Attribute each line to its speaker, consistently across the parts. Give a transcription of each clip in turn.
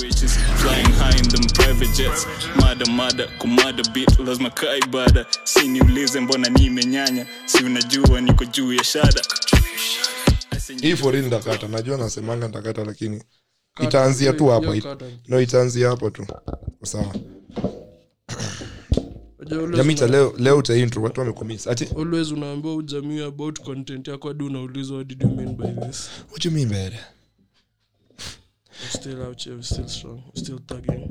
Speaker 1: Riches flying high in them private jets mada mada kumada bit lazima kaa ibada si niulize mbona nimenyanya si unajua niko juu ya shada
Speaker 2: hii forin ndakata najua nasemanga ndakata lakini itaanzia tu hapa It- no itaanzia hapa tu sawa jamii ta leo leo uta intro watu wamekumiss ati
Speaker 3: always unaambiwa ujamii about content yako hadi unaulizwa what did you mean by this
Speaker 2: what do you mean by that
Speaker 3: I'm still out here I'm still strong I'm still thugging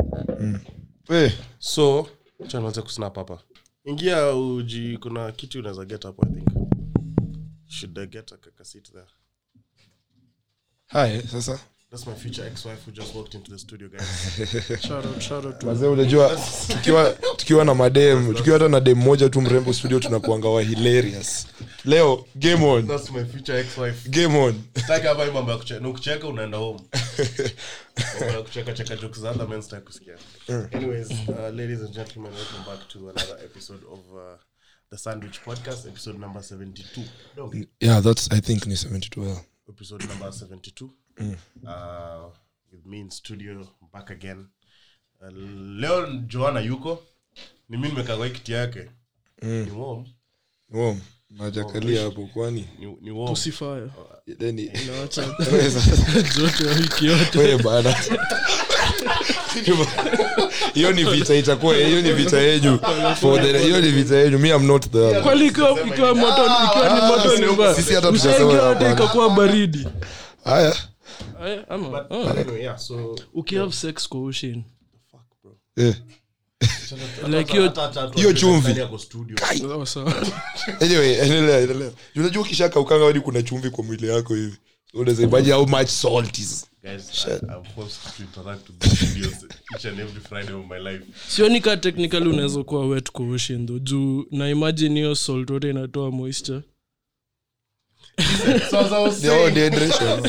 Speaker 2: eh
Speaker 4: so chanaanza kusnap hapa ingia uji kuna kitu unaweza get up i think should i get a kakasit there
Speaker 2: haya sasa
Speaker 4: that's my future ex-wife who just walked into the studio guys
Speaker 3: shout out shout out to
Speaker 2: mazee unajua tukiwa tukiwa na madem tukiwa hata na dem moja tu mrembo studio tunakuanga wa hilarious leo game on
Speaker 4: that's my future ex-wife
Speaker 2: game on
Speaker 4: sitaki hapa hii mambo ya kucheka ukicheka unaenda home mambo ya kucheka cheka jokes za other men sitaki kusikia anyways uh, ladies and gentlemen welcome back to another episode of uh, the sandwich podcast episode number 72 no,
Speaker 2: yeah that's i think ni 72 well
Speaker 4: episode number 72 uh, with me in studio back again uh, leo joana yuko ni mi nimekaa kwa hii kiti yake ni warm
Speaker 2: wow najakalia hapo kwani
Speaker 4: ni, ni warm
Speaker 3: Pussy fire
Speaker 2: then he-
Speaker 3: Inaacha
Speaker 2: Sasa-
Speaker 3: joto ya wiki yote
Speaker 2: wewe bana hiyo ni vita itakuwa hiyo ni vita yenyu For the- hiyo ni vita yenyu me i'm not there
Speaker 3: kweli ikiwa ikiwa moto ikiwa ni moto ni mbaya
Speaker 2: Ah, sisi hata tuseme
Speaker 3: usiingia hata
Speaker 2: hapana.
Speaker 3: ikakuwa baridi
Speaker 2: haya
Speaker 3: Aye, Eh, ama
Speaker 4: But anyway, yeah, so-
Speaker 3: ukihave sex kwa ushin
Speaker 4: Fuck, bro.
Speaker 2: Eh.
Speaker 3: Like hiyo-
Speaker 4: Hata- hata- hata-
Speaker 2: hiyo
Speaker 4: hata-
Speaker 2: chumvi.
Speaker 4: ndani yako studio.
Speaker 3: Oh, sawa.
Speaker 2: anyway endelea endelea unajua ukishakaukanga hadi kuna chumvi kwa mwili yako hivi unaweza imagine how much salt is
Speaker 4: Guys, I- I'm forced to interact with these videos each and every Friday of my life.
Speaker 3: sioni ka technically unaweza kuwa wet kwa ushin tho juu na imagine hiyo salt wote inatoa moisture
Speaker 4: So as I was
Speaker 2: They are all
Speaker 4: saying,
Speaker 2: dehydration.
Speaker 4: uh,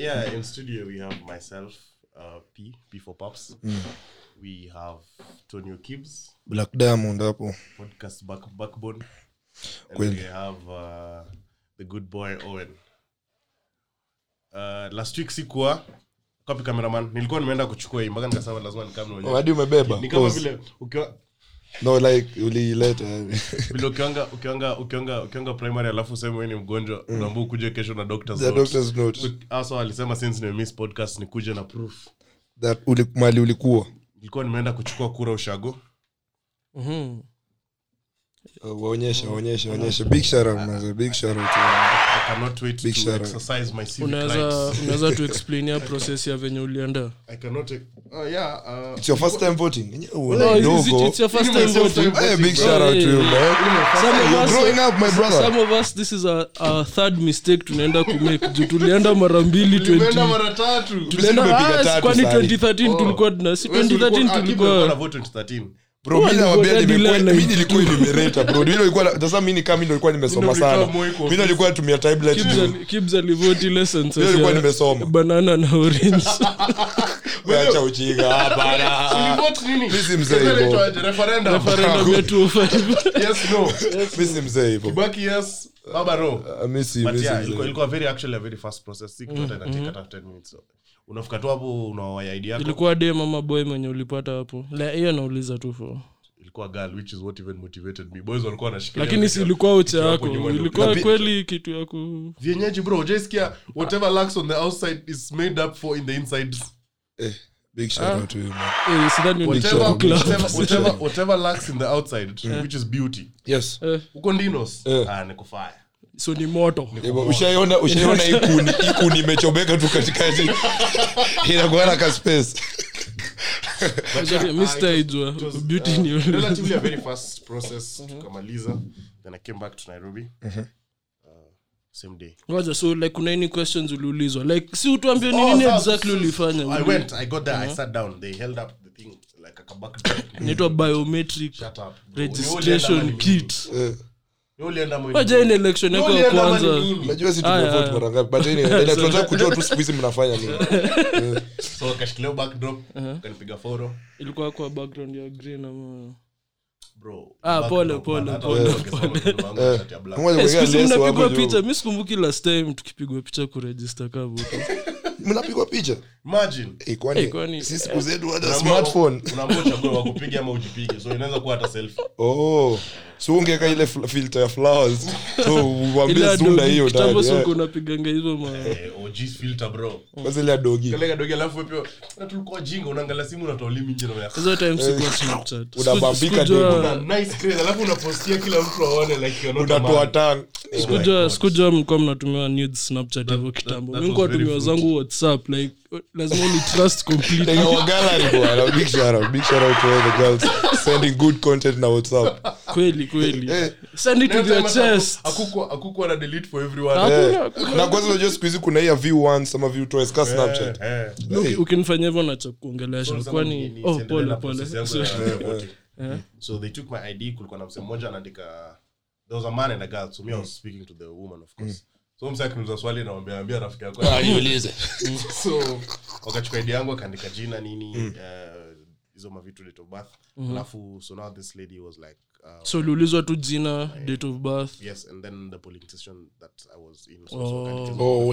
Speaker 4: yeah, in studio we have myself, uh, P, P for Pops. We have Tonyo Kibbs,
Speaker 2: black diamond hapo
Speaker 4: podcast back, backbone. And
Speaker 2: Kweli.
Speaker 4: we have uh, the good boy Owen. Uh, last week sikuwa copy cameraman nilikuwa nimeenda kuchukua hii mpaka nikasema lazima
Speaker 2: Oh,
Speaker 4: nikamnaonyesha
Speaker 2: hadi umebeba
Speaker 4: ni kama
Speaker 2: Pause.
Speaker 4: vile ukiwa
Speaker 2: no like uliileta
Speaker 4: vile ukianga ukianga ukianga ukianga primary alafu useme wewe ni mgonjwa unaambua ukuje kesho na doctor's
Speaker 2: Mm. the
Speaker 4: note.
Speaker 2: doctor's note
Speaker 4: hasa alisema since nimemiss podcast nikuje na proof
Speaker 2: that uli, mali ulikuwa
Speaker 4: nilikuwa nimeenda kuchukua kura ushago
Speaker 3: Mhm.
Speaker 2: Uh, waonyesha waonyesha waonyesha big shout out mwanzo big shout out
Speaker 4: i cannot wait
Speaker 2: Big
Speaker 4: to
Speaker 2: shout out.
Speaker 4: exercise my civic
Speaker 3: unaweza
Speaker 4: rights
Speaker 3: unaweza tu explain ya process ya venye ulienda
Speaker 4: i cannot oh yeah uh,
Speaker 2: it's your first time voting Yenyewe una
Speaker 3: No, it's-
Speaker 2: kidogo.
Speaker 3: it's your first
Speaker 4: Mimi
Speaker 3: time
Speaker 4: myself
Speaker 3: voting.
Speaker 4: time-
Speaker 2: Hey, big
Speaker 4: Bro,
Speaker 2: shout out to
Speaker 3: yeah.
Speaker 2: you man
Speaker 3: Some of
Speaker 2: you're
Speaker 3: us-
Speaker 2: growing up my brother
Speaker 3: some of us this is our, our third mistake tunaenda kumake juu tulienda mara mbili 20
Speaker 4: tulienda mara tatu
Speaker 2: Sisi
Speaker 3: Tulienda-
Speaker 2: tumepiga
Speaker 3: ah,
Speaker 2: tatu
Speaker 3: kwani
Speaker 2: sahani.
Speaker 3: 2013 tulikuwa tuna si
Speaker 4: Wewe ulikuwa-
Speaker 3: 2013
Speaker 4: ah, ulikuwa na
Speaker 3: tulikuwa
Speaker 4: vote 2013
Speaker 2: bro mimi
Speaker 3: Walikuwa
Speaker 2: nawaambia
Speaker 3: hadi
Speaker 2: nimekuwa
Speaker 3: line
Speaker 2: mimi nilikuwa enumerator bro mimi nilikuwa sasa mimi kama mimi nilikuwa nimesoma
Speaker 4: Nilikuwa
Speaker 2: sana
Speaker 4: moi kwa
Speaker 2: mimi nilikuwa natumia timeline
Speaker 3: Kibs ali- Kibs alivoti lessons
Speaker 2: Mimi nilikuwa
Speaker 3: ya
Speaker 2: nimesoma.
Speaker 3: banana na orange
Speaker 2: acha ujinga hapa na
Speaker 4: Vote nini
Speaker 2: Mimi si mzee
Speaker 4: Sasa
Speaker 2: hivyo.
Speaker 4: inaitwa referendum
Speaker 3: Referendum ya 205.
Speaker 4: yes no
Speaker 2: mimi si mzee hivyo
Speaker 4: Kibaki yes baba no
Speaker 2: Ah, mimi si
Speaker 4: But
Speaker 2: mimi si
Speaker 4: yeah, ilikuwa-
Speaker 2: mzee
Speaker 4: ilikuwa very actually a very fast process si kitu hata inatake hata 10 minutes so, unafika tu hapo unawaya idea yako
Speaker 3: ilikuwa de mama boy mwenye ulipata hapo La- hiyo nauliza tu for
Speaker 4: ilikuwa girl which is what even motivated me boys walikuwa wanashikilia
Speaker 3: lakini si ilikuwa ucha yako
Speaker 4: nyuma ndio-
Speaker 3: ilikuwa
Speaker 2: Na-
Speaker 3: kweli kitu ya ku
Speaker 4: vienyeji bro hujaisikia whatever lacks on the outside is made up for in the inside
Speaker 2: Eh, big shout out to you man
Speaker 3: eh, sidhani
Speaker 4: whatever,
Speaker 3: ni club
Speaker 4: whatever, whatever, whatever lacks in the outside which is beauty
Speaker 2: yes
Speaker 3: Eh,
Speaker 4: uko ndinos
Speaker 2: Eh.
Speaker 4: ah, ni kufaya
Speaker 3: so ni moto
Speaker 2: Ebo, Eh, ushaiona ushaiona hii kuni hii kuni imechomeka tu katikati inakuwa na ka space
Speaker 3: mi sitaijua
Speaker 4: Ah, was,
Speaker 3: beauty ni
Speaker 4: uh, relatively a very fast process tukamaliza then i came back to nairobi
Speaker 3: Uh-huh.
Speaker 4: Uh, same day
Speaker 3: ngoja so like kuna any questions uliulizwa like si utuambie ni nini
Speaker 4: Oh, sasa-
Speaker 3: exactly ulifanya
Speaker 4: I
Speaker 3: Uli- Uh-huh.
Speaker 4: went, I got there, I sat down. They held up the thing like a kabak.
Speaker 3: inaitwa biometric
Speaker 4: Shut up. Ni
Speaker 3: registration
Speaker 4: ule
Speaker 3: kit
Speaker 2: Eh,
Speaker 4: ulienda mwenyewe.
Speaker 3: waja ini election yako ya
Speaker 4: Ule ndama ni
Speaker 3: kwanza
Speaker 4: mimi.
Speaker 2: najua si
Speaker 3: Aya,
Speaker 2: tumevote
Speaker 3: aya.
Speaker 2: mara ngapi but anyway ila tunataka kujua tu siku hizi mnafanya nini Eh.
Speaker 4: So akashikilia backdrop,
Speaker 3: Uh-huh.
Speaker 4: akanipiga photo.
Speaker 3: ilikuwa kwa background ya green ama
Speaker 4: Oh, Bro,
Speaker 3: Ah,
Speaker 4: backdrop,
Speaker 3: pole,
Speaker 4: man,
Speaker 3: pole,
Speaker 4: hata
Speaker 3: pole,
Speaker 4: watu wakisoma jina langu na shati ya black.
Speaker 2: Ngoja
Speaker 3: Eh, siku
Speaker 2: kuongea
Speaker 3: hizi
Speaker 2: leso hapo
Speaker 3: mnapigwa
Speaker 2: juu.
Speaker 3: picha mi sikumbuki last time tukipigwa picha kurejista kabutu
Speaker 2: mnapigwa picha
Speaker 4: imagine
Speaker 2: Eh,
Speaker 3: Eh, kwani-
Speaker 2: kwani si siku zetu hata
Speaker 4: Unaambiwa-
Speaker 2: smartphone
Speaker 4: unaambiwa uchague wa kupiga ama ujipige so inaweza kuwa hata selfie
Speaker 2: oh so ungeka ile fl- filter ya flowers so uambie zunda hiyo
Speaker 3: kitambo
Speaker 2: ndani,
Speaker 3: soko
Speaker 2: eh.
Speaker 3: unapiganga hizo ma
Speaker 4: eh, OG filter bro
Speaker 2: kwanza ile ya dogi
Speaker 4: Kalega dogi alafu wewe pia na tulikuwa jinga unaangalia simu unatoa ulimi nje na unasema,
Speaker 3: hizo time sikuwa snapchat Siku-
Speaker 2: unabambika
Speaker 3: sikujua-
Speaker 2: demu
Speaker 4: "Ah, nice craze alafu unapostia kila mtu aone like you're not a
Speaker 2: unatoa
Speaker 4: man.
Speaker 2: tang
Speaker 3: sikujua sikujua mlikuwa mnatumiwa nude snapchat hivyo kitambo
Speaker 4: that
Speaker 3: mi nikuwa
Speaker 4: was very
Speaker 3: tumiwa zangu whatsapp like lazima ni trust completely
Speaker 2: Like our gallery, bwana. Big shout out. Big shout out to all the girls sending good content na WhatsApp.
Speaker 3: kweli kweli
Speaker 2: Eh.
Speaker 3: send it with your
Speaker 4: Never mind,
Speaker 3: chest
Speaker 4: hakukuwa- hakukuwa na delete for everyone.
Speaker 3: Ah,
Speaker 2: Eh,
Speaker 3: Hakuna-
Speaker 2: Na kwanza unajua siku hizi kuna hii ya view once ama view twice ka Snapchat.
Speaker 4: Eh, eh.
Speaker 2: Hey,
Speaker 3: Uki- ukinifanya hivyo nacha kuongelesha
Speaker 4: Sasa ni-
Speaker 3: kwani
Speaker 4: ni-
Speaker 3: oh,
Speaker 4: siendelee
Speaker 3: pole
Speaker 4: na process
Speaker 3: pole
Speaker 4: yangu
Speaker 3: So-
Speaker 4: ya voting.
Speaker 3: Eh.
Speaker 4: so they took my id kulikuwa na msee mmoja anaandika there was a man and a girl so me i was speaking to the woman of course so msee akiniuliza swali nawambia ambia rafiki yako
Speaker 2: Ah,
Speaker 4: so wakachukua id yangu akaandika jina nini
Speaker 2: Mm.
Speaker 4: eh, hizo mavitu date of birth
Speaker 3: Mm-hmm.
Speaker 4: alafu so now this lady was like uh,
Speaker 3: so uliulizwa tu jina date of birth
Speaker 4: yes and then the polling station that i was in so,
Speaker 3: Oh.
Speaker 4: so akaandika-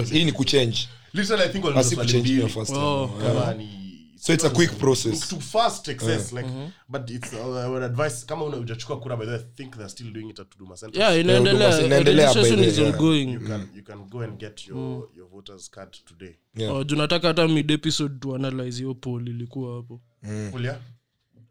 Speaker 2: oh, hii ni kuchange
Speaker 4: literally i think waliuliza
Speaker 2: asi
Speaker 4: swali
Speaker 2: kuchange
Speaker 4: mbili.
Speaker 2: your first
Speaker 3: Wow.
Speaker 2: time.
Speaker 4: kama ni
Speaker 2: So it's a quick process. Uh.
Speaker 4: to fast access like
Speaker 3: Mm-hmm.
Speaker 4: but it's uh, I would advise kama una- hujachukua kura by the way, I think they're still doing it at Huduma Center
Speaker 3: yeah
Speaker 2: Huduma- inaendelea by
Speaker 3: inaendelearegistration
Speaker 2: the-
Speaker 3: is
Speaker 2: yeah.
Speaker 3: ongoing
Speaker 4: you can you can go and get your
Speaker 3: Mm.
Speaker 4: your voters card today
Speaker 2: Yeah.
Speaker 3: Oh, juu nataka hata mid episode tuanalyze hiyo poll ilikuwa hapo
Speaker 2: Mm.
Speaker 4: Kulia?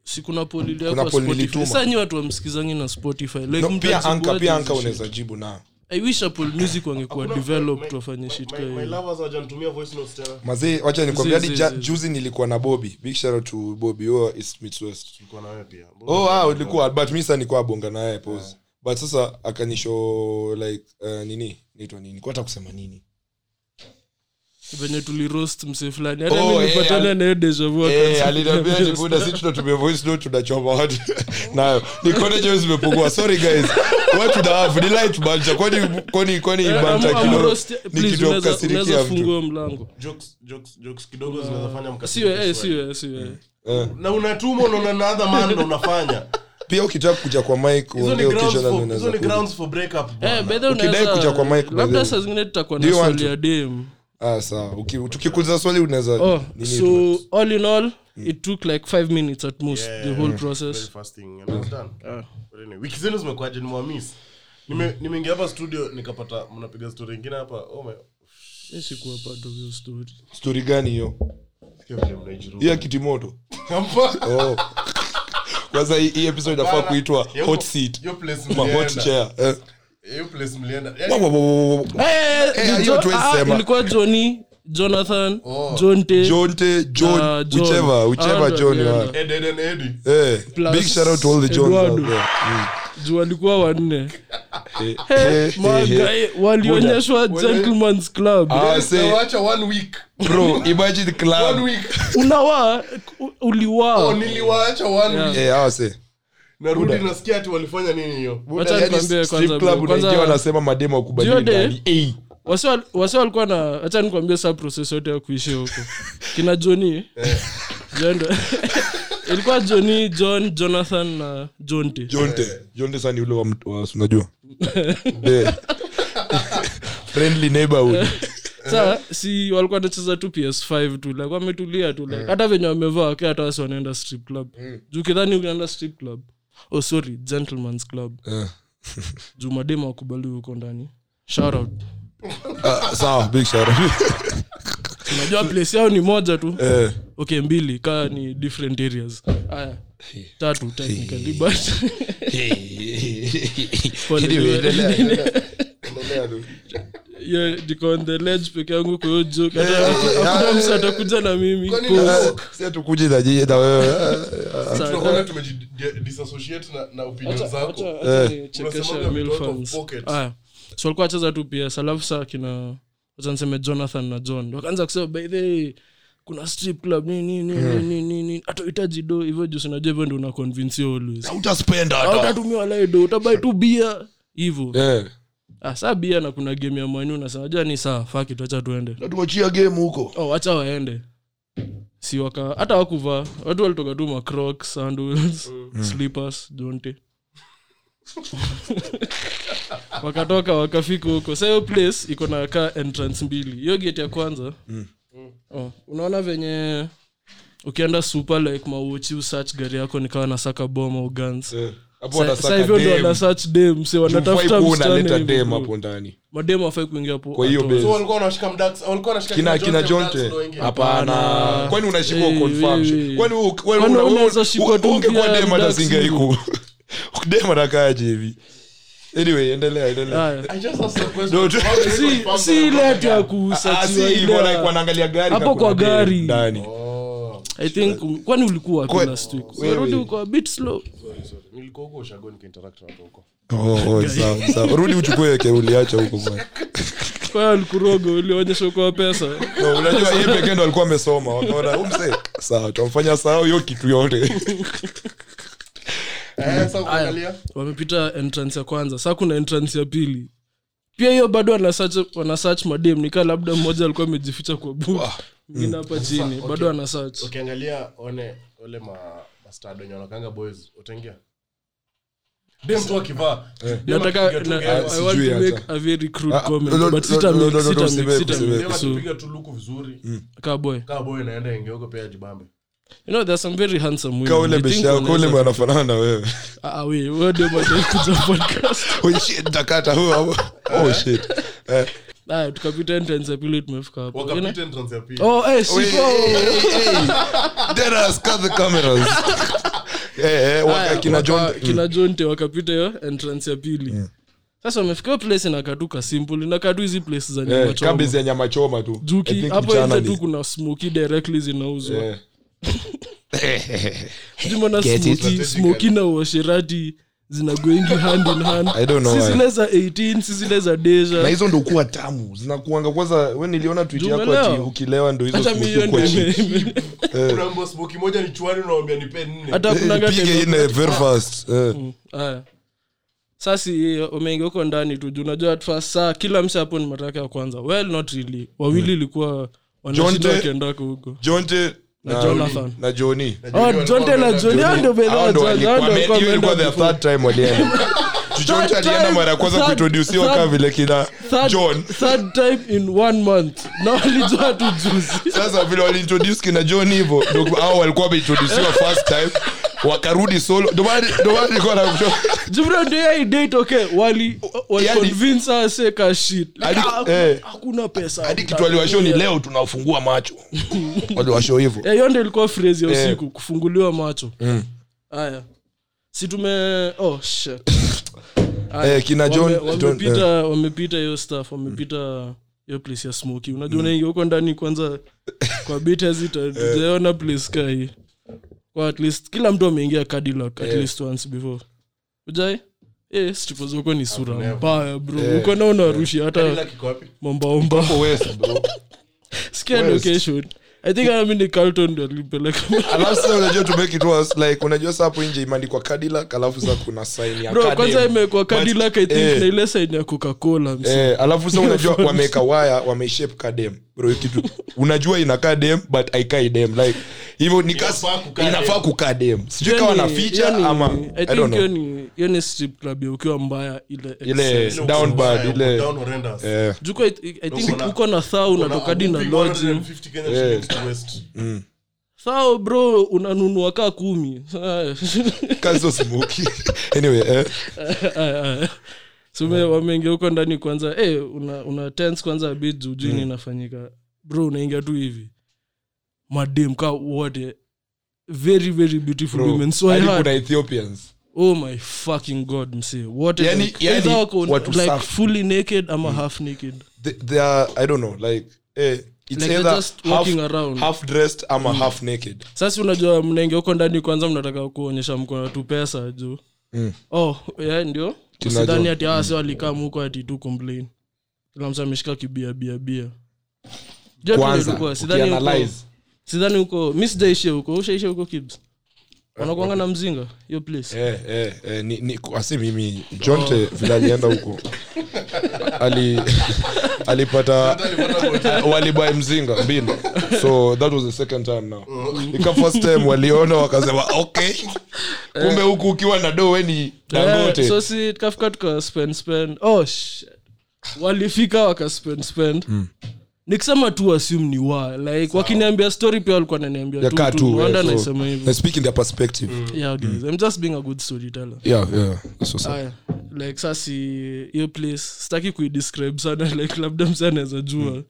Speaker 3: si kuna poll
Speaker 2: Kuna
Speaker 3: iliwekwa
Speaker 2: poll
Speaker 3: Spotify.
Speaker 2: nilituma.
Speaker 3: Sasa nyi watu wamsikizangi na spotify like
Speaker 2: No,
Speaker 3: mtu
Speaker 2: pia
Speaker 3: ajibu
Speaker 2: anka
Speaker 3: aje
Speaker 2: pia
Speaker 3: hizo
Speaker 2: anka
Speaker 3: shit.
Speaker 2: unaweza jibu na
Speaker 3: i wish apple music wangekuwa
Speaker 4: Hakuna-
Speaker 3: developed
Speaker 4: my-
Speaker 3: wafanye
Speaker 4: my-
Speaker 3: shit
Speaker 4: my-
Speaker 3: kama
Speaker 4: my
Speaker 3: hiyo.
Speaker 4: lovers hawajanitumia voice notes tena
Speaker 2: mazee wacha nikwambia
Speaker 3: Zi-
Speaker 2: hadi
Speaker 3: zi-
Speaker 2: ja-
Speaker 3: zi.
Speaker 2: juzi nilikuwa na bobby big shout out to bobby huyo East Meets west
Speaker 4: tulikuwa na wewe pia
Speaker 2: oh ah, ulikuwa but mi sa nikuwa abonga naye pose but sasa akanisho like uh, nini naitwa nini kwata kusema
Speaker 3: Eh,
Speaker 2: nini
Speaker 3: venye tulirost mse fulani hata
Speaker 2: Oh,
Speaker 3: mi
Speaker 2: eh,
Speaker 3: nilipatana
Speaker 2: al-
Speaker 3: na hiyo deja vu
Speaker 2: Eh,
Speaker 3: wakati-
Speaker 2: aliniambia ati buda si tunatumia voice note tunachoma watu nayo nikone jeo zimepungua sorry guys what the have ni light bancha kwani kwani kwani
Speaker 3: Eh, am-
Speaker 2: bancha
Speaker 3: am-
Speaker 2: kilo
Speaker 3: roast-
Speaker 2: ni
Speaker 3: please,
Speaker 2: kitu ya
Speaker 3: unaweza-
Speaker 2: kukasirikia
Speaker 3: unaweza
Speaker 2: mtu
Speaker 3: fungua mlango
Speaker 4: jokes jokes jokes kidogo zinazofanya
Speaker 3: siwe
Speaker 4: mkasirike
Speaker 3: eh, siwe
Speaker 4: swali.
Speaker 3: siwe
Speaker 4: na unatuma unaona na other man na unafanya
Speaker 2: pia ukitaka kuja kwa mic
Speaker 4: hizo ni
Speaker 2: uongee
Speaker 4: grounds
Speaker 2: ukisha na
Speaker 4: for hizo
Speaker 2: unaweza
Speaker 4: ni
Speaker 2: kuja.
Speaker 4: grounds for breakup
Speaker 3: Eh,
Speaker 4: bwana.
Speaker 3: by the way,
Speaker 2: Ukidai
Speaker 3: unaweza-
Speaker 2: kuja kwa mic, by the way.
Speaker 3: labda saa zingine tutakuwa
Speaker 2: Do
Speaker 3: na
Speaker 2: you want
Speaker 3: swali
Speaker 2: to?
Speaker 3: ya dem
Speaker 2: ah sawa Uki- tukikuuliza swali unaweza
Speaker 3: oh,
Speaker 2: nini Hmm.
Speaker 3: so all in all it took like five minutes at most
Speaker 4: Yeah,
Speaker 3: the
Speaker 4: yeah,
Speaker 3: whole
Speaker 4: Very
Speaker 3: process
Speaker 4: fast thing, and I was done.
Speaker 3: Ah.
Speaker 4: But anyway, wiki zenu zimekuaje nimewamiss Nime- nimeingia hapa studio nikapata mnapiga stori ingine hapa oh my
Speaker 3: Eh, sikuwa part of your story
Speaker 2: story gani hiyo
Speaker 4: sikia vile mnaijurumu.
Speaker 2: hiyo ya kitimoto
Speaker 4: Hapa.
Speaker 2: Oh. kwanza hii- hii episode inafaa
Speaker 4: Bana,
Speaker 2: kuitwa
Speaker 4: hiyo-
Speaker 2: hot seat
Speaker 4: hiyo place
Speaker 2: Ma hot
Speaker 4: mlienda.
Speaker 2: chair eh.
Speaker 4: Hiyo place mlienda.
Speaker 2: Wa-
Speaker 4: Yaani,
Speaker 2: wa- wa- wa- wa-
Speaker 3: Eh,
Speaker 2: Eh,
Speaker 3: ni
Speaker 2: hiyo
Speaker 3: Jo-
Speaker 2: tuwezi
Speaker 3: ah,
Speaker 2: sema.
Speaker 3: ilikuwa johnny jonathan
Speaker 4: Oh.
Speaker 3: jonte
Speaker 2: jonte john
Speaker 3: Eh, Ah, John.
Speaker 2: whichever whichever
Speaker 3: Ah,
Speaker 2: john you
Speaker 3: yeah.
Speaker 2: are.
Speaker 4: Ed, Ed and Eddie.
Speaker 2: Eh,
Speaker 3: Plus
Speaker 2: big shout out to all the johns out
Speaker 3: Eduardo.
Speaker 2: there. Mm.
Speaker 3: juu walikuwa wanne
Speaker 2: Eh, eh,
Speaker 3: Eh,
Speaker 2: eh, eh.
Speaker 3: magae walionyeshwa gentlemans club
Speaker 2: Ah,
Speaker 4: Yes,
Speaker 2: say-
Speaker 4: na waacha one week.
Speaker 2: Bro, imagine club.
Speaker 4: One week.
Speaker 3: unawaa
Speaker 4: Oh,
Speaker 3: uliwaa
Speaker 4: niliwaacha one
Speaker 3: Yeah.
Speaker 4: week.
Speaker 2: Eh, hawa say.
Speaker 4: Narudi nasikia ati walifanya nini hiyo.
Speaker 2: Buda,
Speaker 3: Wacha
Speaker 2: yani
Speaker 3: nikwambie
Speaker 2: strip
Speaker 3: kwanza,
Speaker 2: club
Speaker 3: bro.
Speaker 2: unaingia
Speaker 3: Kwanza-
Speaker 2: wanasema mademu wakubaliwe
Speaker 3: Jio day.
Speaker 2: ndani. Eh,
Speaker 3: wase walikuwa na hacha nikuambia saa proses yote ya kuishia huko kina joni
Speaker 2: Eh.
Speaker 3: jendo ilikuwa joni john jonathan na jonte
Speaker 2: jonte jonte sasa ni ule wa mtu- wa- si unajua Eh. friendly neighborhood
Speaker 3: saa
Speaker 2: Eh.
Speaker 3: si walikuwa nacheza tu ps5 tu like wametulia tu
Speaker 2: Eh.
Speaker 3: like hata venye wamevaa ke hata wasi wanaenda strip club
Speaker 2: Mm.
Speaker 3: juu kidhani unaenda strip club oh sorry gentlemans club
Speaker 2: Eh.
Speaker 3: juu mademu wakubali huko ndani shout out
Speaker 2: Ah, sawa big shout out.
Speaker 3: unajua place yao ni moja tu
Speaker 2: Eh.
Speaker 3: okay mbili kaa ni different areas aya tatu technically but Pole,
Speaker 2: Anyway,
Speaker 3: pole.
Speaker 2: endelea, endelea. Endelea tu.
Speaker 3: Yeah, niko on the ledge peke yangu kwa hiyo joke hata hakuna mtu atakuja na mimi
Speaker 4: Kwani
Speaker 3: Pause.
Speaker 4: na-
Speaker 2: Eh, si hatukuji na jie- na wewe Eh,
Speaker 4: Tunakwambia tumeji- di- disassociate na- na opinion
Speaker 3: Acha-
Speaker 4: zako.
Speaker 3: acha
Speaker 2: Eh.
Speaker 3: nichekeshe
Speaker 4: Unasemaga
Speaker 3: male
Speaker 4: mtoto
Speaker 3: fans.
Speaker 4: pocket.
Speaker 3: Aya. so walikuwa wacheza tu ps alafu saa kina wacha niseme jonathan na john wakaanza kusema by the way, kuna strip club nini nini
Speaker 2: Hmm.
Speaker 3: nini nini hata uhitaji do hivyo juu sinajua hivyo ndio una convince you always hautatumiwa laido utabai tu bia hivyo
Speaker 2: Eh,
Speaker 3: Ah, saa bia na kuna game ya mwanyu nasema jua ni saa faki tuacha tuende
Speaker 2: na tuachia game huko
Speaker 3: oh, wacha waende si waka hata wakuvaa watu walitoka tu macrok sandals slippers jonte wakatoka wakafika huko sa hiyo place iko na ka entrance mbili hiyo gate ya kwanza oh. unaona venye ukienda super like mauchi usach gari yako nikawa nasaka boma ugans
Speaker 2: Eh, hapo
Speaker 3: Sa-
Speaker 2: wanasaka
Speaker 3: sa hivyo ndo
Speaker 2: dem.
Speaker 3: wanasach dem se
Speaker 2: Hufai
Speaker 3: wanatafuta
Speaker 2: kuwa unaleta
Speaker 3: msichana
Speaker 2: dem
Speaker 3: hivyo.
Speaker 2: hapo ndani
Speaker 3: madem afai kuingia hapo
Speaker 2: Kwa hiyo
Speaker 3: at all.
Speaker 2: base.
Speaker 4: So walikuwa wanashika mdax- walikuwa wanashika
Speaker 2: kina kina
Speaker 4: mdax
Speaker 2: jonte
Speaker 4: ndo wengine.
Speaker 2: hapana kwani unashikwa
Speaker 3: Eh,
Speaker 2: confirm
Speaker 3: eh, eh.
Speaker 2: kwani u- kwani
Speaker 3: Kwani
Speaker 2: una-
Speaker 3: unaweza
Speaker 2: u-
Speaker 3: shikwa tu
Speaker 2: ungekuwa
Speaker 3: pia
Speaker 2: dem hata
Speaker 3: mdaksi?
Speaker 2: singeiku dem atakaaje hivi anyway endelea endelea
Speaker 3: Haya.
Speaker 4: I just asked a question.
Speaker 2: No, jo-
Speaker 4: How do you
Speaker 2: Si-
Speaker 4: confirm
Speaker 3: si
Speaker 4: that
Speaker 3: ile ati ya
Speaker 4: wanakuja?
Speaker 2: Ah, si
Speaker 3: kusachiwa
Speaker 2: hivyo,
Speaker 3: ile
Speaker 2: like
Speaker 3: ya-
Speaker 2: wanaangalia gari
Speaker 3: Hapo
Speaker 2: na kuna
Speaker 3: kwa
Speaker 2: dem
Speaker 3: gari.
Speaker 2: ndani
Speaker 4: Oh,
Speaker 3: I think um, kwani ulikuwa
Speaker 2: Kwa-
Speaker 3: wapi last week
Speaker 2: wewe.
Speaker 3: Unarudi uko a bit slow
Speaker 4: sorry, sorry. Nilikuwa huko ushagoni nikiinteract na watu huko.
Speaker 2: Oh, oh, sawa, sawa. rudi uchukue keuli acha huko bwana
Speaker 3: kwa hiyo alikuroga ulionyesha ukoa pesa
Speaker 2: No, unajua yeye pekee ndo alikuwa amesoma wakaona huyu mzee sawa tutamfanya sawa hiyo kitu yote
Speaker 4: Eh, sasa ukiangalia,
Speaker 3: wamepita entrance ya kwanza saa kuna entrance ya pili pia hiyo bado wanasearch- wanasearch madem nikaa labda mmoja alikuwa amejificha kwa book mwingine hapa
Speaker 2: Mm.
Speaker 3: chini bado anasearch
Speaker 4: ukiangalia one ole ma bastard wenye wanakanga boys utaingia dem tu akivaa dem
Speaker 3: nataka
Speaker 4: akipiga tu
Speaker 3: na-
Speaker 4: gari,
Speaker 2: eh,
Speaker 3: I- I want
Speaker 2: sijui
Speaker 3: to make
Speaker 2: hata.
Speaker 3: a very crude
Speaker 2: Ah,
Speaker 3: comment,
Speaker 2: no, no,
Speaker 3: but
Speaker 2: no,
Speaker 3: sita
Speaker 2: no,
Speaker 3: make-
Speaker 2: no, no,
Speaker 3: sita
Speaker 2: no,
Speaker 3: make-
Speaker 2: usiweke,
Speaker 3: sita
Speaker 2: usiweke.
Speaker 3: make.
Speaker 4: dem
Speaker 3: Ah, So, Mm.
Speaker 4: akipiga tu luku vizuri
Speaker 3: kaa boy. You
Speaker 4: kaa boy naenda ingeoko pia jibambe
Speaker 3: know, there are some very handsome women.
Speaker 2: kaule
Speaker 3: I think
Speaker 2: beshao kaule
Speaker 3: wanaweza-
Speaker 2: mwanafanana na wewe
Speaker 3: Ah, ah, we, wewe ndio mwenye kuja podcast.
Speaker 2: oh shit takata huyo hapo. oh shit Eh.
Speaker 3: Aya, Ah, tukapita entrance ya pili tumefika hapo. You know?
Speaker 4: wakapita entrance ya pili
Speaker 3: Oh, eh, si-
Speaker 2: Hey,
Speaker 3: oh,
Speaker 2: hey, hey, hey. Dennis, cut the cameras. Eh, eh, waka-
Speaker 3: Aya,
Speaker 2: kina
Speaker 3: Ah, waka-
Speaker 2: John- Mm.
Speaker 3: kina jonte wakapita hiyo entrance ya pili sasa wamefika place inakatuka simple inakatu hizi place za
Speaker 2: Eh,
Speaker 3: nyama choma.
Speaker 2: kabis ya nyama choma tu I
Speaker 3: juki
Speaker 2: think
Speaker 3: hapo
Speaker 2: mchana
Speaker 3: nje
Speaker 2: ni-
Speaker 3: tu kuna smoki directly zinauzwa
Speaker 2: Eh.
Speaker 3: jumana
Speaker 2: Get it.
Speaker 3: smoki smoki na uasherati zinagoingi hand in hand
Speaker 2: I don't know
Speaker 3: si
Speaker 2: why.
Speaker 3: zile za 18 si zile za
Speaker 2: na
Speaker 3: deja
Speaker 2: hizo ndo kuwa tamu zinakuanga kwanza we niliona tweet
Speaker 3: Juu
Speaker 2: yako ati
Speaker 3: umeelewa?
Speaker 2: ukilewa ndo hizo
Speaker 3: hata
Speaker 2: smoke
Speaker 3: milioni
Speaker 2: huko chini.
Speaker 4: unaambia smoki moja ni chwani unaambia nipe nne
Speaker 3: hata
Speaker 2: Eh,
Speaker 3: kunaga
Speaker 2: ipige
Speaker 3: time-
Speaker 2: ine very fast Eh.
Speaker 3: Mm. Aya. sasi wameingia huko ndani tu juu unajua at first saa kila mse hapo ni mataka ya kwanza well not really wawili
Speaker 2: Hmm.
Speaker 3: ilikuwa wanashinda
Speaker 2: Jonte.
Speaker 3: wakiendako huko
Speaker 2: jonte
Speaker 3: Na
Speaker 2: na-
Speaker 3: Jonathan.
Speaker 2: na joni
Speaker 3: Oh, jonte na Johnny, hao ndio
Speaker 2: Hao ndo
Speaker 3: walienda jana, hao
Speaker 2: walikuwa-
Speaker 3: ndio walikuwa
Speaker 2: hiyo ilikuwa
Speaker 3: wameenda
Speaker 2: their
Speaker 3: before.
Speaker 2: third time walienda Juu jonte
Speaker 3: Third
Speaker 2: alienda
Speaker 3: time,
Speaker 2: mara ya kwanza
Speaker 3: third-
Speaker 2: kuintrodusiwa
Speaker 3: third-
Speaker 2: kaa vile kina
Speaker 3: Third-
Speaker 2: john
Speaker 3: third time in one month na walijua tu juzi
Speaker 2: sasa vile waliintroduce kina john hivo ndo- hao walikuwa wameintrodusiwa first time wakarudi solo Ndo maana- ndo maana nilikuwa na-
Speaker 3: jumra ndio yai date okay wali waliconvince us say ka shit like,
Speaker 2: Hadi-
Speaker 3: haku-
Speaker 2: Yaani- eh.
Speaker 3: hakuna pesa
Speaker 2: hadi kitu waliwashow ni leo tunawafungua macho waliwashow hivo
Speaker 3: Eh, hiyo ndio ilikuwa phrase ya
Speaker 2: Eh. Mm.
Speaker 3: usiku kufunguliwa macho haya si tume oh shit Aya,
Speaker 2: Eh, kina John-
Speaker 3: wame-
Speaker 2: John, eh.
Speaker 3: wamepita wamepita hiyo staff wamepita hiyo place ya smoki unajua
Speaker 2: Mm.
Speaker 3: unaingia huko ndani kwanza kwa bit
Speaker 2: Eh.
Speaker 3: hesitant tujaona place kaa hii kwa at least kila mtu ameingia cadillac
Speaker 2: Eh.
Speaker 3: at least once before ujai eh stripo zako ni sura mbaya bro
Speaker 2: Eh.
Speaker 3: uko na unarushi
Speaker 4: Kila
Speaker 3: hata
Speaker 4: kiko Yaani wapi
Speaker 3: mombaomba
Speaker 2: West, bro.
Speaker 3: sikia
Speaker 2: West.
Speaker 3: location i think mimi ni carlton ndo alipeleka
Speaker 2: alafu sasa unajua to make it worse, like unajua sasa hapo nje imeandikwa Cadillac, alafu sasa kuna sign ya
Speaker 3: bro
Speaker 2: Cadem.
Speaker 3: kwanza imekuwa Cadillac I think
Speaker 2: eh.
Speaker 3: na ile sign ya Coca-Cola msi.
Speaker 2: Eh, alafu sasa unajua wameweka waya wameshape kadem bro hiyo kitu unajua inakaa dem but aikai dem like hivyo ni kasi-
Speaker 4: Inafaa kukaa
Speaker 2: inafaa
Speaker 4: dem.
Speaker 2: kukaa dem sijui
Speaker 3: Hiyo
Speaker 2: kama
Speaker 3: ni-
Speaker 2: na
Speaker 3: hiyo ni-
Speaker 2: feature ama
Speaker 3: I
Speaker 2: I don't
Speaker 3: think
Speaker 2: know.
Speaker 3: hiyo ni- hiyo ni strip club ya ukiwa mbaya ile
Speaker 2: Ile-
Speaker 3: excess.
Speaker 4: Ile
Speaker 2: Down
Speaker 4: uko-
Speaker 2: bad, ile-
Speaker 4: down horrendous.
Speaker 2: Eh,
Speaker 3: Juko, I- I- I think
Speaker 4: Uko na-
Speaker 3: uko na thao
Speaker 4: Kuna
Speaker 3: unatoka hadi na
Speaker 4: whooping
Speaker 3: lodging.
Speaker 4: 150 Kenya shillings to West.
Speaker 3: thao bro unanunua kaa kumi Aya.
Speaker 2: kazo smoky anyway eh,
Speaker 3: Aya, aya. So, me- wameingia huko ndani kwanza eh, una, una tense kwanza bit jujini
Speaker 2: Mm.
Speaker 3: inafanyika bro unaingia tu hivi madem kaa wote very very beautiful
Speaker 2: bro,
Speaker 3: women so I
Speaker 2: hadi
Speaker 3: had
Speaker 2: kuna Ethiopians
Speaker 3: oh my fucking god msee wote
Speaker 2: Yani-
Speaker 3: like,
Speaker 2: yani
Speaker 3: either wako
Speaker 2: watu
Speaker 3: like
Speaker 2: safi. Mm.
Speaker 3: fully naked ama half naked
Speaker 2: they, they are I don't know like eh, it's
Speaker 3: Like they're
Speaker 2: either
Speaker 3: just
Speaker 2: half,
Speaker 3: walking around. Mm.
Speaker 2: half dressed ama half naked
Speaker 3: sasa unajua mnaingia huko ndani kwanza mnataka kuonyesha mkono tu pesa juu
Speaker 2: Mm.
Speaker 3: oh yeah, ndio
Speaker 2: Tunajua. Mm.
Speaker 3: sidhani ati awase walikaa huko ati tu complain kila mtu ameshika kibiabiabia Jua tu ilikuwa,
Speaker 2: kwanza
Speaker 3: sidhani huko-
Speaker 2: ukianalyze
Speaker 3: sidhani huko mi sijaishia huko ushaishia huko kibs wanakuanga na mzinga hiyo place
Speaker 2: Eh, eh, eh, ni, ni, asi mimi
Speaker 3: Oh.
Speaker 2: jonte vile alienda huko ali alipata walibae mzinga mbili so that was the second time now
Speaker 3: Mm.
Speaker 2: ika first time waliona wakasema okay kumbe huku ukiwa na do weni
Speaker 3: Eh,
Speaker 2: dangote
Speaker 3: so si
Speaker 2: Hmm.
Speaker 3: tukafika tuka spend spend oh shit. walifika waka spend spend nikisema tu assume ni wa like wakiniambia story pia walikuwa naniambia
Speaker 2: Yeah,
Speaker 3: tu-
Speaker 2: kaa
Speaker 3: tu
Speaker 2: tu,
Speaker 3: Rwanda
Speaker 2: yeah, so-
Speaker 3: naisema
Speaker 2: I
Speaker 3: hivyo
Speaker 2: speak in their perspective
Speaker 3: yeah guys i'm just being a good storyteller
Speaker 2: yeah yeah that's what's up.
Speaker 3: Aya, like sasi hiyo place sitaki kuidescribe sana like labda msa anaweza jua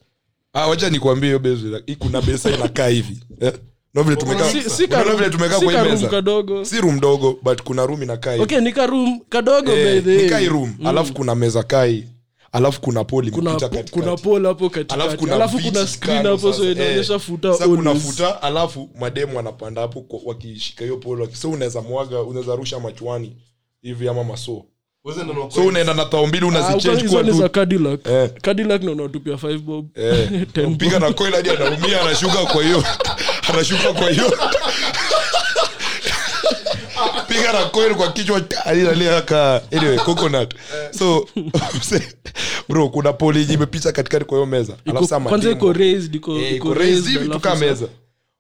Speaker 2: ah wacha nikwambie hiyo base like, hii kuna besa inakaa hivi eh na vile tumekaa
Speaker 3: Si- si ka
Speaker 2: unaona vile
Speaker 3: room-
Speaker 2: tumekaa
Speaker 3: si
Speaker 2: kwa
Speaker 3: ka
Speaker 2: hii
Speaker 3: room
Speaker 2: meza
Speaker 3: kadogo
Speaker 2: si room dogo but kuna room inakaa hivi
Speaker 3: okay nika room kadogo by
Speaker 2: Eh,
Speaker 3: the way. Mm.
Speaker 2: ni kai room alafu kuna meza kai alafu kuna poli
Speaker 3: kuna
Speaker 2: imepita katikati.
Speaker 3: kuna pole hapo
Speaker 2: alafu
Speaker 3: katikati
Speaker 2: kuna
Speaker 3: alafu
Speaker 2: viti
Speaker 3: kuna screen
Speaker 2: kando
Speaker 3: hapo
Speaker 2: sasa.
Speaker 3: so
Speaker 2: Eh,
Speaker 3: inaonyesha futa
Speaker 2: sasa kuna
Speaker 3: always.
Speaker 2: futa alafu mademu wanapanda hapo kwa- wakishika hiyo polo so unaweza mwaga unaweza rusha machuani hivi ama maso so unaenda na tao mbili
Speaker 3: Ah,
Speaker 2: unazichange
Speaker 3: hizo
Speaker 2: kwa
Speaker 3: ni za
Speaker 2: tu
Speaker 3: Cadillac
Speaker 2: Eh.
Speaker 3: Cadillac na unatupia 5 bob
Speaker 2: Eh,
Speaker 3: 10 bob.
Speaker 2: piga na coil hadi anaumia anashuka kwa hiyo anashuka kwa hiyo piga na coil kwa kichwa alilalia ka anyway coconut so bro kuna poli yenye imepita katikati kwa hiyo meza alafu
Speaker 3: Iko-
Speaker 2: sasa
Speaker 3: kwanza
Speaker 2: mademu-
Speaker 3: iko raised iko
Speaker 2: Eh,
Speaker 3: iko
Speaker 2: iko raised hivi
Speaker 3: alafu
Speaker 2: tu kama
Speaker 3: sasa-
Speaker 2: meza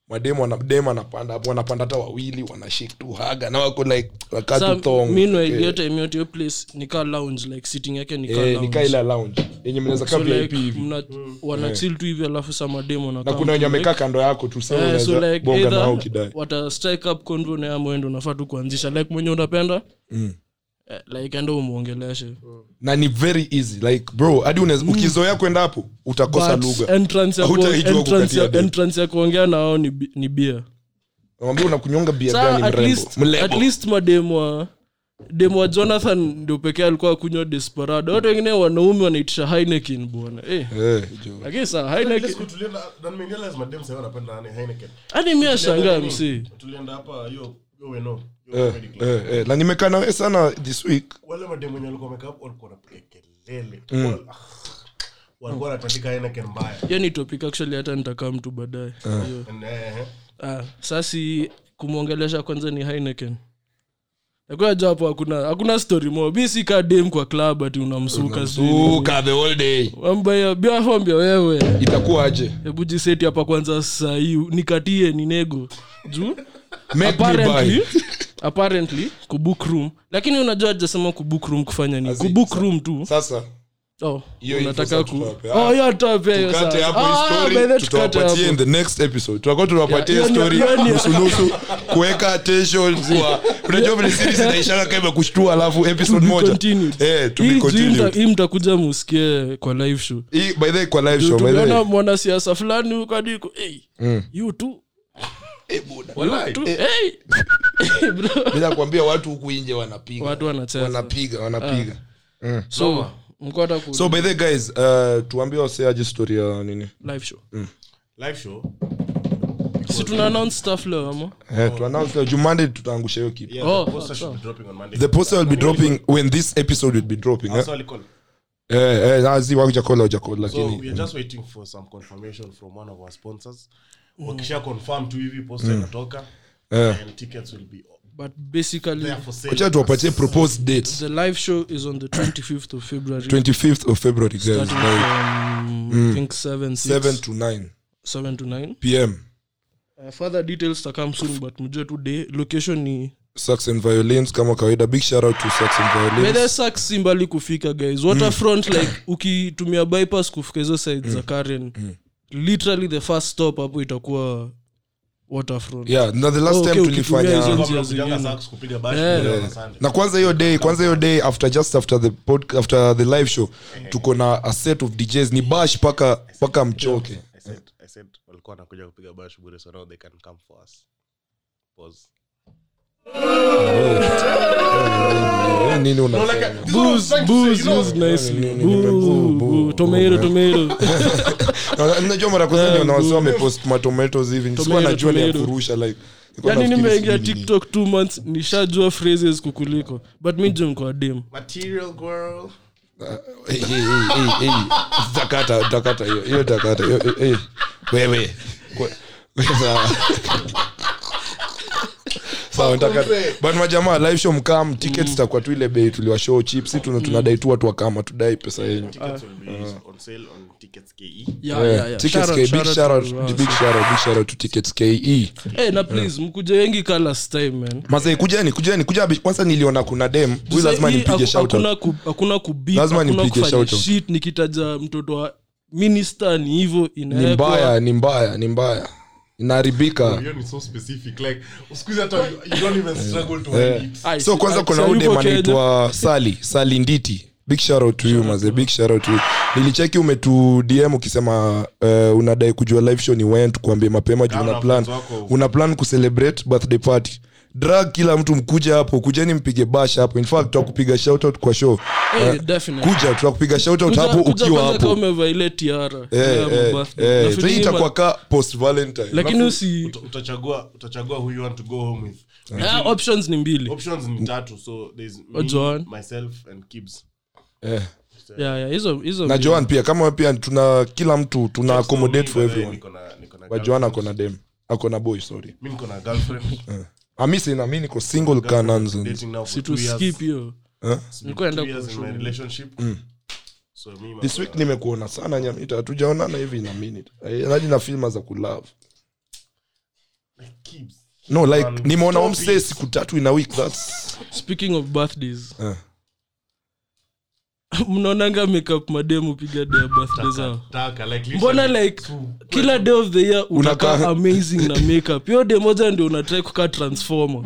Speaker 2: mademu wana- dem anapanda hapo wanapanda hata wawili wanashik tu haga na wako like
Speaker 3: Sa- meanwhile, hiyo
Speaker 2: wakatutongnikaila
Speaker 3: time yote hiyo place ni kaa lounge like sitting yake ni kaa lounge.
Speaker 2: eh, lounge yenye mnaweza kaa
Speaker 3: So, like,
Speaker 2: vip hivi Eh.
Speaker 3: mna- wanachill tu hivi alafu sa mademu
Speaker 2: na
Speaker 3: wanakaa
Speaker 2: kuna wenye
Speaker 3: mtu, like-
Speaker 2: amekaa kando yako tu sa
Speaker 3: Eh, so
Speaker 2: unaweza
Speaker 3: like
Speaker 2: bonga
Speaker 3: either
Speaker 2: nao kidai
Speaker 3: wata strike up convo na mwendo unafaa tu kuanzisha like mwenye unapenda
Speaker 2: Mm.
Speaker 3: eh, like enda umwongeleshe
Speaker 2: na ni very easy like bro hadi unaweza- ukizoea kwenda hapo utakosa
Speaker 3: Mm. But
Speaker 2: lugha
Speaker 3: entrance ya
Speaker 2: Hauta
Speaker 3: kuo-
Speaker 2: hijua
Speaker 3: entrance ya-
Speaker 2: kukatia demu.
Speaker 3: entrance ya kuongea nao ni, bi- ni bia
Speaker 2: namwambia unakunyonga bia
Speaker 3: Sawa,
Speaker 2: gani
Speaker 3: at
Speaker 2: mrembo
Speaker 3: least- at
Speaker 2: mlebo
Speaker 3: least mademu wa demu wa jonathan ndio pekee alikuwa akunywa desperado watu wengine wanaume wanaitisha hinekin bwana eh.
Speaker 2: Eh, jo.
Speaker 3: lakini saa hinekin hadi mi ashangaa msii
Speaker 4: tulienda hapa hiyo hiyo weno hiyo
Speaker 2: Eh,
Speaker 4: comedy club.
Speaker 2: eh, eh, na nimekaa nawe sana this week
Speaker 4: wale mademu wenye walikuwa wamekaa hapo walikuwa wanapiga kelele
Speaker 2: Mm.
Speaker 4: Wal- ah, walikuwa wanatandika Heineken mbaya
Speaker 3: hiyo ni Yaani topic actually hata nitakaa mtu baadaye
Speaker 2: Ah.
Speaker 3: Hiyo.
Speaker 4: And, eh, eh.
Speaker 3: Ah, sasi kumwongelesha kwanza ni hineken nakuwa japo hakuna hakuna story mo mi si kadem kwa club ati unamsuka sijui
Speaker 2: Suka the whole day
Speaker 3: nini. Wambia, bia wambia wewe
Speaker 2: itakuwa aje
Speaker 3: hebu jiseti hapa kwanza sahii nikatie ni nego juu
Speaker 2: Make me
Speaker 3: apparently,
Speaker 2: buy.
Speaker 3: apparently kubook room lakini unajua ajasema kubook room kufanya nini
Speaker 2: Azi,
Speaker 3: kubook
Speaker 2: sa-
Speaker 3: room tu
Speaker 2: sasa
Speaker 3: oh,
Speaker 2: hiyo
Speaker 3: unataka
Speaker 2: info
Speaker 3: ku
Speaker 2: sasa tutawape.
Speaker 3: Oh, hiyo tutawapea hiyo
Speaker 2: tukate
Speaker 3: sasa.
Speaker 2: hapo
Speaker 3: Ah,
Speaker 2: hii
Speaker 3: by the way,
Speaker 2: story
Speaker 3: tutakate
Speaker 2: tutawapatia in
Speaker 3: hapo.
Speaker 2: the next episode tutakuwa tunawapatia
Speaker 3: Yeah, hiyo
Speaker 2: story
Speaker 3: ni- hiyo ni-
Speaker 2: nusunusu kuweka attention kwa unajua vile series inaishaka kama kushtua alafu episode
Speaker 3: To be
Speaker 2: moja
Speaker 3: continued.
Speaker 2: eh to
Speaker 3: Hii
Speaker 2: be
Speaker 3: juu mta-
Speaker 2: continued
Speaker 3: hii mtakuja musikie kwa live show
Speaker 2: hii by the way kwa live Mm. show by the
Speaker 3: tumeona
Speaker 2: way
Speaker 3: mwanasiasa fulani huko hadi huko "Hey, you too, you too, hey." Bro,
Speaker 2: bila kuambia watu huku nje wanapiga
Speaker 3: watu Ah. wanacheza
Speaker 2: wanapiga wanapiga
Speaker 3: so mko hata ku
Speaker 2: so by the way guys uh, tuambie waseaje story ya nini
Speaker 3: live show
Speaker 2: Mm.
Speaker 4: Live show,
Speaker 3: si tuna announce stuff leo ama
Speaker 2: eh tu announce leo jumande tutaangusha hiyo kitu
Speaker 4: yeah,
Speaker 3: Oh,
Speaker 4: the poster
Speaker 3: sawa.
Speaker 4: should be dropping on Monday.
Speaker 2: the poster will be dropping when this episode will be dropping
Speaker 3: Ah,
Speaker 2: eh
Speaker 4: That's all I call.
Speaker 2: eh eh azi wakujakola wakujakola
Speaker 4: So, we
Speaker 2: lakini
Speaker 4: are just waiting for some confirmation from one of our sponsors. Wakisha confirm tu hivi poster inatoka
Speaker 2: Mm. eh
Speaker 4: and tickets will be
Speaker 3: but basically
Speaker 4: there for sale.
Speaker 2: wacha tuwapatie proposed date
Speaker 3: the live show is on the 25th of february
Speaker 2: 25th of february Mm. guys
Speaker 3: starting
Speaker 2: by
Speaker 3: from i think 7 six,
Speaker 2: 7 to 9
Speaker 3: 7 to 9
Speaker 2: pm
Speaker 3: uh, further details to come soon but mjue today location ni
Speaker 2: sax and violins kama kawaida big shout out to sax and
Speaker 3: whether
Speaker 2: violins
Speaker 3: sax si mbali kufika guys waterfront
Speaker 2: Mm.
Speaker 3: like ukitumia bypass kufika hizo side za karen
Speaker 2: Mm.
Speaker 3: literally the first stop hapo itakuwa waterfront
Speaker 2: yeah na the last
Speaker 3: Oh, okay,
Speaker 2: time
Speaker 3: ukitumia hizo
Speaker 2: tulifanya
Speaker 3: njia
Speaker 4: Kama
Speaker 3: zingine.
Speaker 4: mnakujanga Saks kupiga bash
Speaker 3: Eh.
Speaker 4: kupiga on Sunday.
Speaker 2: na kwanza hiyo day kwanza hiyo day after just after the pod, after the live show tuko na a set of DJs ni bash paka paka mchoke
Speaker 4: I said- I said, walikuwa wanakuja kupiga bash bure so now they can come for us. Pause.
Speaker 2: Eh, nini unafanya
Speaker 3: Booze, booze, booze nicely.
Speaker 2: Nini, nini,
Speaker 3: Boo,
Speaker 2: boo, boo,
Speaker 3: boo. Tomato, tomato.
Speaker 2: Na- najua mara kwanza
Speaker 3: Eh,
Speaker 2: ndio
Speaker 3: boo.
Speaker 2: nawasema wamepost matomatoes hivi nilikuwa
Speaker 3: Tomato,
Speaker 2: najua ni ya
Speaker 3: tomato.
Speaker 2: kurusha like nilikuwa
Speaker 3: yani
Speaker 2: nafikiri
Speaker 3: nimeingia
Speaker 2: sijui nini.
Speaker 3: tiktok two months nishajua phrases kukuliko but mi junkwadem
Speaker 4: Material girl.
Speaker 2: Hey, hey, hey, hey, hey. takata takata hiyo hiyo takata hiyo, eh, eh. wewe Kwa- Sawa. sawa takata but majamaa live show mkam
Speaker 3: Mm.
Speaker 2: tickets takuwa tu ile bei tuliwashow chip si tuna- tunadai tu watu wakama tudai pesa yenyu
Speaker 4: Tickets will be
Speaker 2: Uh.
Speaker 4: on sale on Tickets E. KE.
Speaker 2: Eh, tickets ke big shout out big shout out big shout out to tickets E. ke
Speaker 3: na please mkuje wengi ka last time man
Speaker 2: mazee kujani kujani kuja kwanza niliona kuna dem huyu lazima
Speaker 3: Sasa hii
Speaker 2: nimpige
Speaker 3: haku-
Speaker 2: shout out
Speaker 3: hakuna ku- hakuna kubeat,
Speaker 2: Lazima
Speaker 3: hakuna
Speaker 2: nimpige
Speaker 3: kufanya
Speaker 2: shout out.
Speaker 3: shit nikitaja mtoto wa minista ni hivo
Speaker 2: ni
Speaker 3: inaekwa.
Speaker 2: mbaya ni mbaya ni mbaya inaharibika
Speaker 4: hiyo ni so specific like usikuzi hata you you don't even struggle to
Speaker 2: Eh.
Speaker 4: hide it
Speaker 3: Ai,
Speaker 2: so
Speaker 3: si-
Speaker 2: kwanza
Speaker 3: ai,
Speaker 2: kuna
Speaker 3: si
Speaker 2: udem
Speaker 3: yupo Kenya.
Speaker 2: anaitwa sali sali nditi big shout out to you maze big shout out to you nilicheki umetu dm ukisema eh, unadai kujua live show ni wen tukuambie mapema juu
Speaker 4: Kama
Speaker 2: una plan
Speaker 4: wenzako huko.
Speaker 2: una plan kucelebrate birthday party drag kila mtu mkuja hapo kujeni mpige bash hapo in fact tutakupiga shout out kwa show
Speaker 3: Eh,
Speaker 2: Eh,
Speaker 3: definitely.
Speaker 2: kuja tutakupiga shout out
Speaker 3: Kuja-
Speaker 2: hapo
Speaker 3: kuja
Speaker 2: ukiwa
Speaker 3: kwanza kama
Speaker 2: hapo
Speaker 3: umevaile tiara
Speaker 2: Eh,
Speaker 3: ya
Speaker 2: eh,
Speaker 3: birthday.
Speaker 2: eh,
Speaker 3: Nafikiri
Speaker 2: hii itakuwa
Speaker 3: ma-
Speaker 2: ka post valentine
Speaker 3: lakini usi
Speaker 4: Uta- utachagua utachagua who you want to go home with
Speaker 3: Ah, options ni mbili
Speaker 4: options ni tatu so there's
Speaker 3: Oh, Joan.
Speaker 4: me, myself and kibs
Speaker 2: eh.
Speaker 3: Yeah, yeah, hizo hizo
Speaker 2: na
Speaker 3: mbili.
Speaker 2: joan pia kama wewe pia tuna kila mtu tuna accommodate for everyone but joan
Speaker 4: bajoana
Speaker 2: akona dem akona boy sorry
Speaker 4: mi niko na girlfriend
Speaker 2: ami sina mi niko single ka nonsense
Speaker 4: dating now for
Speaker 3: Si
Speaker 4: two
Speaker 3: tu
Speaker 4: years
Speaker 3: skip hiyo
Speaker 2: Eh?
Speaker 4: It's
Speaker 3: Nilikuwa
Speaker 4: been two
Speaker 3: naenda
Speaker 4: years in my
Speaker 3: kushuhudia.
Speaker 4: relationship so mi
Speaker 2: Mm. this
Speaker 4: mambo
Speaker 2: week nimekuona sana nyamita hatujaonana hivi ina minute Eh, naji na filma za kulove
Speaker 4: ya Kibs.
Speaker 2: no like
Speaker 4: Man,
Speaker 2: nimeona
Speaker 4: stop
Speaker 2: homestay
Speaker 4: it.
Speaker 2: siku tatu in a week that's
Speaker 3: speaking of birthdays
Speaker 2: Eh.
Speaker 3: mnaonanga makeup mademu piga day ya birthday zao
Speaker 4: Taka, like,
Speaker 3: mbona
Speaker 4: literally,
Speaker 3: like kila day of the year unakaa
Speaker 2: Unakaa-
Speaker 3: amazing na makeup hiyo day moja ndio unatrai kukaa transformer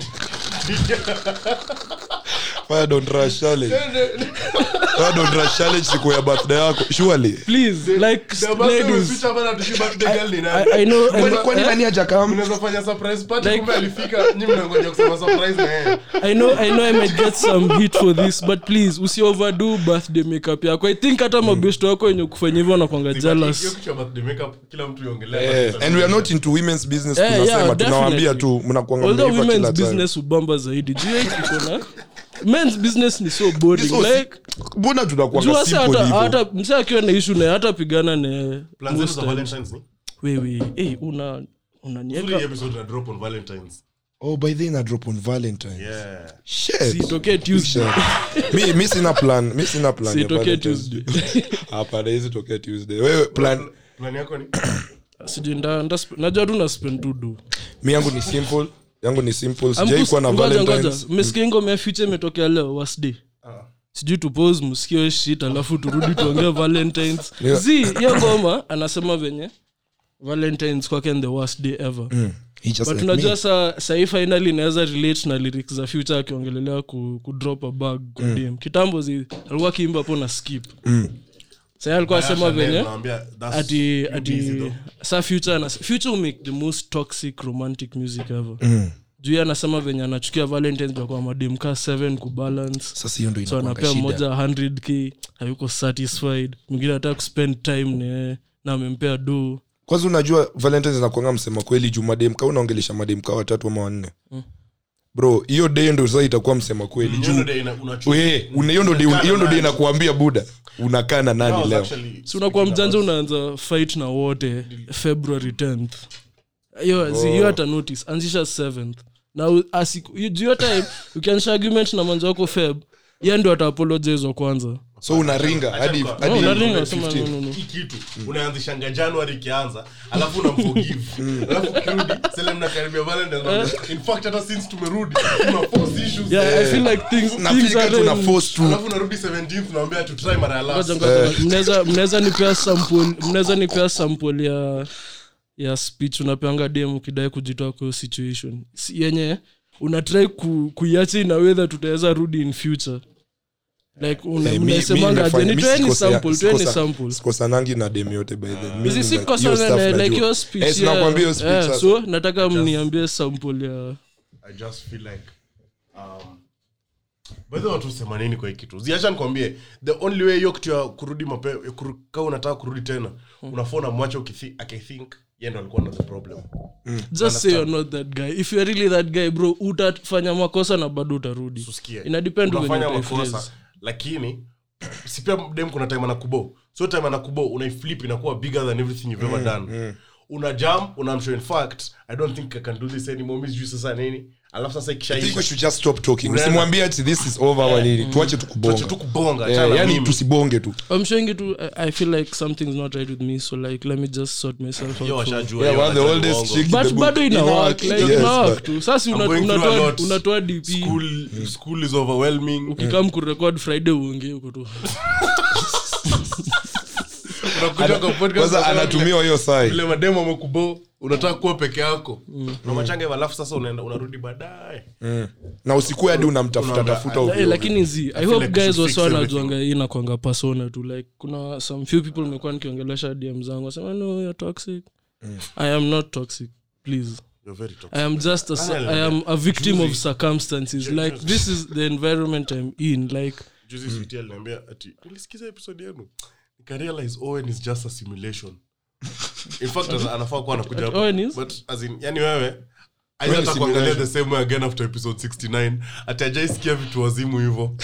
Speaker 2: fire don't rush challenge fire don't rush challenge siku ya birthday yako surely
Speaker 3: please like
Speaker 4: the person
Speaker 3: ladies
Speaker 4: umeficha bana, tujue birthday girl ni nani.
Speaker 3: I, I know
Speaker 2: kwani kwani
Speaker 3: Eh?
Speaker 2: nani hajakam
Speaker 4: Mnaweza fanya surprise party,
Speaker 3: Like-
Speaker 4: kumbe alifika nyi mnangoja kusema surprise na yeye
Speaker 3: I know I know I might get some hit for this but please usi overdo birthday makeup yako I think hata mabesto wako wenye kufanya hivyo wanakwanga
Speaker 4: Hiyo
Speaker 3: jealous
Speaker 4: kitu ya birthday makeup, kila mtu yuongelea
Speaker 2: Eh,
Speaker 4: birthday.
Speaker 2: and we are not into women's business
Speaker 3: Eh, yeah,
Speaker 2: tunasema tunawaambia
Speaker 3: definitely.
Speaker 2: tu mnakuanga
Speaker 3: although
Speaker 2: mnaiva
Speaker 3: women's
Speaker 2: kila time
Speaker 3: business ubamba zaidi juu iko na men's business ni so boring
Speaker 2: This was-
Speaker 3: like
Speaker 2: mbona
Speaker 3: juu
Speaker 2: tunakuanga
Speaker 3: hasa
Speaker 2: simple
Speaker 3: hata
Speaker 2: hivyo
Speaker 3: hata msee akiwa na ishu naye hata pigana naye
Speaker 4: Plans
Speaker 3: most
Speaker 4: zetu za
Speaker 3: times.
Speaker 4: Valentine's ni?
Speaker 3: wewe eh, una
Speaker 4: Nzuri
Speaker 3: unanieka
Speaker 4: episode na drop on Valentine's.
Speaker 2: oh by then i drop on valentine
Speaker 4: Yeah. eh.
Speaker 2: Shit.
Speaker 3: sitokee Tuesday
Speaker 2: mi, mi sina plan mi sina plan ya
Speaker 3: sitokee
Speaker 2: Valentine's
Speaker 3: Tuesday
Speaker 2: Day. Hapana, hizi tokee Tuesday. wewe plan
Speaker 4: Plan yako ni
Speaker 2: eh.
Speaker 3: sijui nda- nda sp- najua tu na spend to do
Speaker 2: mi yangu ni simple yangu ni simple sijai kuwa na valentines
Speaker 3: mesikia ngoma ya fiche imetokea leo wasd
Speaker 4: Ah.
Speaker 3: sijui tupos msikio shit alafu turudi tuongee valentines
Speaker 2: Yeah.
Speaker 3: z hiyo ngoma anasema venye valentines kwake ni the worst day ever
Speaker 2: Mm. He just
Speaker 3: but
Speaker 2: like
Speaker 3: unajua
Speaker 2: me.
Speaker 3: sa sahii finally inaweza relate na lyrics za future akiongelelea ku, kudrop a bag kwa
Speaker 2: Mm.
Speaker 3: dm kitambo zi alikuwa akiimba hapo na skip sahii alikuwa asema
Speaker 4: Chanel,
Speaker 3: venye
Speaker 4: Ah, naambia, that's
Speaker 3: ati
Speaker 4: too easy
Speaker 3: ati
Speaker 4: though.
Speaker 3: sa future anas, future will make the most toxic romantic music ever
Speaker 2: Mm.
Speaker 3: juu yeye anasema venye anachukia valentines ndio kwa mademka 7 kubalance
Speaker 2: Sasa hiyo ndio
Speaker 3: so
Speaker 2: inakuanga
Speaker 3: anapea
Speaker 2: shida.
Speaker 3: mmoja 100k hayuko satisfied mwingine anataka kuspend time naye na amempea do
Speaker 2: kwanza unajua valentines inakuanga msema kweli juu mademka unaongelesha mademka watatu ama wanne
Speaker 3: Mm.
Speaker 2: bro hiyo day ndo sasa itakuwa msema kweli
Speaker 4: Hiyo
Speaker 2: juu
Speaker 4: ndio ina- unachu-
Speaker 2: we una- hiyo ndo day-
Speaker 4: Unakaa na
Speaker 2: hiyo ndo day
Speaker 4: nani?
Speaker 2: inakuambia buda unakaa na
Speaker 4: I
Speaker 2: nani
Speaker 4: was
Speaker 2: leo
Speaker 4: actually
Speaker 3: si unakuwa
Speaker 4: speaking
Speaker 3: mjanja
Speaker 4: about-
Speaker 3: unaanza fight na wote february 10th hiyo zi-
Speaker 4: Oh.
Speaker 3: hiyo hata notice anzisha 7th na u- asiku- hiyo- juu hiyo time ukianzisha argument na manja wako feb ye ndo ataapologize wa kwanza
Speaker 2: so unaringa hadi
Speaker 4: Acha-
Speaker 2: hadi
Speaker 3: No, unaringa, unasema,
Speaker 2: 15.
Speaker 3: no, no, no.
Speaker 4: hii kitu
Speaker 3: Mm.
Speaker 4: unaanzishanga januari ikianza alafu
Speaker 3: Mm.
Speaker 4: unamforgive alafu kirudi sele mnakaribia Valentine's, unaambia, in fact hata since tumerudi tuna force issues eh.
Speaker 3: Yeah, I feel like things- things
Speaker 2: nafika
Speaker 3: are
Speaker 2: tuna
Speaker 3: in-
Speaker 2: force Eh, tu Eh,
Speaker 4: alafu unarudi 17th unaambia to try mara ya last
Speaker 3: Ngoja, ngoja, ngoja. Mnaweza- mnaweza nipea sample mnaweza nipea sample ya ya speech unapeanga dem ukidai kujitoa kwa hiyo situation si yenye unatrai ku, kuiacha inawedha tutaweza rudi in future like una-
Speaker 2: Eh, mi- mi
Speaker 3: mnasemanga
Speaker 2: nimefanya-
Speaker 3: je, ni
Speaker 2: mi
Speaker 3: toeni
Speaker 2: sikosa-
Speaker 3: sample toeni
Speaker 2: sikosa-
Speaker 3: sample
Speaker 2: sikosanangi na dem yote by the- mi
Speaker 3: Hizi si
Speaker 2: nime-
Speaker 3: kosa
Speaker 2: hiyo
Speaker 3: na-
Speaker 2: stuff
Speaker 3: na- like
Speaker 2: najua.
Speaker 3: hiyo
Speaker 2: Eh,
Speaker 3: speech,
Speaker 2: si nakwambia hiyo
Speaker 3: yeah.
Speaker 2: speech
Speaker 3: Yeah,
Speaker 2: sasa.
Speaker 3: so nataka mniambie sample ya
Speaker 4: i just feel like um, bedhe watu sema nini kwa hii kitu ziacha nikwambie the only way hiyo kitu ya kurudi mape kuru, kama unataka kurudi tena unafaa unamwacha ukithi- akithink ye ndo alikuwa na the problem
Speaker 2: Hmm,
Speaker 3: just say you're not that guy if you're really that guy bro utafanya makosa na bado utarudi
Speaker 4: usikie
Speaker 3: inadepend venye
Speaker 4: unafanya
Speaker 3: utaiphrase.
Speaker 4: makosa lakini si pia dem kuna time anakubo so time anakubo unaiflip inakuwa bigger than everything you've
Speaker 2: Hmm,
Speaker 4: ever done una jam unamsho in fact i don't think i can do this anymore mi sijui sasa nini alafu sasa
Speaker 2: I think we
Speaker 4: ikishaisha
Speaker 2: should just stop talking.
Speaker 4: Unaenda.
Speaker 2: usimwambie ati this is over ama nini tuache
Speaker 4: Mm. tuache tu
Speaker 2: tukubonga
Speaker 4: kubonga
Speaker 2: Eh,
Speaker 4: achana na
Speaker 2: yani
Speaker 4: mimi.
Speaker 2: tusibonge tu
Speaker 3: I'm showing it to. I, I feel like something's not right with me, so like let me just sort myself
Speaker 4: Hiyo
Speaker 3: out. first.
Speaker 4: washajua,
Speaker 2: Yeah,
Speaker 4: hiyo
Speaker 2: one of the
Speaker 4: washajua
Speaker 2: oldest chick-
Speaker 4: bongo.
Speaker 3: But
Speaker 2: The
Speaker 3: bado
Speaker 2: book.
Speaker 3: ina
Speaker 2: Ina
Speaker 3: work
Speaker 2: work,
Speaker 3: like
Speaker 2: yes,
Speaker 3: ina work
Speaker 2: but-
Speaker 3: tu. Sasa
Speaker 4: I'm
Speaker 3: una-
Speaker 4: going through a
Speaker 3: unatoa
Speaker 4: lot.
Speaker 3: unatoa DP
Speaker 4: School-
Speaker 2: Mm.
Speaker 4: school is overwhelming
Speaker 3: ukikam kurecord Friday uongee huko tu.
Speaker 4: Unakuja kwa podcast
Speaker 2: kwanza
Speaker 4: unasema
Speaker 2: anatumiwa hiyo
Speaker 4: vile-
Speaker 2: sai
Speaker 4: vile mademo amekubo unataka kuwa peke yako
Speaker 2: Mm.
Speaker 4: na machanga halafu sasa unaenda unarudi baadaye
Speaker 2: na usikuwe hadi unamtafuta
Speaker 4: Unaona,
Speaker 2: tafuta
Speaker 3: Eh,
Speaker 2: ovyo.
Speaker 3: lakini zi i hope
Speaker 4: like we
Speaker 3: guys
Speaker 4: should
Speaker 3: wasa
Speaker 4: fix
Speaker 3: wanajuanga hii nakwanga persona tu like kuna some few people nimekuwa nikiongelesha dm zangu wasema no you're toxic
Speaker 4: Mm.
Speaker 3: i am not toxic please
Speaker 4: You're very
Speaker 2: Eh.
Speaker 4: toxic.
Speaker 3: i am just a,
Speaker 4: Ah,
Speaker 3: i am a victim of circumstances like this is the environment i'm in like
Speaker 4: juzi
Speaker 2: Mm.
Speaker 4: switi aliniambia ati nilisikiza episode yenu nikarealize owen is just a simulation in fact as- anafaa kuwa anakuja hapa.
Speaker 3: Owen is-
Speaker 4: but as in yani wewe
Speaker 2: Wewe
Speaker 4: aidha
Speaker 2: ni
Speaker 4: atakuangalia
Speaker 2: simulation.
Speaker 4: the same way again after episode 69 ati ajaisikia vitu wazimu hivyo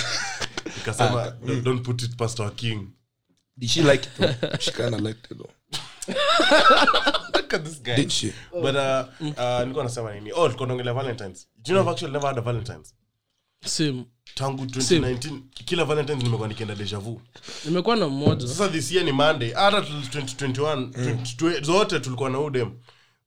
Speaker 4: nikasema
Speaker 2: Ah,
Speaker 4: "Don't-
Speaker 2: mm.
Speaker 4: don't put it past our king
Speaker 2: Did she like it though? She kinda liked it though.
Speaker 4: look at this guy
Speaker 2: Did she?
Speaker 4: but uh, uh, nilikuwa nasema nini oh tulikuwa tunaongelea valentines do you know I've actually never had a valentines
Speaker 3: same
Speaker 4: tangu 2019 kila valentines nimekuwa nikienda deja vu
Speaker 3: nimekuwa na mmoja
Speaker 4: sasa this year ni monday hata 2021 20 zote tulikuwa na udem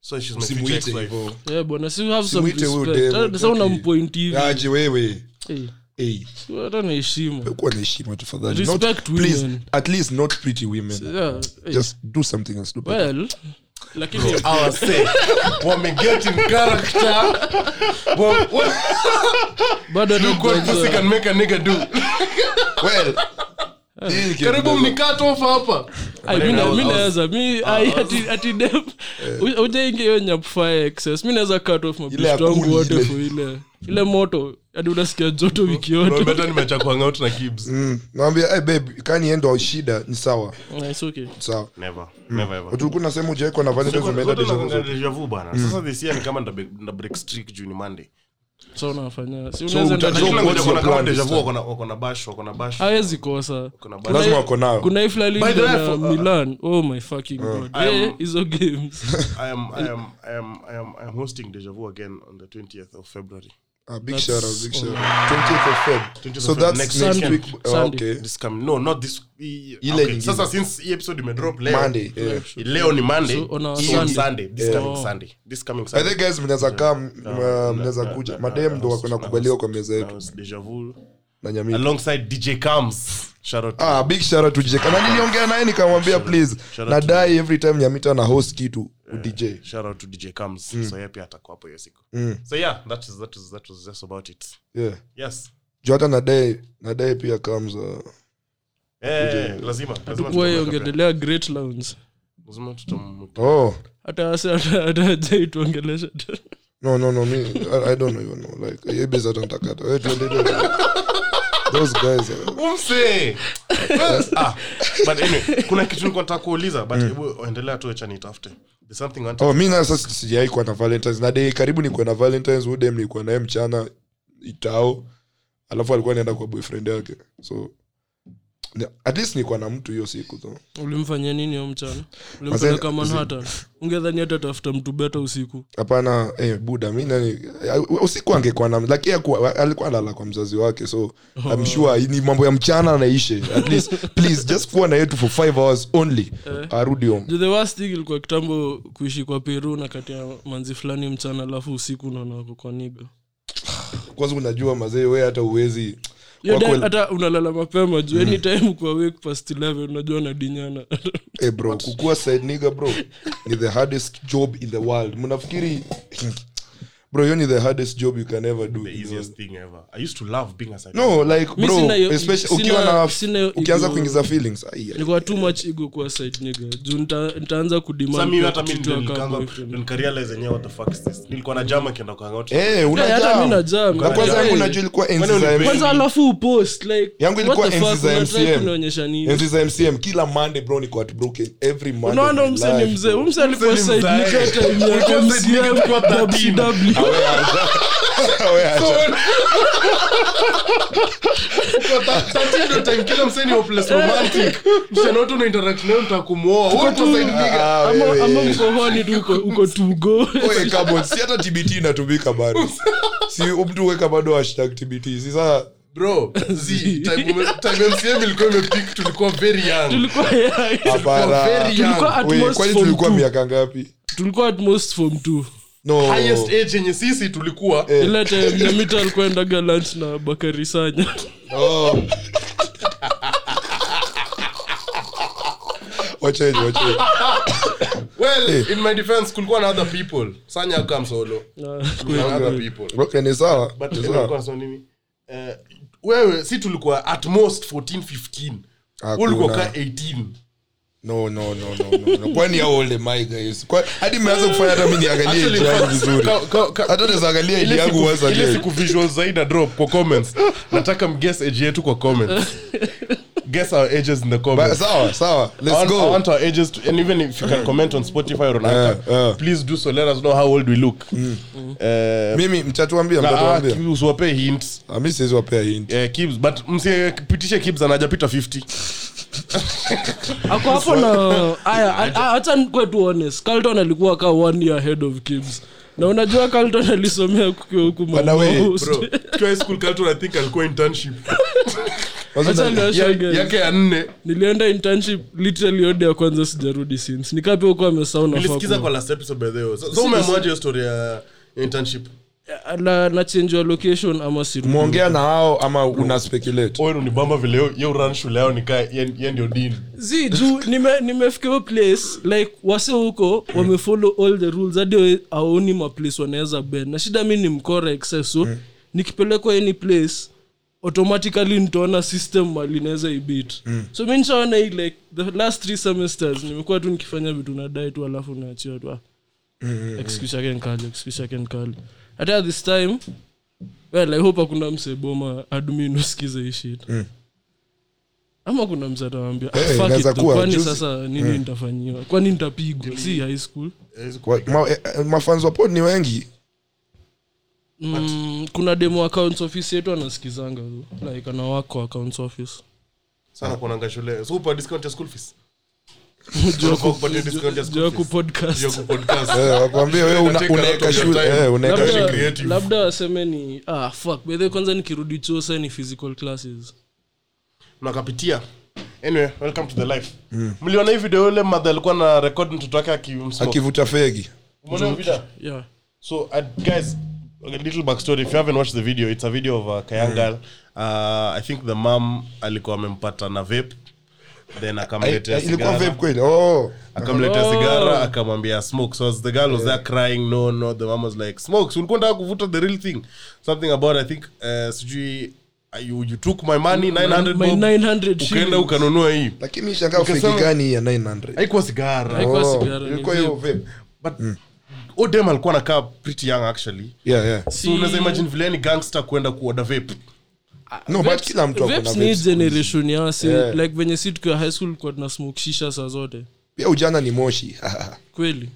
Speaker 4: so she's my future
Speaker 2: Simuite
Speaker 4: ex-wife.
Speaker 2: hivyo.
Speaker 3: yeah, bwana Eh, si have some
Speaker 2: Simuite huyo
Speaker 3: respect
Speaker 2: demo,
Speaker 3: Hata sasa
Speaker 2: Jackie.
Speaker 3: unampoint hivi
Speaker 2: Aje wewe.
Speaker 3: Eh,
Speaker 2: Hey,
Speaker 3: hata na heshima
Speaker 2: kuwa na heshima tafadhali. Not-
Speaker 3: Respect women.
Speaker 2: please, at least not pretty women.
Speaker 3: Yeah, eh,
Speaker 2: Just Oh. do something else. Do better.
Speaker 3: well lakini
Speaker 4: Our say, wameget in character Wa- wa-
Speaker 3: bado hata
Speaker 4: look what pussy
Speaker 3: kwanza-
Speaker 4: can make a nigga do
Speaker 2: Well, hii ni
Speaker 4: karibu
Speaker 2: kiingereza.
Speaker 4: mnikat off hapa
Speaker 3: Ay, mi
Speaker 4: Then I
Speaker 3: na-
Speaker 4: was-
Speaker 3: mi
Speaker 4: I was- Ah,
Speaker 3: naweza mi ai, ati- ati dem u- ujaingia hiyo nyapfire excess mi naweza cut off mabishto
Speaker 2: ya
Speaker 3: wangu
Speaker 2: kuli
Speaker 3: wote
Speaker 2: Eh. ile. Oh,
Speaker 3: for ile ile moto hadi unasikia joto wiki yote
Speaker 4: Unawambia hata nimeacha kuhangout na kibs
Speaker 2: Mm, naambia hey babe kaniendo shida ni sawa
Speaker 3: Ah, it's okay.
Speaker 2: sawa
Speaker 4: never never ever
Speaker 2: tulikuwa nasema ujaekwa na vanity umeenda deja vu zote. Mm.
Speaker 4: sasa this year ni kama nda break- nda break streak juu ni monday
Speaker 3: so unafanya si
Speaker 2: So
Speaker 3: unaweza
Speaker 2: uta-
Speaker 4: Na
Speaker 3: ndani-
Speaker 2: so-
Speaker 4: kila
Speaker 2: what's
Speaker 4: mmoja
Speaker 2: your
Speaker 4: kuna kama
Speaker 2: plan
Speaker 4: deja vu,
Speaker 2: this time?
Speaker 4: wako na- wako na bash wako na bash
Speaker 3: hawezi kosa
Speaker 2: Oh.
Speaker 4: wako na
Speaker 3: Kuna-
Speaker 4: bash
Speaker 2: Lazima wako nayo.
Speaker 3: kuna iflali
Speaker 4: By the way,
Speaker 3: na
Speaker 4: for- uh,
Speaker 3: milan oh my fucking god
Speaker 4: I am-
Speaker 3: Eh, hizo games
Speaker 4: I am, I am, I am, I am, I am hosting Deja Vu again on the 20th of February.
Speaker 2: Ah, big
Speaker 3: That's
Speaker 2: shout out, big shout out.
Speaker 3: on-
Speaker 2: 20th of Feb.
Speaker 4: 20th of
Speaker 2: So
Speaker 4: Feb,
Speaker 2: that's
Speaker 4: next
Speaker 2: next
Speaker 3: Sunday.
Speaker 2: week. Ah,
Speaker 3: Sunday.
Speaker 2: okay.
Speaker 4: This coming, no, not this. i-
Speaker 2: Ile
Speaker 4: okay,
Speaker 2: nyingine.
Speaker 4: Sasa since hii episode imedrop leo,
Speaker 2: Monday, eh. yeah.
Speaker 4: leo ni Monday,
Speaker 3: So, on a
Speaker 4: hii on
Speaker 3: Sunday. Oh.
Speaker 4: Sunday, this
Speaker 2: Yeah.
Speaker 4: coming Sunday, this coming
Speaker 2: I
Speaker 4: Sunday.
Speaker 2: think guys mnaweza kaa m-
Speaker 4: No,
Speaker 2: m-
Speaker 4: no,
Speaker 2: mnaweza
Speaker 4: no,
Speaker 2: kuja
Speaker 4: no,
Speaker 2: madem
Speaker 4: no,
Speaker 2: ndo
Speaker 4: no,
Speaker 2: wako
Speaker 4: no,
Speaker 2: nakubaliwa
Speaker 4: no,
Speaker 2: kwa meza
Speaker 4: I
Speaker 2: yetu
Speaker 4: was Deja Vu
Speaker 2: na nyamini
Speaker 4: alongside DJ Kams. Shout out.
Speaker 2: ah big shout out to DJ na niliongea naye nikamwambia please
Speaker 4: shout out to
Speaker 2: nadai every time nyamita na host kitu udj
Speaker 4: Shout out to DJ Kams.
Speaker 2: Mm.
Speaker 4: So yeye pia atakuwa hapo hiyo siku. So yeah, that is that is that was just about it.
Speaker 2: yeah
Speaker 4: Yes.
Speaker 2: juu hata nadai nadai pia comes uh,
Speaker 4: Eh, lazima. lazima
Speaker 3: kuwa
Speaker 4: tutamweka pia.
Speaker 3: iongelelea great lounge
Speaker 4: Lazima tutam
Speaker 2: oh
Speaker 3: hata wase hata- hata ajai tuongelesha tena.
Speaker 2: no no no me I, i don't even know like eh, ebes hata ntakata Eh, tuende, tuende. those guys uh,
Speaker 4: umse ah, but anyway, kuna kitu nilikuwa nataka kuuliza
Speaker 2: Mm.
Speaker 4: but hebu endelea tu acha nitafute There's something I want to-
Speaker 2: oh mi na sasa sijai kuwa na valentines na day karibu nikuwa na valentines udem nilikuwa naye mchana itao alafu alikuwa anaenda kwa boyfriend yake so ni- at least nikuwa na mtu hiyo siku though
Speaker 3: ulimfanyia nini hiyo mchana ulimpeleka manhattan ungedhani hata tafuta mtu beta usiku
Speaker 2: hapana eh, buda mi nani- eh, usiku angekuwa na lakini hakuwa- alikuwa analala kwa mzazi wake so
Speaker 3: Oh.
Speaker 2: I'm sure ni mambo ya mchana anaishe at least please just kuwa na yetu for five hours only
Speaker 3: Eh.
Speaker 2: arudi home
Speaker 3: Ju the worst thing ilikuwa kitambo kuishi kwa peru na kati ya manzi fulani mchana alafu usiku unaona wako kwa niga
Speaker 2: kwanza unajua mazee we hata uwezi
Speaker 3: Hiyo
Speaker 2: Wako-
Speaker 3: day hata unalala mapema juu
Speaker 4: Mm.
Speaker 3: any time kwa wake past 11 unajua nadinyana
Speaker 2: Eh, bro kukuwa side nigga bro ni the hardest job in the world mnafikiri bro hiyo ni the hardest job you can ever do
Speaker 4: the
Speaker 2: in the world.
Speaker 4: easiest thing ever i used to love being a side
Speaker 2: Oh. no like
Speaker 3: Mi
Speaker 2: bro
Speaker 3: sina hiyo-
Speaker 2: especially
Speaker 3: sina-
Speaker 2: ukiwa na
Speaker 3: sina hiyo
Speaker 2: ukianza
Speaker 3: ego.
Speaker 2: kuingiza feelings ah, ai, ai.
Speaker 3: nilikuwa too much ego kwa side nigga juu nita- nitaanza
Speaker 4: Sasa
Speaker 3: kudemand
Speaker 4: mimi
Speaker 3: pia
Speaker 4: hata mimi
Speaker 3: kuchitiwa
Speaker 4: ndio
Speaker 3: kama
Speaker 4: nikaanza-
Speaker 3: boyfriend.
Speaker 4: ndio nikarealize yenyewe what the fuck is this nilikuwa na jama kienda kwa hangout
Speaker 2: Eh, una
Speaker 3: Eh, hata
Speaker 2: jam.
Speaker 3: mi na jam.
Speaker 2: Na kwanza
Speaker 3: Eh.
Speaker 2: yangu najua ilikuwa enzi
Speaker 4: Kwani
Speaker 2: za
Speaker 4: unipeni?
Speaker 2: MC.
Speaker 3: kwanza alafu upost like
Speaker 2: Yangu
Speaker 3: what
Speaker 2: ilikuwa
Speaker 3: the
Speaker 2: enzi
Speaker 3: fuck,
Speaker 2: za
Speaker 3: unatry
Speaker 2: MCM.
Speaker 3: kunionyesha nini
Speaker 2: enzi za mcm kila monday bro niko at broken every monday of
Speaker 3: unaona
Speaker 2: my
Speaker 3: umse
Speaker 2: life,
Speaker 3: ni mzee
Speaker 2: bro.
Speaker 3: umse alikuwa
Speaker 4: ni
Speaker 3: side
Speaker 4: mzee.
Speaker 3: nigga hata miaka
Speaker 4: Ulikuwa side nigga
Speaker 3: MCM,
Speaker 4: kwa 13.
Speaker 3: WW.
Speaker 2: Wewe acha. Wewe acha. Ah,
Speaker 3: Ama-
Speaker 2: wewe.
Speaker 3: ama mko honi tu uko- uko tugo
Speaker 2: Wewe kabon, si hata tbt inatumika bado si mtu weka bado hashtag tbt si saa
Speaker 3: tulikuwa yeah.
Speaker 2: hapana
Speaker 4: very
Speaker 3: tulikuwa at
Speaker 2: Wewe,
Speaker 3: most
Speaker 2: kwani
Speaker 3: form
Speaker 2: tulikuwa
Speaker 3: two.
Speaker 2: miaka ngapi
Speaker 3: tulikuwa at most form two
Speaker 2: no
Speaker 4: highest age yenye sisi tulikuwa
Speaker 2: Eh.
Speaker 3: ile time nyamita alikuendaga lunch na bakari sanya
Speaker 2: oh. wachenji wachenji Eh.
Speaker 4: well in my defense kulikuwa na other people sanya kam solo
Speaker 3: Ah,
Speaker 4: Kulikuwa na other people
Speaker 2: okay ni sawa
Speaker 4: but
Speaker 2: ni
Speaker 4: anyway,
Speaker 2: sawa
Speaker 4: kwa sababu nini eh, wewe si tulikuwa at most 14 15
Speaker 2: Hakuna.
Speaker 4: Wewe ulikuwa ka 18
Speaker 2: no no no no no, no kwani ya old my guys kwa hadi mmeanza kufanya hata mimi niangalie
Speaker 4: Actually,
Speaker 2: ile yangu
Speaker 4: ka-
Speaker 2: vizuri
Speaker 4: ka- ka- ka-
Speaker 2: hata naweza angalia ile
Speaker 4: ile
Speaker 2: yangu
Speaker 4: siku-
Speaker 2: waza
Speaker 4: ile
Speaker 2: leo
Speaker 4: siku visual zaida drop kwa comments nataka mguess age yetu kwa comments guess our ages in
Speaker 2: Ba-
Speaker 4: the comments
Speaker 2: sawa sawa
Speaker 4: I
Speaker 2: let's
Speaker 4: want, I
Speaker 2: go
Speaker 4: want our ages to, and even if you can comment on Spotify or on Anchor,
Speaker 2: Yeah, yeah.
Speaker 4: please do so. Let us know how old we look. Eh,
Speaker 2: mimi mtatuambia
Speaker 4: na- ah,
Speaker 2: mtatuambia
Speaker 4: Kibs, wape hints.
Speaker 2: Ah, mi siwezi wapea hint
Speaker 4: Eh, Kibs, but msipitishe Kibs anajapita 50.
Speaker 3: ako hapo na aya a- a- acha kwetu honest carlton alikuwa ka one year ahead of kids na unajua carlton alisomea kukiwa huku
Speaker 2: Bana we,
Speaker 3: Mama Host.
Speaker 4: Bro, tukiwa high school Carlton, I think alikuwa internship.
Speaker 2: Wazo
Speaker 3: Acha
Speaker 2: na-
Speaker 3: niwashe
Speaker 4: Ya-
Speaker 3: guys.
Speaker 4: yake ya nne.
Speaker 3: nilienda internship literally yote ya kwanza sijarudi since nikaa pia huko amesahau nafaa
Speaker 4: Nilisikiza
Speaker 3: ku-
Speaker 4: kwa last episode by the way. So- so umeamua je story ya ya internship?
Speaker 3: Eh, na na change your location ama sirudi.
Speaker 2: umeongea na hao ama una speculate
Speaker 4: Owen unibamba vile yo- yo run shule yao nikaa ye- ye ndio dean.
Speaker 3: zi juu nime- nimefika hiyo place like wase huko wamefollow all the rules hadi aoni maplace wanaweza ben na shida mi ni mkora excess so nikipelekwa any place automatically nitaona system mali inaweza ibit so mi nishaona hii like the last three semesters nimekuwa tu nikifanya vitu nadai tu alafu naachia tu ah, excuse yake nkali excuse yake nkali hata this time well i hope hakuna mseboma admin usikize hii shit ama kuna mse atawambia "Ah,
Speaker 2: Mm. Eh,
Speaker 3: fuck
Speaker 2: inaweza
Speaker 3: it tu,
Speaker 2: kuwa,
Speaker 3: kwani
Speaker 2: juzi." Mm.
Speaker 3: sasa nini nitafanyiwa kwani nitapigwa si high school
Speaker 2: Wa- ma- eh, eh, mafans wa pod ni wengi
Speaker 3: mm, kuna demo accounts office yetu anasikizanga tu like anawako kwa accounts office
Speaker 4: Sana kuonanga shule. So upa discount ya school fees.
Speaker 3: Juu ya ku-
Speaker 4: Upatie discount ya school
Speaker 3: juu ya
Speaker 4: fees. Juu ya
Speaker 3: kupodcast
Speaker 4: kupodcast.
Speaker 2: Eh, wakwambia wewe una-
Speaker 4: Take a lot
Speaker 2: unaeka
Speaker 4: of your
Speaker 2: shule
Speaker 4: time.
Speaker 2: eh, unaeka
Speaker 4: Labda-
Speaker 2: shule.
Speaker 3: labda,
Speaker 4: creative.
Speaker 3: labda waseme ni ah, fuck bedhe kwanza nikirudi chuo saa ni physical classes
Speaker 4: nakapitia anyway welcome to the life mliona hii video yule madha alikuwa na rekod mtoto wake akimsmoke.
Speaker 2: akivuta fegi
Speaker 4: Umeona hiyo video?
Speaker 3: yeah
Speaker 4: so uh, guys a little backstory if you haven't watched the video it's a video of uh, kayangal uh, i think the mam alikuwa amempata na vape then akamletea
Speaker 2: Eh, ilikuwa
Speaker 4: sigara.
Speaker 2: vape kweli oh
Speaker 4: akamletea
Speaker 3: Oh.
Speaker 4: sigara akamwambia smoke so as the girl was there crying no no the mom was like smoke ulikuwa nataka kuvuta the real thing something about i think uh, sijui uh, you, you took my money 900
Speaker 3: my
Speaker 4: bob,
Speaker 3: 900
Speaker 4: ukaenda
Speaker 3: shillings.
Speaker 4: ukanunua hii
Speaker 2: lakini shangao fegi
Speaker 4: Ukasema-
Speaker 2: gani hii ya 900
Speaker 4: haikuwa sigara
Speaker 3: Haikuwa
Speaker 2: Oh,
Speaker 3: sigara, ni
Speaker 2: ilikuwa hiyo
Speaker 3: vape.
Speaker 2: vape
Speaker 4: but
Speaker 2: Mm.
Speaker 4: odem alikuwa nakaa pretty young actually
Speaker 2: yeah yeah
Speaker 4: so
Speaker 3: Mm.
Speaker 4: unaweza imagine vile ni gangster kuenda kuoda vape
Speaker 2: no but kila mtu ako na
Speaker 3: Vapes Ah, ni
Speaker 2: vapes.
Speaker 3: generation ya wase
Speaker 2: Yeah.
Speaker 3: like venye si tukiwa high school kwa tuna smoke shisha saa zote
Speaker 2: pia ujana ni moshi
Speaker 3: kweli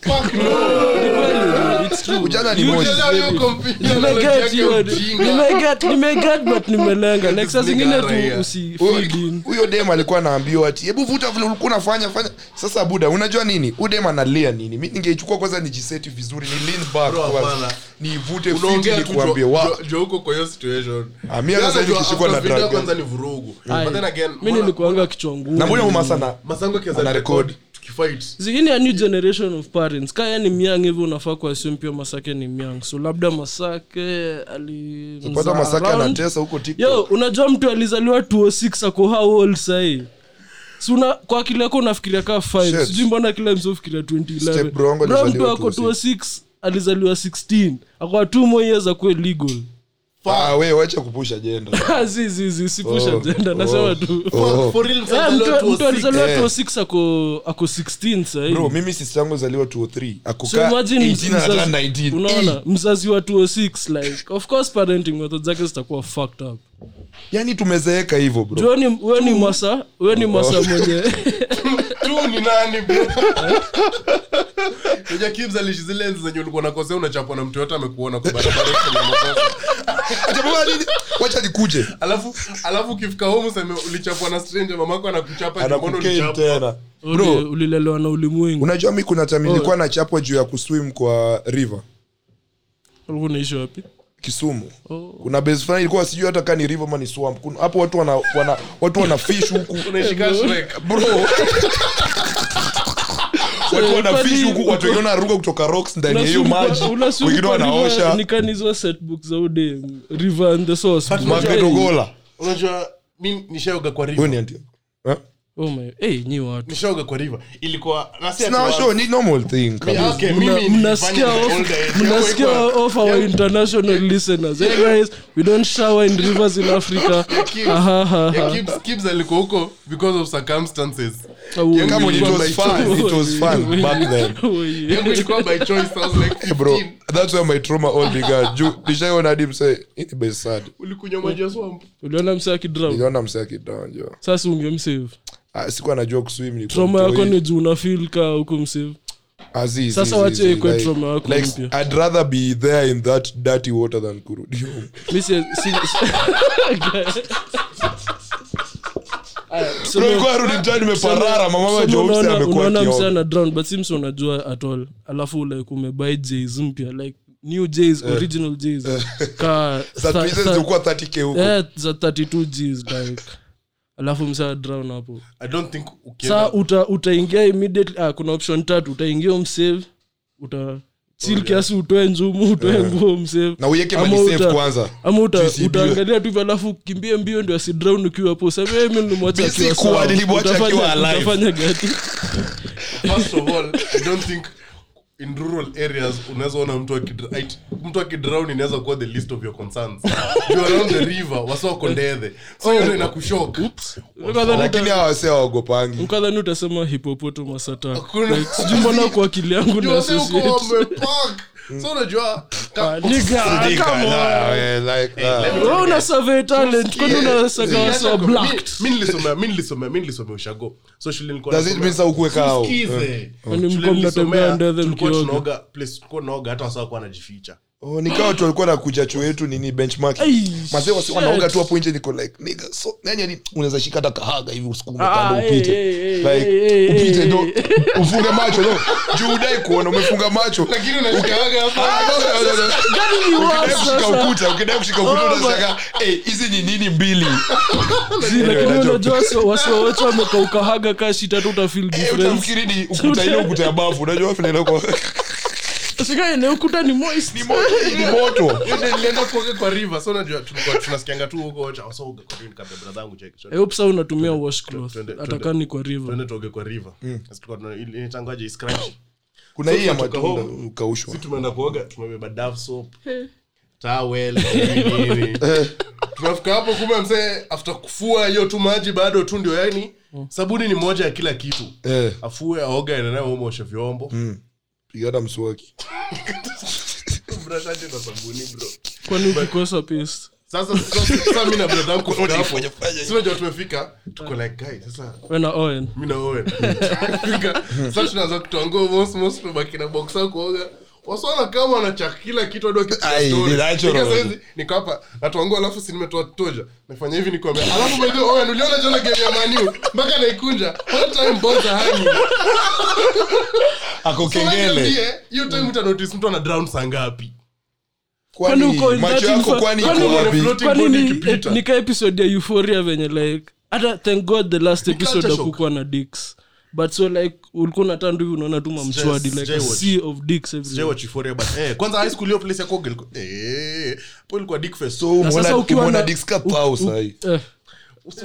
Speaker 3: Ni kweli, it's true.
Speaker 2: ujana ni
Speaker 3: You
Speaker 2: moshi
Speaker 3: just- Nimeget hiyo, nimeget- nimeget but nimelenga like saa zingine
Speaker 4: Nigara,
Speaker 3: tu
Speaker 4: yeah.
Speaker 2: Huyo-
Speaker 3: usifidin
Speaker 2: huyo dem alikuwa anaambiwa ati hebu vuta vile ulikuwa unafanya fanya sasa buda unajua nini huyu dem analia nini mi ningeichukua kwanza nijiseti vizuri ni lean back
Speaker 4: Bro,
Speaker 2: kwanza.
Speaker 4: hapana.
Speaker 2: nivute fiti nikuambie wa
Speaker 4: huko kwa hiyo situation
Speaker 2: Ah, mi hata
Speaker 4: Yaani
Speaker 2: sasa hivi
Speaker 4: jua
Speaker 2: nikishikwa na
Speaker 4: after video
Speaker 2: drug.
Speaker 4: kwanza ni vurugu but then again
Speaker 3: mi
Speaker 4: mbona-
Speaker 3: nilikuanga kichwa ngumu.
Speaker 2: na mbona umasa na
Speaker 4: masango akianza
Speaker 2: Ana
Speaker 4: record,
Speaker 2: record.
Speaker 4: tukifight
Speaker 3: zingine ya new generation of parents kaya ni myang hivyo unafaa kuasum pia masake ni myang so labda masake
Speaker 2: pata masaki
Speaker 3: alimzaa
Speaker 2: anatesa huko tiktok
Speaker 3: yo unajua mtu alizaliwa 206 ako how old sahii si una, kwa akili yako unafikiria kaa
Speaker 2: Shit.
Speaker 3: 5 sijui mbona kila msiofikiria
Speaker 2: Step Brongo
Speaker 3: 2011 Bro, mtu
Speaker 2: alizaliwa
Speaker 3: ako
Speaker 2: 206.
Speaker 3: 206 alizaliwa 16 akwa two more years akuwe legal Ah,
Speaker 2: Ah, we wacha kupusha jenda
Speaker 3: zizizi sipusha
Speaker 2: Oh,
Speaker 3: jenda
Speaker 2: oh,
Speaker 3: nasema tu
Speaker 2: oh.
Speaker 4: for real
Speaker 3: Eh,
Speaker 4: msazaliwa
Speaker 3: mtu- mtu
Speaker 4: 206.
Speaker 3: alizaliwa
Speaker 2: eh.
Speaker 3: 206 ako ako 16 sahii
Speaker 2: bro mimi sister yangu zaliwa 203
Speaker 3: so
Speaker 2: akukaa
Speaker 3: imagine
Speaker 2: 18 na turn
Speaker 3: mzazi,
Speaker 2: 19
Speaker 3: unaona
Speaker 2: Eh,
Speaker 3: mzazi wa 206 like of course parenting method zake zitakuwa fucked up
Speaker 2: yani tumezeeka hivyo bro
Speaker 3: juoni we ni masa we ni masa mwenye
Speaker 4: Tu ni nani bro Unajua Kibz aliishi zile enzi zenye ulikuwa unakosea unachapwa na mtu yote amekuona kwa barabara ukifanya makosa.
Speaker 2: Acha baba nini? wacha nikuje
Speaker 4: alafu alafu ukifika home useme ulichapwa na stranger mamako anakuchapa ndio maana
Speaker 2: anakukei
Speaker 4: ulichapwa
Speaker 2: tena
Speaker 3: Uli- ulilelewa na ulimwengu
Speaker 2: unajua mi kuna time nilikuwa nachapwa juu ya kuswim kwa river
Speaker 3: ulikuwa unaishi wapi
Speaker 2: kisumu kuna base fulani ilikuwa sijui hata kaa ni river ama ni swamp Kuna- hapo watu wana, wana watu wana fish huku
Speaker 4: unaishika
Speaker 3: Mm.
Speaker 4: Shrek
Speaker 2: bro watu wana
Speaker 3: Kwani-
Speaker 2: fish huku watu wengine wanaruka kutoka rocks ndani ya hiyo maji wengine wanaosha
Speaker 3: nikanizwa setbook za ude river and the source
Speaker 2: magedogola
Speaker 4: unajua mi nishaoga kwa
Speaker 2: huyo
Speaker 4: river
Speaker 2: ni anti eh?
Speaker 3: oh my hey, nyi watu
Speaker 4: nishoga kwa river ilikuwa nasi
Speaker 2: It's now
Speaker 4: ati wa-
Speaker 2: show, ni normal thing kabisa.
Speaker 4: Okay, mimi
Speaker 3: Mna-
Speaker 4: nilifanya
Speaker 3: mnasikia
Speaker 4: the
Speaker 3: off-
Speaker 4: older age.
Speaker 3: mnasikia
Speaker 4: Yeah, we-
Speaker 3: off our international listeners hey guys we don't shower in rivers in africa
Speaker 4: Kids-
Speaker 3: Aha, aha,
Speaker 4: yeah,
Speaker 3: aha.
Speaker 4: Gibbs- Gibbs alikuwa huko because of circumstances
Speaker 3: Oh,
Speaker 4: yeah,
Speaker 2: Come on, it
Speaker 4: Ilikuwa
Speaker 2: was
Speaker 4: by
Speaker 2: fun.
Speaker 4: choice.
Speaker 2: It was fun back then.
Speaker 3: Oh, yeah.
Speaker 4: yangu Yaani ilikuwa by choice I was like
Speaker 2: Hey, bro,
Speaker 4: 15.
Speaker 2: that's where my trauma all began. Ju- nishaiona hadi mse, hii ni by sad.
Speaker 4: ulikunywa maji ya swamp
Speaker 3: uliona msee akidrown
Speaker 2: Niliona mse akidown, jo.
Speaker 3: sasa ungemsave
Speaker 2: Ah, sikuwa najua kuswim, nilikuwa
Speaker 3: trauma yako
Speaker 2: mtoi.
Speaker 3: ni juu unafil ka huku msave
Speaker 2: Aziz,
Speaker 3: Sasa
Speaker 2: Aziz,
Speaker 3: wache
Speaker 2: Aziz,
Speaker 3: ikue
Speaker 2: like-
Speaker 3: trauma yako
Speaker 2: like,
Speaker 3: mpya.
Speaker 2: I'd rather be there in that dirty water than kurudi home.
Speaker 3: Mi si- si- Aya,
Speaker 2: Bro,
Speaker 3: tuseme-
Speaker 2: nilikuwa narudi mtaani nimeparara, mama wa
Speaker 3: tuseme
Speaker 2: Joe Upsi
Speaker 3: unaona-
Speaker 2: amekuwa
Speaker 3: unaona
Speaker 2: akiona.
Speaker 3: msee ana drown but sims unajua at all alafu like umebuy jays mpya like new jays
Speaker 2: Eh.
Speaker 3: original jays ka
Speaker 2: Za
Speaker 3: tha-
Speaker 2: pieces
Speaker 3: tha-
Speaker 2: zilikuwa 30k huko.
Speaker 3: eh, za 32 gs like alafu msaa drown hapo
Speaker 4: i don't think
Speaker 3: saa
Speaker 4: ukienda
Speaker 3: uta, utaingia immediately ah, kuna option tatu utaingia umsave uta chill kiasi utoe njumu utoe nguo umsave
Speaker 2: na uiweke
Speaker 3: Ama
Speaker 2: mali safe
Speaker 3: uta-
Speaker 2: kwanza
Speaker 3: ama uta,
Speaker 2: TCB.
Speaker 3: utaangalia tu hivyo alafu kimbie mbio ndio asidraun ukiwa hapo useme "Eh, mi nilimwacha
Speaker 2: Mimi
Speaker 3: akiwa
Speaker 2: sikuwa,
Speaker 3: sawa."
Speaker 2: nilimwacha
Speaker 3: Utafanya-
Speaker 2: akiwa alive.
Speaker 3: utafanya gati
Speaker 4: first of all i don't think in rural areas unaweza ona mtu akidr- ait- mtu akidrown inaweza kuwa the least of your concerns you are around the river wasa wako ndethe so hiyo ndio inakushock
Speaker 3: Mkadhani uta-
Speaker 2: lakini hawa wasee hawagopangi
Speaker 3: mkadhani utasema hipopoto sata
Speaker 4: Hakuna-
Speaker 3: sijui mbona kwa akili yangu
Speaker 4: You
Speaker 3: na
Speaker 4: are saying uko
Speaker 3: associate.
Speaker 4: wamepark. so unajua ka-
Speaker 3: Ah, nigga,
Speaker 2: Sidika,
Speaker 3: come on.
Speaker 2: nah, eh, like, nah.
Speaker 3: Wewe una survey talent kwani unasaka wasa wa blacked?
Speaker 4: Mi- mi nilisomea- mi nilisomea- mi nilisomea ushago so shule nilikuwa
Speaker 2: Does it
Speaker 4: nasomea-
Speaker 2: mean sasa ukuwe Eh. kaa hao?
Speaker 4: Sikize.
Speaker 3: Yaani
Speaker 4: Shule
Speaker 3: mlikuwa mnatembea
Speaker 4: nilisomea,
Speaker 3: ndethe
Speaker 4: tulikuwa
Speaker 3: mkioga.
Speaker 4: tunaoga, place tulikuwa tunaoga, hata wasa wakuwa wanajificha.
Speaker 2: Oh, ni kama watu walikuwa na kuja chuo yetu nini benchmark
Speaker 3: Ai,
Speaker 2: mazee wasi
Speaker 3: shit.
Speaker 2: wanaoga tu hapo nje niko like nigga so yani yani unaweza shika hata kahaga hivi usiku
Speaker 3: Ah,
Speaker 2: umetanda
Speaker 3: eh,
Speaker 2: upite
Speaker 3: eh, eh, eh,
Speaker 2: like
Speaker 3: eh,
Speaker 2: upite
Speaker 3: eh,
Speaker 2: do
Speaker 3: eh.
Speaker 2: ufunge macho no juu udai kuona umefunga macho
Speaker 4: Lakini unashikaga hapa.
Speaker 2: Ah, no, no, no, no.
Speaker 3: Gani ni
Speaker 2: Ukidai
Speaker 3: wasa
Speaker 2: kushika
Speaker 3: sasa?
Speaker 2: ukuta ukidai kushika ukuta
Speaker 3: Oh,
Speaker 2: unashanga eh hizi ni nini mbili
Speaker 3: Zile,
Speaker 2: Anyway,
Speaker 3: lakini
Speaker 2: najua-
Speaker 3: unajua wasi- wasi wa wote wamekaukaaga kaa shita tu utafeel
Speaker 2: Eh,
Speaker 3: difference.
Speaker 2: utamkiri ni ukuta ile ukuta ya bafu unajua vile inakuwa
Speaker 3: Sika eneo kuta ni moist.
Speaker 2: ni moto ni moto
Speaker 4: Yote nilienda kuoga kwa river, so unajua tulikuwa tunasikianga tu huko wacha, wasa uoga kwa river, nikamwambia brother yangu, cheki,
Speaker 3: I hope saa unatumia washcloth
Speaker 4: Twende- twende-
Speaker 3: atakani kwa river
Speaker 4: tuende tuoge kwa river.
Speaker 2: Mm.
Speaker 4: Sasa tulikuwa tuna- ili- inaitangwaje, scratch.
Speaker 2: kuna hii ya
Speaker 4: Kutoka
Speaker 2: matunda
Speaker 4: home.
Speaker 2: ukaushwa
Speaker 4: Si tumeenda kuoga tumebeba Dove soap towel nini, nini.
Speaker 2: Eh,
Speaker 4: tunafika hapo kumbe msee after kufua hiyo tu maji bado tu ndio yani
Speaker 2: Mm.
Speaker 4: sabuni ni moja ya kila kitu
Speaker 2: eh
Speaker 4: afue aoga enanaye umeosha vyombo
Speaker 2: Mm. piga hata mswaki
Speaker 4: brashaje na sabuni bro
Speaker 3: kwani ukikosa paste
Speaker 4: sasa sasa- sasa mi na brother kufika hapo
Speaker 2: Fanya- fanya.
Speaker 4: si unajua tumefika tuko like guy sasa
Speaker 3: wena oen
Speaker 4: mi na wewe fika sasa tunaanza kutangoa mos mos tumebaki na boxa kuoga wasona kama wanacha kila kitu hadi wakipiga
Speaker 2: Ai,
Speaker 4: story.
Speaker 2: ni natural.
Speaker 4: Nika saizi, niko hapa natwangoa alafu si nimetoa toja nafanya hivi niko mbele alafu by the way Owen, uliona jana game ya maniu mpaka naikunja one time both are hanging.
Speaker 2: ako
Speaker 4: So wewe
Speaker 2: kengele
Speaker 4: niambie, hiyo time uta notice mtu ana drown saa ngapi
Speaker 2: Kwani
Speaker 3: Kwani uko in
Speaker 2: macho
Speaker 3: that
Speaker 2: yako
Speaker 3: info-
Speaker 2: kwani
Speaker 3: kwani
Speaker 2: iko
Speaker 4: uko
Speaker 2: wapi?
Speaker 4: floating
Speaker 3: kwani
Speaker 4: body
Speaker 3: ni
Speaker 4: ikipita?
Speaker 3: eh, ni ka episode ya euphoria venye like hata thank god the last episode
Speaker 4: culture shock.
Speaker 3: akukuwa na dicks but so like ulikuwa unataa ndu hivi unaona tu mamswadi like a
Speaker 4: sijai watch.
Speaker 3: sea of dicks everywhere.
Speaker 4: Sijawatch Euphoria, but, eh, kwanza high school hiyo place ya kuoga ilikuwa- eh, hapo ilikuwa dick fest.
Speaker 2: So,
Speaker 3: Na
Speaker 2: umeona-
Speaker 3: sasa ukiwa
Speaker 2: umeona
Speaker 3: na-
Speaker 2: disc cup au sahi?
Speaker 3: eh,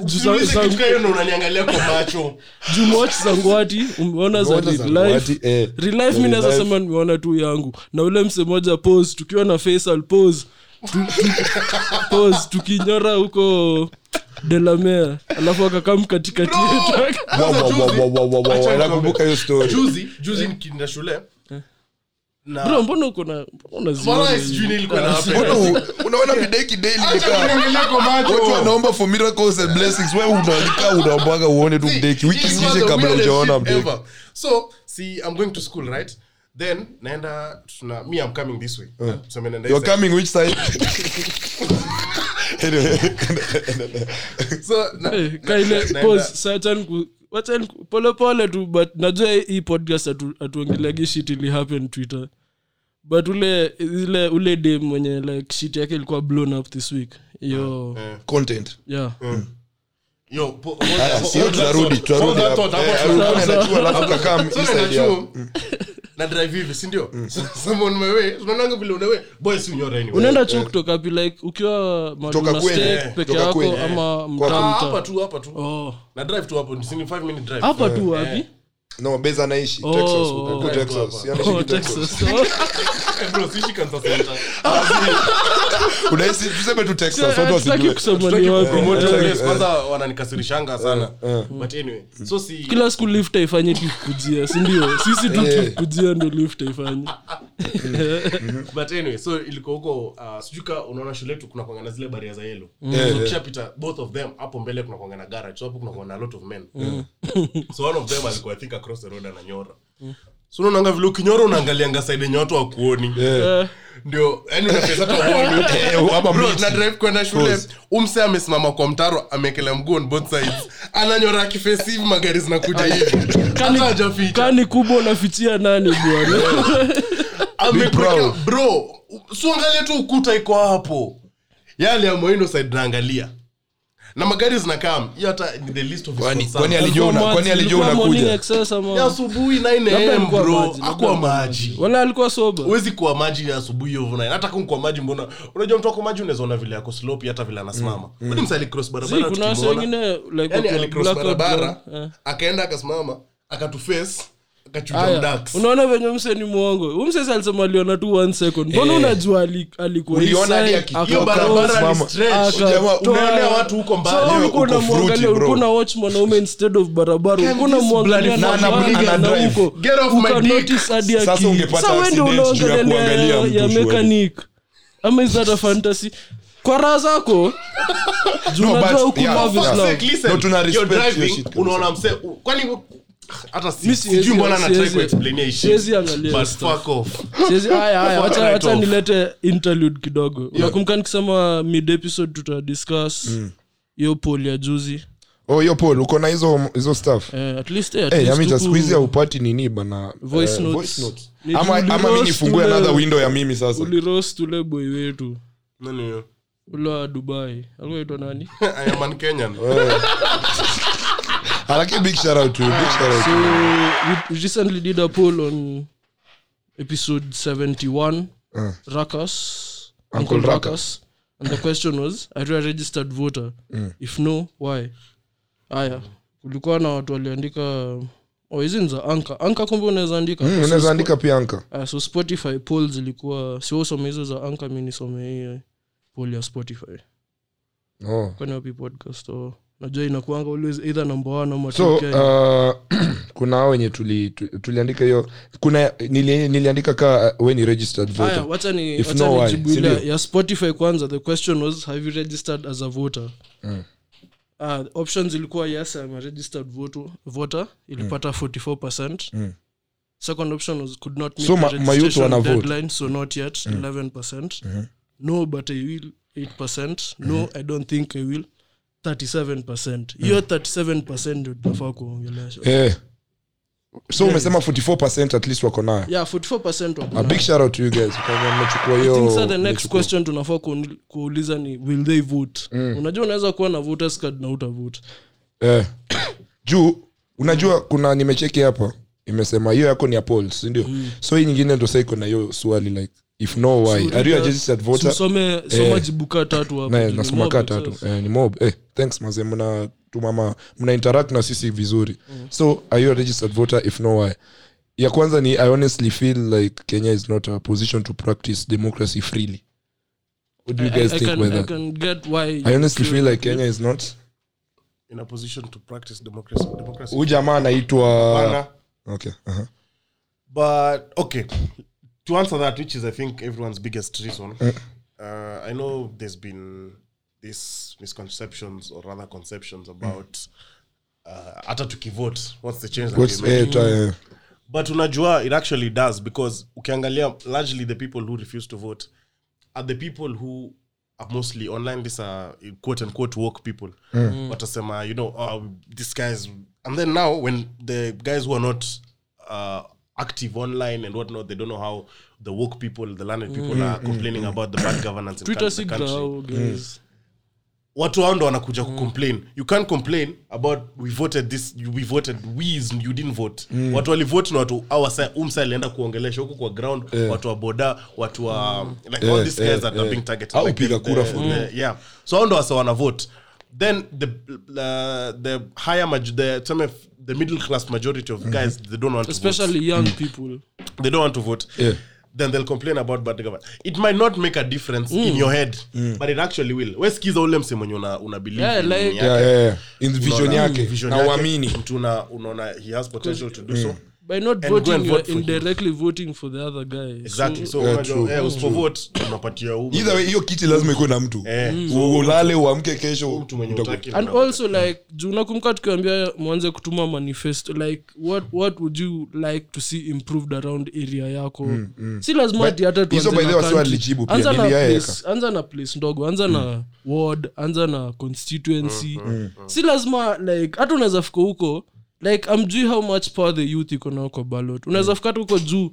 Speaker 4: Usiulize
Speaker 3: za-
Speaker 4: kitu kama hiyo na unaniangalia kwa macho
Speaker 3: jumwach za ngwati umeona za
Speaker 2: Umeona za ngwati, eh.
Speaker 3: relife
Speaker 2: Za
Speaker 3: mi naweza
Speaker 2: Relife.
Speaker 3: sema nimeona tu yangu na ule mse moja pose tukiwa na faisal pose tu, tu, pose tukinyora huko delamea alafu akakaa katikati yetu
Speaker 2: Wa- wa- wa- wa- wa- wa- wa-
Speaker 4: Acha
Speaker 2: wa-
Speaker 4: nikwambie.
Speaker 2: nakumbuka hiyo story
Speaker 4: juzi juzi nikienda shule
Speaker 2: Eh.
Speaker 4: na-
Speaker 3: bro mbona uko na mbona unaziona
Speaker 4: Mbona
Speaker 3: hizi?
Speaker 4: sijui nini ilikuwa na happen?
Speaker 2: Mbona u- unaona videki daily
Speaker 4: Acha
Speaker 2: nikaa
Speaker 4: niangalie kwa macho.
Speaker 2: watu wanaomba for miracles and blessings wewe unaandika unaombwaga uone tu mdeki wiki
Speaker 4: It was
Speaker 2: ziishe
Speaker 4: the
Speaker 2: kabla
Speaker 4: weirdest
Speaker 2: hujaona
Speaker 4: shit
Speaker 2: mdeki
Speaker 4: ever. so see i'm going to school right then naenda tuna me i'm coming this way tuseme naenda
Speaker 2: Eh. you're
Speaker 4: this
Speaker 2: coming which side Anyway,
Speaker 4: side. so na-
Speaker 3: Eh,
Speaker 4: na-
Speaker 3: ka ile
Speaker 4: naenda-
Speaker 3: pose satan ku wachani ku- polepole tu but najua hii podcast atu- atuongeleagi shit ili happen twitter but ule ile ule dem mwenye like shit yake ilikuwa blown up this week yo
Speaker 2: Eh. content
Speaker 3: yeah
Speaker 2: Eh.
Speaker 4: Yo, po- hold
Speaker 2: Haya,
Speaker 4: that-
Speaker 2: sio
Speaker 4: hold that
Speaker 2: tunarudi
Speaker 4: thought.
Speaker 2: tunarudi
Speaker 4: Hold that
Speaker 2: hapo.
Speaker 4: thought.
Speaker 2: Eh,
Speaker 4: Hapo
Speaker 2: alikuwa
Speaker 4: tuna-
Speaker 2: anaenda chuo alafu akakaa
Speaker 4: So
Speaker 2: hii side Mm.
Speaker 4: naenda
Speaker 2: yao.
Speaker 4: chuo. na drive hivi sindio Some on my way unaonanga vile unawe boy si unyora anyway.
Speaker 3: unaenda chuo kutoka wapi? like ukiwa mahali
Speaker 2: Kutoka
Speaker 3: una
Speaker 2: Eh. kwenu,
Speaker 3: stay
Speaker 2: eh,
Speaker 3: peke
Speaker 2: kutoka
Speaker 3: yako
Speaker 2: kwenu, eh.
Speaker 3: ama
Speaker 2: Kwa-
Speaker 4: Ah,
Speaker 2: Kwa-
Speaker 3: mtaa
Speaker 4: hapa
Speaker 3: mtaa
Speaker 4: tu hapa tu
Speaker 3: Oh.
Speaker 4: na drive tu hapo ni 5 minute drive
Speaker 3: hapa tu
Speaker 2: Eh.
Speaker 3: wapi
Speaker 2: no base anaishi
Speaker 3: Oh.
Speaker 2: texas huko
Speaker 4: Oh.
Speaker 2: texas Si anaishi
Speaker 3: Oh,
Speaker 2: texas
Speaker 3: Texas. Oh.
Speaker 4: Eh, bro siishi Kansas Center
Speaker 2: unahisi tuseme tu
Speaker 3: Sio,
Speaker 2: texas watu
Speaker 3: hatutaki
Speaker 2: wasijue
Speaker 3: kusema ni
Speaker 4: Sitaki
Speaker 3: wapi.
Speaker 4: kupromote
Speaker 2: Eh,
Speaker 4: place,
Speaker 2: eh.
Speaker 4: kwanza wananikasirishanga sana but anyway so si
Speaker 3: kila siku lift haifanye tukikujia sindio sisi tu
Speaker 2: Eh.
Speaker 3: tukikujia ndo lift haifanye
Speaker 4: but anyway so ilikuwa huko uh, sijui ka unaona shule yetu kuna kwanga na zile baria za yelo
Speaker 2: Yeah,
Speaker 4: so kishapita both of them hapo mbele kuna kwanga na garage so hapo kuna kwanga na a lot of men
Speaker 3: Mm.
Speaker 4: so one of them alikuwa I think across the road ananyora so unaonanga vile ukinyora unaangalianga side yenye watu wakuoni
Speaker 3: Eh,
Speaker 4: ndio yani unapesa tu uone.
Speaker 2: Eh, hapa
Speaker 4: Bro,
Speaker 2: miti.
Speaker 4: na drive kwenda shule
Speaker 2: Course.
Speaker 4: umse amesimama kwa mtaro amekelea mguu on both sides ananyora akifesi hivi magari zinakuja hivi
Speaker 3: Kani-
Speaker 4: hata hajaficha Eh,
Speaker 3: kani kubwa unafichia nani bwana
Speaker 4: amekweka
Speaker 2: proud.
Speaker 4: bro suangalia tu ukuta iko hapo yale amoino side naangalia na magari zinakaa hiyo hata ni the list of his
Speaker 2: Kwani-
Speaker 4: concerns.
Speaker 2: kwani alijua una- kwani alijua
Speaker 3: Ilikuwa morning
Speaker 2: unakuja
Speaker 3: access ama-
Speaker 4: Ya asubuhi
Speaker 3: Labda
Speaker 4: 9am
Speaker 3: alikuwa
Speaker 4: bro
Speaker 3: maji, labda
Speaker 4: akwa
Speaker 3: alikuwa
Speaker 4: maji
Speaker 3: wala alikuwa soba
Speaker 4: huwezi kuwa maji ya asubuhi hiyo vuna hata kama kwa maji mbona unajua mtu ako maji unaweza ona vile yako slope hata vile anasimama mm. mm. msali cross
Speaker 3: Si,
Speaker 4: barabara
Speaker 3: kuna wase
Speaker 4: tukimuona
Speaker 3: wengine like
Speaker 4: yani
Speaker 3: wako
Speaker 4: Yaani alicross
Speaker 3: blackout,
Speaker 4: barabara
Speaker 3: eh.
Speaker 4: akaenda akasimama akatuface akachuja
Speaker 3: Aya,
Speaker 4: mdax
Speaker 3: Eh. unaona venye mse ni mwongo Huyu mse sasa alisema aliona tu one second mbona
Speaker 2: Eh.
Speaker 3: unajua ali- alikuwa
Speaker 2: Uliona
Speaker 3: inside,
Speaker 2: hadi aki-
Speaker 3: aka-
Speaker 4: hiyo barabara
Speaker 2: Mama.
Speaker 4: ni stretch
Speaker 3: Aka-
Speaker 2: Jamaa,
Speaker 4: unaelewa watu huko
Speaker 3: So,
Speaker 4: mbali
Speaker 2: Leo
Speaker 3: ulikuwa
Speaker 2: uko
Speaker 3: unamwangalia,
Speaker 2: fruity,
Speaker 3: ulikuwa
Speaker 2: bro.
Speaker 3: una watch mwanaume instead of barabara ulikuwa
Speaker 4: this
Speaker 3: unamwangalia
Speaker 4: bloody
Speaker 3: na
Speaker 2: man
Speaker 3: mbali
Speaker 2: ana
Speaker 3: na
Speaker 2: drive?
Speaker 3: huko.
Speaker 4: Get off my
Speaker 3: Uka
Speaker 4: dick.
Speaker 3: notice hadi
Speaker 2: Sasa
Speaker 3: aki.
Speaker 2: ungepata
Speaker 3: Sasa wewe ndio
Speaker 2: accident juu ya
Speaker 3: unaongelelea
Speaker 2: kuangalia
Speaker 3: ya-
Speaker 2: mtu
Speaker 3: ya
Speaker 2: shwari.
Speaker 3: mechanic ama is that a fantasy kwa raha zako juu
Speaker 2: No,
Speaker 3: unajua
Speaker 2: but-
Speaker 3: huku
Speaker 2: yeah,
Speaker 3: love is
Speaker 2: yeah.
Speaker 3: love.
Speaker 4: Sasa, listen,
Speaker 2: No, tuna
Speaker 4: you're
Speaker 2: respect your
Speaker 4: driving,
Speaker 2: shit kabisa.
Speaker 4: unaona mse u- kwani hata si-
Speaker 3: Mi siwezi-
Speaker 4: sijui mbona na try
Speaker 3: siwezi-
Speaker 4: kuexplainia hii shit.
Speaker 3: siwezi angalia
Speaker 4: But
Speaker 3: stuff.
Speaker 4: fuck off.
Speaker 3: Siwezi- haya, haya,
Speaker 4: Fuck
Speaker 3: wacha-
Speaker 4: right
Speaker 3: wacha
Speaker 4: off.
Speaker 3: nilete interlude kidogo unakumbuka nikisema mid episode tutadiscuss
Speaker 2: Mm.
Speaker 3: hiyo poll ya juzi
Speaker 2: oh hiyo paul uko na hizo hizo stuff
Speaker 3: Eh, at least, eh, at
Speaker 2: Hey,
Speaker 3: least
Speaker 2: amita
Speaker 3: tuku-
Speaker 2: siku hizi haupati nini bana
Speaker 3: Voice
Speaker 2: eh,
Speaker 3: notes.
Speaker 2: voice notes.
Speaker 3: Ni
Speaker 2: ama,
Speaker 3: tuli
Speaker 2: ama mi
Speaker 3: roast
Speaker 2: nifungue
Speaker 3: ule-
Speaker 2: another window ya mimi sasa
Speaker 3: uliroast ule boy wetu
Speaker 4: Nani huyo?
Speaker 3: ule wa dubai alikuwaitwa nani
Speaker 4: I am an Kenyan.
Speaker 2: Eh. Lakini big shout out to you, big shout out to
Speaker 3: so
Speaker 2: you.
Speaker 3: we recently did a poll on episode 71
Speaker 2: Uh.
Speaker 3: rakas
Speaker 2: Uncle
Speaker 3: uncle
Speaker 2: Ruckus.
Speaker 3: rakas and the question was are you a registered voter
Speaker 2: Mm.
Speaker 3: if no why aya kulikuwa na watu waliandika oh, hizi za anka anka kumbe unaweza andika
Speaker 2: Mm,
Speaker 3: So
Speaker 2: unaweza
Speaker 3: Spo-
Speaker 2: andika pia anka
Speaker 3: ah, so spotify poll zilikuwa siusome hizo za anka mi nisome hiyo poll ya spotify
Speaker 2: oh.
Speaker 3: kwani wapi podcast or najua inakuanga always either number one ama
Speaker 2: so
Speaker 3: 10K.
Speaker 2: uh, kuna hao wenye tuli- tu- tuliandika hiyo kuna nili, niliandika ka uh, when you registered
Speaker 3: Aya,
Speaker 2: voter
Speaker 3: wacha ni-
Speaker 2: If
Speaker 3: wacha
Speaker 2: no, why?
Speaker 3: nijibu ile
Speaker 2: Sindio?
Speaker 3: ya spotify kwanza the question was have you registered as a voter
Speaker 2: Mm.
Speaker 3: Ah, the options ilikuwa yes I'm a registered voto- voter ilipata
Speaker 2: Mm.
Speaker 3: 44 second option was could not meet
Speaker 2: So
Speaker 3: the
Speaker 2: ma- mayouth
Speaker 3: registration
Speaker 2: wana vote? Mm. Mm-hmm.
Speaker 3: deadline so not yet 11 no but i will 8 no i don't think i will 37 hiyo 37 ndio tunafaa kuongelesha
Speaker 2: Mm. eh. so umesema 44 at least wako nayo
Speaker 3: yeah 44 wako
Speaker 2: a
Speaker 3: na-
Speaker 2: big shout out to you guys kwa hivyo mmechukua
Speaker 3: I think,
Speaker 2: hiyo
Speaker 3: sir, the next
Speaker 2: mmechukua.
Speaker 3: question tunafaa kuuni- kuuliza ni will they vote
Speaker 2: Mm.
Speaker 3: unajua unaweza kuwa na voters card na utavote
Speaker 2: eh. juu unajua kuna nimecheki hapa imesema hiyo yako ni ya poll si ndio
Speaker 3: Mm.
Speaker 2: so hii nyingine ndo sasa iko na hiyo swali like if no why are you a registered voter
Speaker 3: Tusome- soma
Speaker 2: Eh.
Speaker 3: jibu kaa tatu hapo,
Speaker 2: Na-
Speaker 3: juu
Speaker 2: nasoma
Speaker 3: ni
Speaker 2: kaa
Speaker 3: mob
Speaker 2: tatu
Speaker 3: access.
Speaker 2: Eh, ni mob eh, thanks maze mna tumama mna interact na sisi vizuri
Speaker 3: Mm.
Speaker 2: so are you a registered voter if no why ya kwanza ni i honestly feel like kenya is not a position to practice democracy freely what do you
Speaker 3: I- I
Speaker 2: guys think
Speaker 3: can-
Speaker 2: by
Speaker 3: I
Speaker 2: that
Speaker 3: can get why
Speaker 2: i
Speaker 3: you
Speaker 2: honestly
Speaker 3: feel
Speaker 2: feel like
Speaker 3: that
Speaker 2: kenya
Speaker 3: way.
Speaker 2: is not
Speaker 4: In a position to practice democracy- democracy.
Speaker 2: huu jamaa anaitwa
Speaker 4: Bana.
Speaker 2: okay uh-huh. aha.
Speaker 4: But, okay. To answer that, which is, I think, everyone's biggest reason,
Speaker 2: Eh.
Speaker 4: uh, I know there's been these misconceptions or rather conceptions about, uh, hata tukivote, what's the change that
Speaker 2: What's-
Speaker 4: we make?
Speaker 2: eh, ta- eh,
Speaker 4: but unajua it actually does because ukiangalia largely the people who refuse to vote are the people who are mostly online these are quote unquote woke people watasema you know oh, this guys and then now when the guys who are not uh, active online and whatnot they don't know how the woke people the landed people are complaining about the bad governance in
Speaker 3: Twitter
Speaker 4: the
Speaker 3: signal,
Speaker 4: country
Speaker 3: guys.
Speaker 4: watu hao ndo wanakuja kucomplain you can't complain about we voted this you- we voted wis you didn't vote
Speaker 2: Mm.
Speaker 4: watu walivote na watu awa umsa alienda kuongelesha huku kwa ground
Speaker 2: Eh.
Speaker 4: watu wa boda watu wa like all
Speaker 2: Yeah,
Speaker 4: these guys
Speaker 2: yeah,
Speaker 4: that are
Speaker 2: yeah.
Speaker 4: being targeted
Speaker 2: Eh, Au
Speaker 4: like
Speaker 2: piga
Speaker 4: the-
Speaker 2: kura
Speaker 4: the-
Speaker 2: for
Speaker 4: the- yeah so hao ndo wasa wanavote then the uh, the higher maj- the, tuseme the middle class majority of
Speaker 2: Mm-hmm.
Speaker 4: guys they don't want to vote
Speaker 2: Mm.
Speaker 3: especially young people
Speaker 4: they don't want to vote
Speaker 2: Yeah.
Speaker 4: then they'll complain about bad government it might not make a difference
Speaker 2: Mm.
Speaker 4: in your head but it actually will wesikiza ule mse mwenye una, una believe
Speaker 3: Yeah,
Speaker 4: in
Speaker 3: like-
Speaker 4: yake.
Speaker 2: yeah, yeah, yeah. In vision
Speaker 4: Unaona,
Speaker 2: yake
Speaker 4: vision
Speaker 2: na
Speaker 4: yake,
Speaker 2: uamini Mm.
Speaker 4: mtu una- unaona he has potential to do so
Speaker 3: by not
Speaker 4: And go and
Speaker 3: voting you
Speaker 4: vote
Speaker 3: are
Speaker 4: for him.
Speaker 3: indirectly voting for the other guy
Speaker 4: exactly so
Speaker 2: Yeah,
Speaker 4: unajua,
Speaker 2: true, Mm.
Speaker 4: eh, usipovote, unapatia huyu
Speaker 2: Either way, hiyo kiti lazima ikuwe na mtu
Speaker 4: Eh,
Speaker 2: U- ulale uamke kesho
Speaker 4: mtu mwenye
Speaker 2: utakuwa-
Speaker 4: hutaki,
Speaker 3: and
Speaker 4: unapatia.
Speaker 3: also like juu nakumbuka tukiwambia mwanze kutuma manifesto like what, what would you like to see improved around area yako si lazima
Speaker 2: Mm, But
Speaker 3: ati hata
Speaker 2: hizo
Speaker 3: tuanze
Speaker 2: by the
Speaker 3: na
Speaker 2: way wasio
Speaker 3: country.
Speaker 2: eligible pia,
Speaker 3: Anza na
Speaker 2: niliyaeka.
Speaker 3: place- anza na place ndogo anza
Speaker 2: Mm.
Speaker 3: na ward anza na constituency si lazima like hata unaweza fika huko like amjui how much power the youth iko nao kwa ballot
Speaker 2: Mm.
Speaker 3: unaweza fika hata huko juu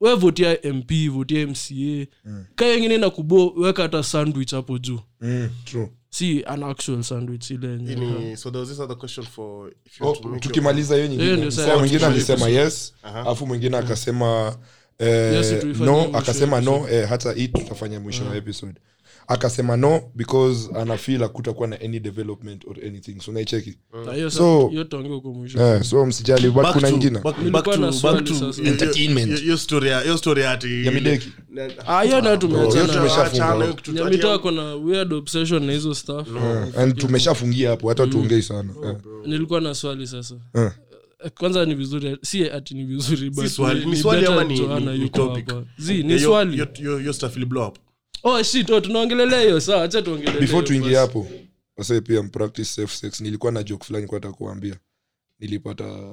Speaker 3: we votia mp votia mca kaya ingine na kubo weka hata sandwich hapo juu
Speaker 2: Mm, true.
Speaker 3: si an actual sandwich ile yenye-
Speaker 4: Ini- so there was this other question for if you
Speaker 2: Oh,
Speaker 4: want to make your-
Speaker 2: tukimaliza hiyo
Speaker 3: Hiyo ndio
Speaker 2: nyingine
Speaker 3: sasa
Speaker 2: Msee mwingine
Speaker 4: tukimaliza.
Speaker 2: alisema yes
Speaker 4: Aha. Mm.
Speaker 2: alafu mwingine akasema eh,
Speaker 3: Yes, tuifanyie
Speaker 2: no
Speaker 3: mwisho Mm.
Speaker 2: akasema
Speaker 3: ya
Speaker 2: no eh, hata hii tutafanya mwisho wa episode akasema no because anafil akutakuwa na any development or anything so naicheki
Speaker 3: Na hiyo
Speaker 2: So-
Speaker 3: sa- hiyo tuongee huko mwisho
Speaker 2: eh, so msijali but
Speaker 4: Mm. Back
Speaker 2: kuna
Speaker 4: to-
Speaker 2: ingine
Speaker 4: back-
Speaker 3: Nilikuwa
Speaker 4: back to-
Speaker 3: na
Speaker 4: back
Speaker 3: swali
Speaker 4: to-
Speaker 3: sasa.
Speaker 4: hiyo-
Speaker 2: Entertainment.
Speaker 4: hiyo- hiyo story ya- hiyo story ya ati-
Speaker 2: Ya mideki.
Speaker 3: Ah, hiyo nayo tumeachana
Speaker 2: hiyo
Speaker 3: nayo.
Speaker 2: tumesha-
Speaker 3: Nyamito ako na weird obsession na hizo stuff
Speaker 2: Eh, and tumeshafungia hapo
Speaker 3: Mm.
Speaker 2: hata tuongei sana
Speaker 4: Oh,
Speaker 2: Eh.
Speaker 3: nilikuwa na swali sasa
Speaker 2: Eh.
Speaker 3: kwanza ni vizuri si ati ni vizuri but
Speaker 4: swali. Ni
Speaker 3: ni
Speaker 4: swali
Speaker 3: better
Speaker 4: ama ni-
Speaker 3: Johanna
Speaker 4: ni- ni
Speaker 3: yuko
Speaker 4: topic?
Speaker 3: hapa. Zi,
Speaker 4: Yeah,
Speaker 3: ni
Speaker 4: yo-
Speaker 3: swali
Speaker 4: yo- yo- yo stuff ili blow up.
Speaker 3: oh shit oh, tunaongelelea hiyo sawa acha tuongelelea
Speaker 2: before
Speaker 3: hiyo
Speaker 2: tuingie
Speaker 3: basi.
Speaker 2: hapo wase pia mpractice safe sex nilikuwa na joke fulani kwata kuambia nilipata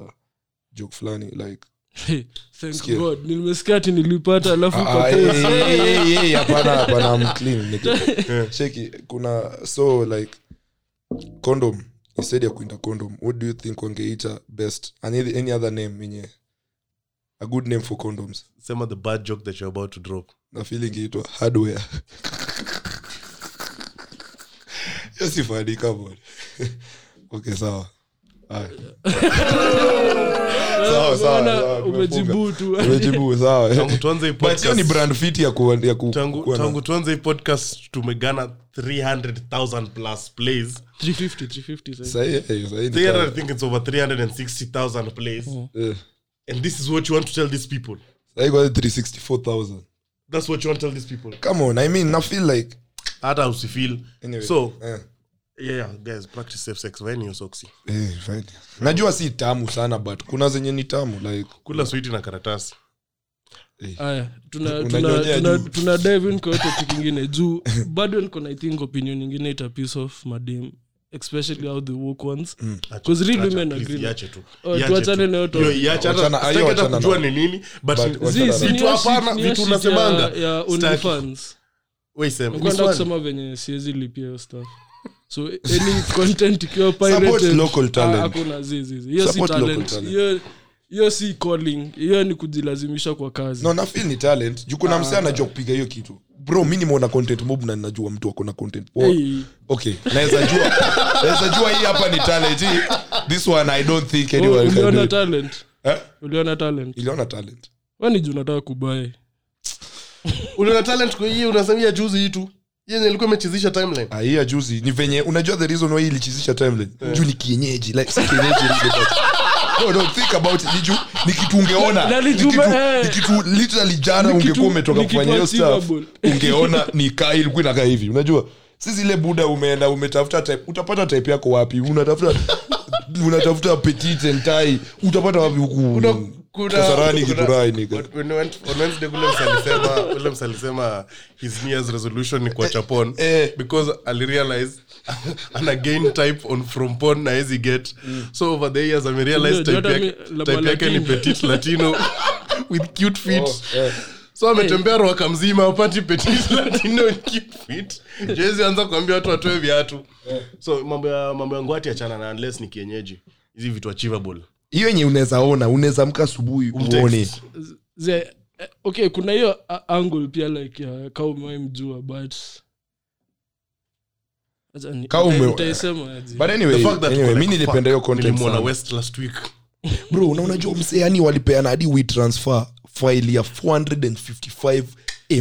Speaker 2: joke fulani like
Speaker 3: Hey, thank
Speaker 2: Sikia.
Speaker 3: God. nimesikia ati nilipata alafu
Speaker 2: Ah,
Speaker 3: kwa-
Speaker 2: ah, eh, eh, eh, eh, eh, hapana hapana I'm clean, niko- cheki kuna so like condom instead ya kuinda condom what do you think wangeita best any, any other name yenye a good name for condoms
Speaker 4: Sema the bad joke that you're about to drop.
Speaker 2: na feeling iitwa hardware hiyo si funny, come on. okay sawa Aya. Sawa, sawa,
Speaker 3: Unaona,
Speaker 2: sawa, tumefunga.
Speaker 3: umejibutu.
Speaker 2: Umejibu, sawa
Speaker 4: Tangu tuanze hii
Speaker 2: But hiyo ni
Speaker 4: podcast-
Speaker 2: brand fit ya ku- ya ku-
Speaker 4: tangu
Speaker 2: kuwa na-
Speaker 4: tangu tuanze hii podcast tumegana 300000 plus plays
Speaker 3: 350 350 sasa.
Speaker 2: Sahi, eh, sahi ni
Speaker 4: there i
Speaker 2: sawa.
Speaker 4: think it's over 360000 plays
Speaker 3: Mm.
Speaker 2: Eh,
Speaker 4: and this is what you want to tell these people
Speaker 2: sahi kwa 364,000.
Speaker 4: that's what you want to tell these people
Speaker 2: Come on, I mean, na feel like-
Speaker 4: hata usifeel
Speaker 2: Anyway,
Speaker 4: so
Speaker 2: eh,
Speaker 4: yeah guys practice safe sex vaeni hiyo soksi
Speaker 2: eh, fine. najua si tamu sana but kuna zenye ni tamu like
Speaker 4: kula switi na karatasi
Speaker 3: Aya, tuna-
Speaker 2: Unanyonyea
Speaker 3: tuna- tuna-
Speaker 2: juu.
Speaker 3: tuna dive in kwa hiyo topic ingine juu bado niko na, I think opinion ingine ita piece off madem especially how the woke ones
Speaker 2: Mm.
Speaker 4: Acha,
Speaker 3: 'Cause real
Speaker 4: acha,
Speaker 3: women
Speaker 4: please,
Speaker 3: agree.
Speaker 4: iache tu.
Speaker 3: Oh,
Speaker 4: Iache
Speaker 3: tuachane
Speaker 4: tu.
Speaker 3: na hiyo
Speaker 4: Hiyo
Speaker 3: topic.
Speaker 4: iache, hata-
Speaker 2: Wachana-
Speaker 4: sitaki
Speaker 2: hiyo
Speaker 4: hata
Speaker 2: wachana na-
Speaker 4: kujua ni nini but
Speaker 2: But
Speaker 4: zi-
Speaker 2: wachana na-
Speaker 4: vitu hapana, vitu unasemanga. Sitaki.
Speaker 3: unasemangaakwenda
Speaker 4: Wait, Sam, ni swali.
Speaker 3: kusema venye siwezi lipia hiyo stuff so any content ikiwa
Speaker 2: Support
Speaker 3: pirated,
Speaker 2: local talent.
Speaker 3: ah, hakuna zizi hiyo si
Speaker 2: Support local
Speaker 3: talent
Speaker 2: talent.
Speaker 3: hiyo hiyo si calling hiyo ni kujilazimisha kwa kazi
Speaker 2: no nafil ni talent juu kuna
Speaker 3: Ah.
Speaker 2: msee anajua kupiga hiyo kitu bro mi nimeona content mob na ninajua mtu akona content poa
Speaker 3: Hey.
Speaker 2: okay naweza jua naweza jua hii hapa ni talent hii this one i don't think
Speaker 3: Oh,
Speaker 2: anyone can do
Speaker 3: uliona
Speaker 2: it.
Speaker 3: talent
Speaker 2: Eh?
Speaker 3: uliona talent
Speaker 2: iliona talent
Speaker 3: wani juu nataka kubae
Speaker 4: uliona talent kwa hii unasemia juzi hii tu yenye ilikuwa imechezisha timeline
Speaker 2: Ah, hii ya juzi ni venye unajua the reason why ilichizisha timeline juu ni kienyeji like si kienyeji ni because- no no think about it ni juu ni kitu ungeona
Speaker 3: Na ni
Speaker 2: Ni
Speaker 3: juu-
Speaker 2: kitu-
Speaker 3: eh.
Speaker 2: ni kitu literally jana
Speaker 3: Ni kitu-
Speaker 2: ungekuwa umetoka
Speaker 3: ni kitu
Speaker 2: kufanya hiyo stuff
Speaker 3: achievable.
Speaker 2: ungeona ni kaa ilikuwa inakaa hivi unajua si zile buda umeenda umetafuta type utapata type yako wapi unatafuta unatafuta petite and tie utapata wapi huku kasarani kiturai nika
Speaker 4: on- on Wednesday ule msee alisema- ule msee alisema his new year's resolution ni kuacha porn
Speaker 2: eh.
Speaker 4: because alirealize ana gain type on from porn na hezi get
Speaker 2: Mm.
Speaker 4: so over the years amerealize
Speaker 3: Ndio,
Speaker 4: type
Speaker 3: ndio hata
Speaker 4: yake-
Speaker 3: mi- la
Speaker 4: type yake ni
Speaker 3: Latino.
Speaker 4: petit latino with cute feet
Speaker 2: Oh, eh.
Speaker 4: so ametembea rwaka mzima apati petit latino with cute feet jezi anza kuambia watu watoe viatu
Speaker 2: Eh.
Speaker 4: so mambo ya mambo ya ngwati achana na unless ni kienyeji hizi vitu achievable
Speaker 2: hiyo yenye unaweza ona unaweza amka asubuhi
Speaker 4: Umtext.
Speaker 2: uone
Speaker 3: ze eh, okay kuna hiyo a- angle pia like ya kama umewahi mjua but Acha ni-
Speaker 2: Ka ume-
Speaker 3: nitaisema aje.
Speaker 2: but anyway, anyway mi nilipenda hiyo content
Speaker 4: nilimwona
Speaker 2: sana.
Speaker 4: west last week
Speaker 2: bro na unajua msee yani walipeana hadi we transfer file ya 455